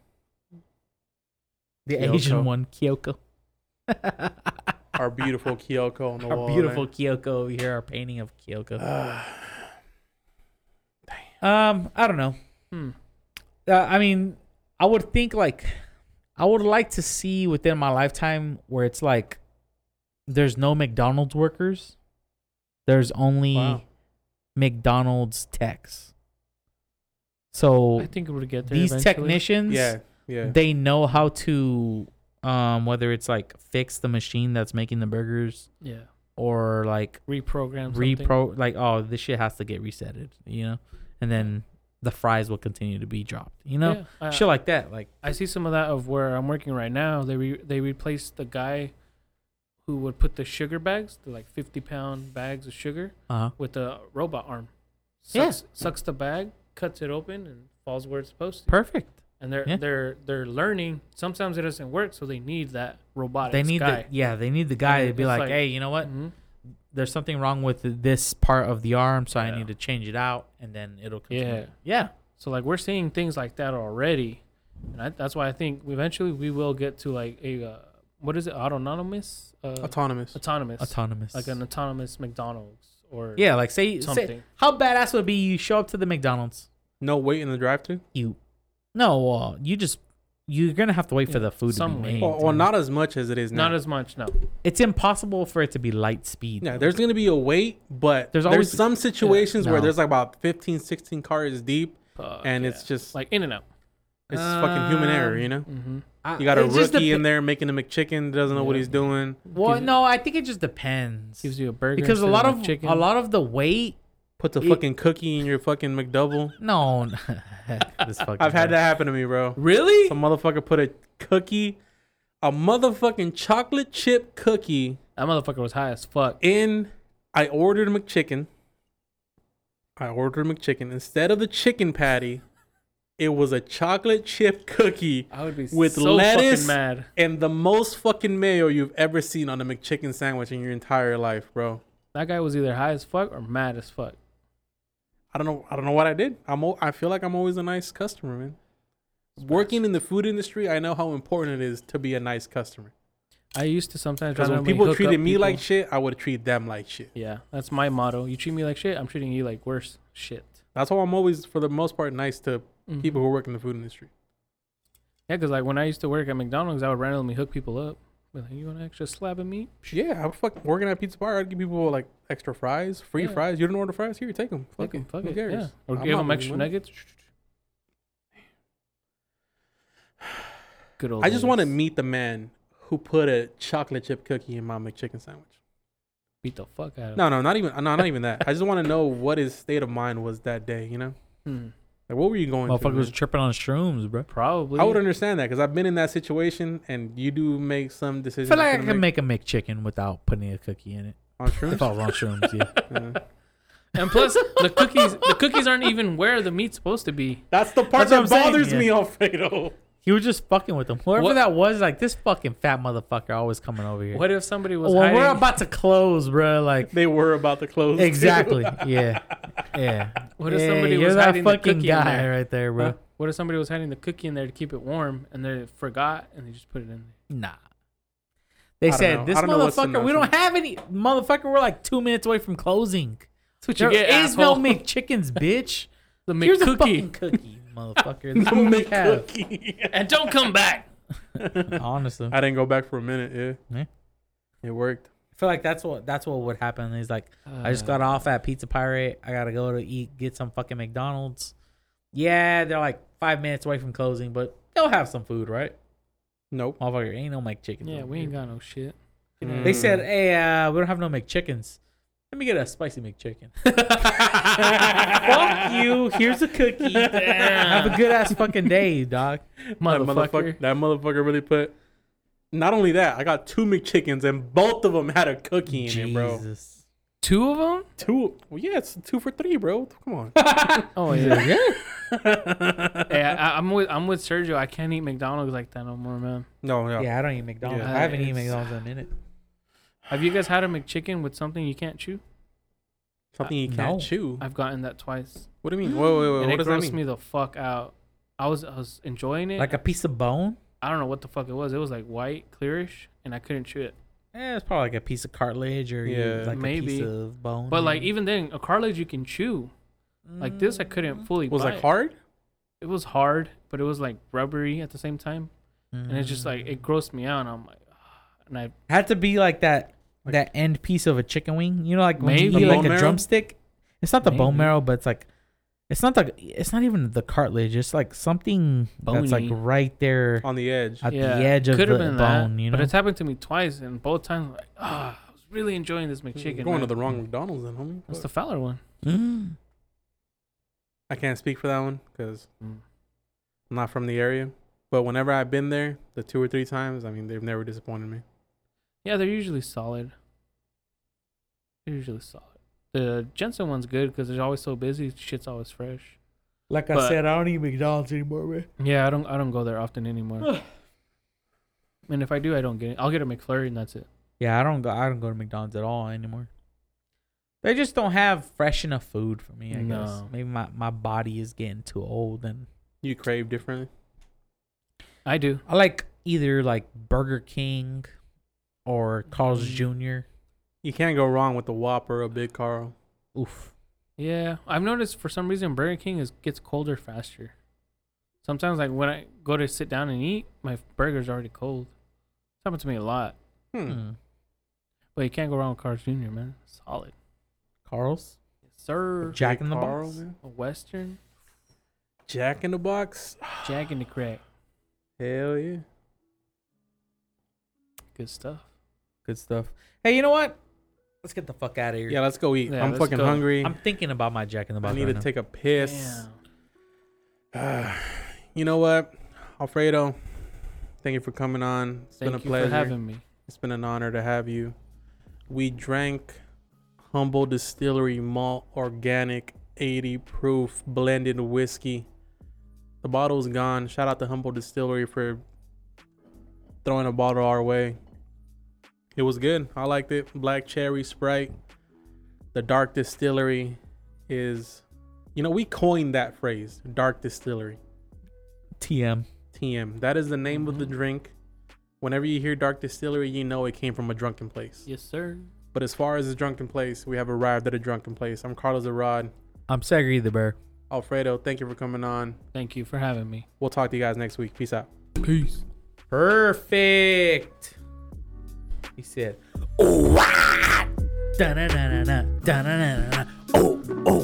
A: The
B: Kyoko.
A: Asian one, Kyoko.
B: Our beautiful Kyoko on the
A: Our
B: wall.
A: beautiful Kyoko over here, our painting of Kyoko.
B: Ah.
A: Um, I don't know.
C: Hmm.
A: Uh, I mean, I would think like, I would like to see within my lifetime where it's like, there's no McDonald's workers, there's only
B: Wow.
A: McDonald's techs. So
C: I think we would get there.
A: these
C: eventually.
A: technicians,
B: yeah, yeah.
A: they know how to, um, whether it's like fix the machine that's making the burgers
C: Yeah.
A: or like
C: Reprogram. something.
A: repro like oh this shit has to get resetted you know and then the fries will continue to be dropped you know
C: Yeah, I-
A: shit like that like
C: I see some of that of where I'm working right now. They re- they replaced the guy who would put the sugar bags, the like 50 pound bags of sugar,
A: uh
C: with a robot arm.
A: Yeah.
C: Sucks, sucks the bag, cuts it open, and falls where it's supposed to.
A: perfect
C: And they're
A: Yeah.
C: they're they're learning. Sometimes it doesn't work, so they need that robotic.
A: they need
C: guy.
A: the yeah they need the guy to
C: mean,
A: be
C: it's
A: like,
C: like-
A: hey you know what
C: Mhm.
A: there's something wrong with this part of the arm so i
C: Yeah.
A: need to change it out and then it'll continue.
C: Yeah.
A: yeah
C: So like we're seeing things like that already, and I, that's why I think eventually we will get to like a uh, what is it autonomous uh,
B: Autonomous.
C: autonomous
A: autonomous
C: like an autonomous McDonald's or
A: yeah like say, say
C: Something.
A: how badass would it be you show up to the mcdonald's
B: No wait in the drive-thru.
A: you no uh, you just you're gonna have to wait for
C: Yeah,
A: the food to be
C: some way.
A: made.
B: Well, well, not as much as it is now.
C: not as much no
A: it's impossible for it to be light speed.
B: Yeah,
A: though.
B: there's gonna be a wait, but
A: There's
B: there's,
A: always-
B: some situations where
A: No.
B: there's like about 15, 16 cars deep,
C: Fuck
B: and
C: yeah.
B: it's just like
C: like in and out
B: it's fucking human error, you know.
C: mm-hmm.
A: I-
B: You got a
A: it Uh, just
B: rookie
A: depe-
B: in there making a McChicken, doesn't know what
C: Yeah.
B: he's doing.
A: Well,
C: Gives-
A: no, I think it just depends
C: gives you a burger
A: because a
C: instead
A: lot of
C: chicken
A: a lot of the weight.
B: Puts a
A: It-
B: fucking cookie in your fucking McDouble.
A: No, this fucking
B: I've had
A: guy.
B: that happen to me, bro.
A: Really?
B: Some motherfucker put a cookie, a motherfucking chocolate chip cookie
C: that motherfucker was high as fuck
B: in. I ordered a McChicken. I ordered a McChicken. Instead of the chicken patty, it was a chocolate chip cookie.
C: I would be
B: With
C: so
B: lettuce-
C: fucking mad
B: and the most fucking mayo you've ever seen on a McChicken sandwich in your entire life, bro.
C: that guy was either high as fuck or mad as fuck
B: I don't know. I don't know what I did. I'm. al- I feel like I'm always a nice customer, man. Working in the food industry, I know how important it is to be a nice customer.
C: I used to sometimes
B: Because when
C: randomly
B: people
C: hook
B: treated
C: up
B: me like
C: people.
B: shit, I would treat them like shit.
C: yeah that's my motto you treat me like shit I'm treating you like worse shit
B: That's why I'm always, for the most part, nice to
C: Mhm.
B: people who work in the food industry.
C: Yeah, because like when I used to work at McDonald's, I would randomly hook people up. Be like, you want an extra slab of meat?
B: Yeah, I'm fucking working at Pizza Bar. I'd give people like extra fries, free
C: Yeah.
B: fries. You didn't order fries? Here, take them. Fuck
C: Fuck
B: it.
C: 'em, fuck
B: Who
C: it.
B: cares?
C: Yeah. Or
B: I'm
C: give
B: not
C: them
B: losing
C: extra
B: money.
C: nuggets. Good old.
B: I just want to
C: days.
B: meet the man who put a chocolate chip cookie in my McChicken sandwich.
C: beat the fuck out of.
B: No, no, not even, no, not even that. I just want to know what his state of mind was that day. You know,
C: Hmm.
B: like what were you going through?
A: Motherfucker was
B: man?
A: tripping on shrooms, bro.
C: Probably.
B: I would understand that because I've been in that situation, and you do make some
A: I
B: decisions.
A: feel like I
B: to
A: can make a McChicken without putting a cookie in it.
B: on
A: If
B: shrooms.
A: I was on shrooms, yeah.
B: Uh,
C: and plus, the cookies. The cookies aren't even where the meat's supposed to be.
B: that's the part
A: That's what I'm
B: that
A: saying,
B: bothers
A: yeah.
B: me, Alfredo.
A: He was just fucking with them. Whoever
C: What-
A: that was, like this fucking fat motherfucker, always coming over here.
C: What if somebody was
A: Well,
C: hiding?
A: we're about to close, bro. Like
B: They were about to close. too.
A: exactly, yeah, yeah.
C: What if
A: Yeah,
C: somebody was hiding the
A: fucking
C: cookie in
A: guy
C: there?
A: right there, bro?
B: Huh?
C: what if somebody was hiding the cookie in there to keep it warm, and they forgot, and they just put it in
A: Nah. They
B: I don't
A: said
B: know.
A: this
B: I don't know what's in
A: motherfucker. We
B: those
A: don't have any motherfucker. We're like two minutes away from closing.
C: That's what
A: There
C: you get,
A: is no
C: asshole.
A: McChickens, bitch.
C: there? The
A: Here's a fucking
C: McCookie,
A: cookie, motherfucker. That's what we have.
B: McCookie.
C: and don't come back.
A: Honestly, I
B: I didn't go back for a minute. Yeah,
A: Yeah.
B: it worked.
A: feel like that's what that's what would happen. He's like, I just got off at Pizza Pirate. I gotta go to eat, get some fucking McDonald's. Yeah, they're like five minutes away from closing, but they'll have some food, right?
B: Nope.
A: Motherfucker, ain't no McChickens.
C: Yeah,
A: over
C: we
A: here.
C: ain't got no shit. Get
B: Mm.
C: out.
A: They said, "Hey, uh, we don't have no McChickens. Let me get a spicy McChicken." Fuck you. Here's a cookie. Have a good ass fucking day, dog.
B: That motherfucker,
C: motherfucker.
B: that motherfucker really put. Not only that, I got two McChickens and both of them had a cookie in it, bro.
A: Jesus.
C: Two of them?
B: Two, well, yeah, it's two for three, bro. Come on.
C: Oh yeah. yeah, I, I'm with I'm with Sergio. I can't eat McDonald's like that no more, man.
B: no, no.
A: Yeah, I don't eat McDonald's.
B: Yeah.
A: I haven't eaten
C: It's-
A: McDonald's in a minute.
C: Have you guys had a McChicken with something you can't chew?
B: Something you can't
A: no.
B: chew.
C: I've gotten that twice,
B: What do you mean? Whoa, wait, wait.
C: and
B: What
C: it
B: does that
C: grossed
B: mean?
C: me the fuck out. I was I was enjoying it.
A: Like a piece of bone?
C: I don't know what the fuck it was. It was like white, clearish, and I couldn't chew it.
A: Eh, it's probably like a piece of cartilage or you-
B: Yeah.
A: like a piece
C: Maybe.
A: of
B: Oh,
A: bone.
C: But like
A: maybe.
C: even then, a cartilage you can chew. Like this, I couldn't fully.
B: Was
C: bite.
B: like hard?
C: It was hard, but it was like rubbery at the same time, and it's just like it grossed me out. And I'm like, "Ah," and I
A: had to be like that that end piece of a chicken wing. You know, like when
C: Maybe.
A: you eat
C: The
A: like
B: bone
A: a
B: marrow?
A: drumstick. It's not the bone
C: Maybe.
A: marrow, but it's like it's not the it's not even the cartilage. It's like something that's like
C: Bony.
A: right there
B: On the edge.
A: at the edge of the
C: coulda
A: bone. you know,
C: But it's happened to me twice, and both times like, ah, I was really enjoying this McChicken.
B: You're going to
C: man."
B: the wrong McDonald's then, homie.
C: That's
B: Fuck.
C: the Fowler one.
A: Mm.
B: I can't speak for that one because
C: Mm.
B: I'm not from the area. But whenever I've been there, the two or three times, I mean, they've never disappointed me.
C: Yeah, they're usually solid. They're usually solid. The Jensen one's good because they're always so busy. Shit's always fresh.
A: like I
C: but-
A: said, I don't eat McDonald's anymore, man.
C: Yeah, I don't. I don't go there often anymore. and if I do, I don't get it. I'll get a McFlurry, and that's it.
A: Yeah, I don't go. I don't go to McDonald's at all anymore. They just don't have fresh enough food for me. I guess
C: No.
A: maybe my, my body is getting too old, and
B: You crave differently.
C: I do.
A: I like either like Burger King or Carl's
C: Mm.
A: Jr.
B: You can't go wrong with the Whopper or Big Carl.
A: Oof.
C: Yeah, I've noticed for some reason Burger King is gets colder faster. Sometimes, like when I go to sit down and eat, my burger's already cold. It's happened to me a lot.
B: Hmm.
A: Mm.
C: But you can't go wrong with Carl's Jr. Man, solid.
A: Carl's.
C: Yes, sir.
A: Jack
B: Big
A: in the
B: Carl,
A: Box.
B: man.
C: A Western
B: Jack in the Box.
C: Jack in the Crack.
B: Hell yeah.
C: Good stuff.
A: Good stuff. Hey, you know what? Let's get the fuck out of here.
B: Yeah, let's go eat.
C: Yeah,
B: I'm
C: let's
B: fucking
C: go.
B: hungry.
A: I'm thinking about my Jack in the
B: I
A: Box.
B: need
A: right
B: to
A: now.
B: take a piss. you know what, Alfredo? Thank you for coming on. It's
C: Thank
B: been a
C: you
B: pleasure.
C: for having me.
B: It's been an honor to have you. We drank Humble Distillery Malt Organic 80 Proof Blended Whiskey. The bottle's gone. Shout out to Humble Distillery for throwing a bottle our way. It was good. I liked it. Black Cherry Sprite. The Dark Distillery is, you know, we coined that phrase, Dark Distillery.
A: TM.
B: TM. That is the name of the drink. Whenever you hear Dark Distillery, you know it came from a drunken place.
C: Yes, sir.
B: But as far as a drunken place, we have arrived at a drunken place. I'm Carlos Arad.
A: I'm Segri the Bear.
B: Alfredo, thank you for coming on.
C: Thank you for having me.
B: We'll talk to you guys next week. Peace out.
C: Peace.
A: Perfect. He said, "Ooh, ah! Da-na-na-na-na, da-na-na-na-na. Oh, oh."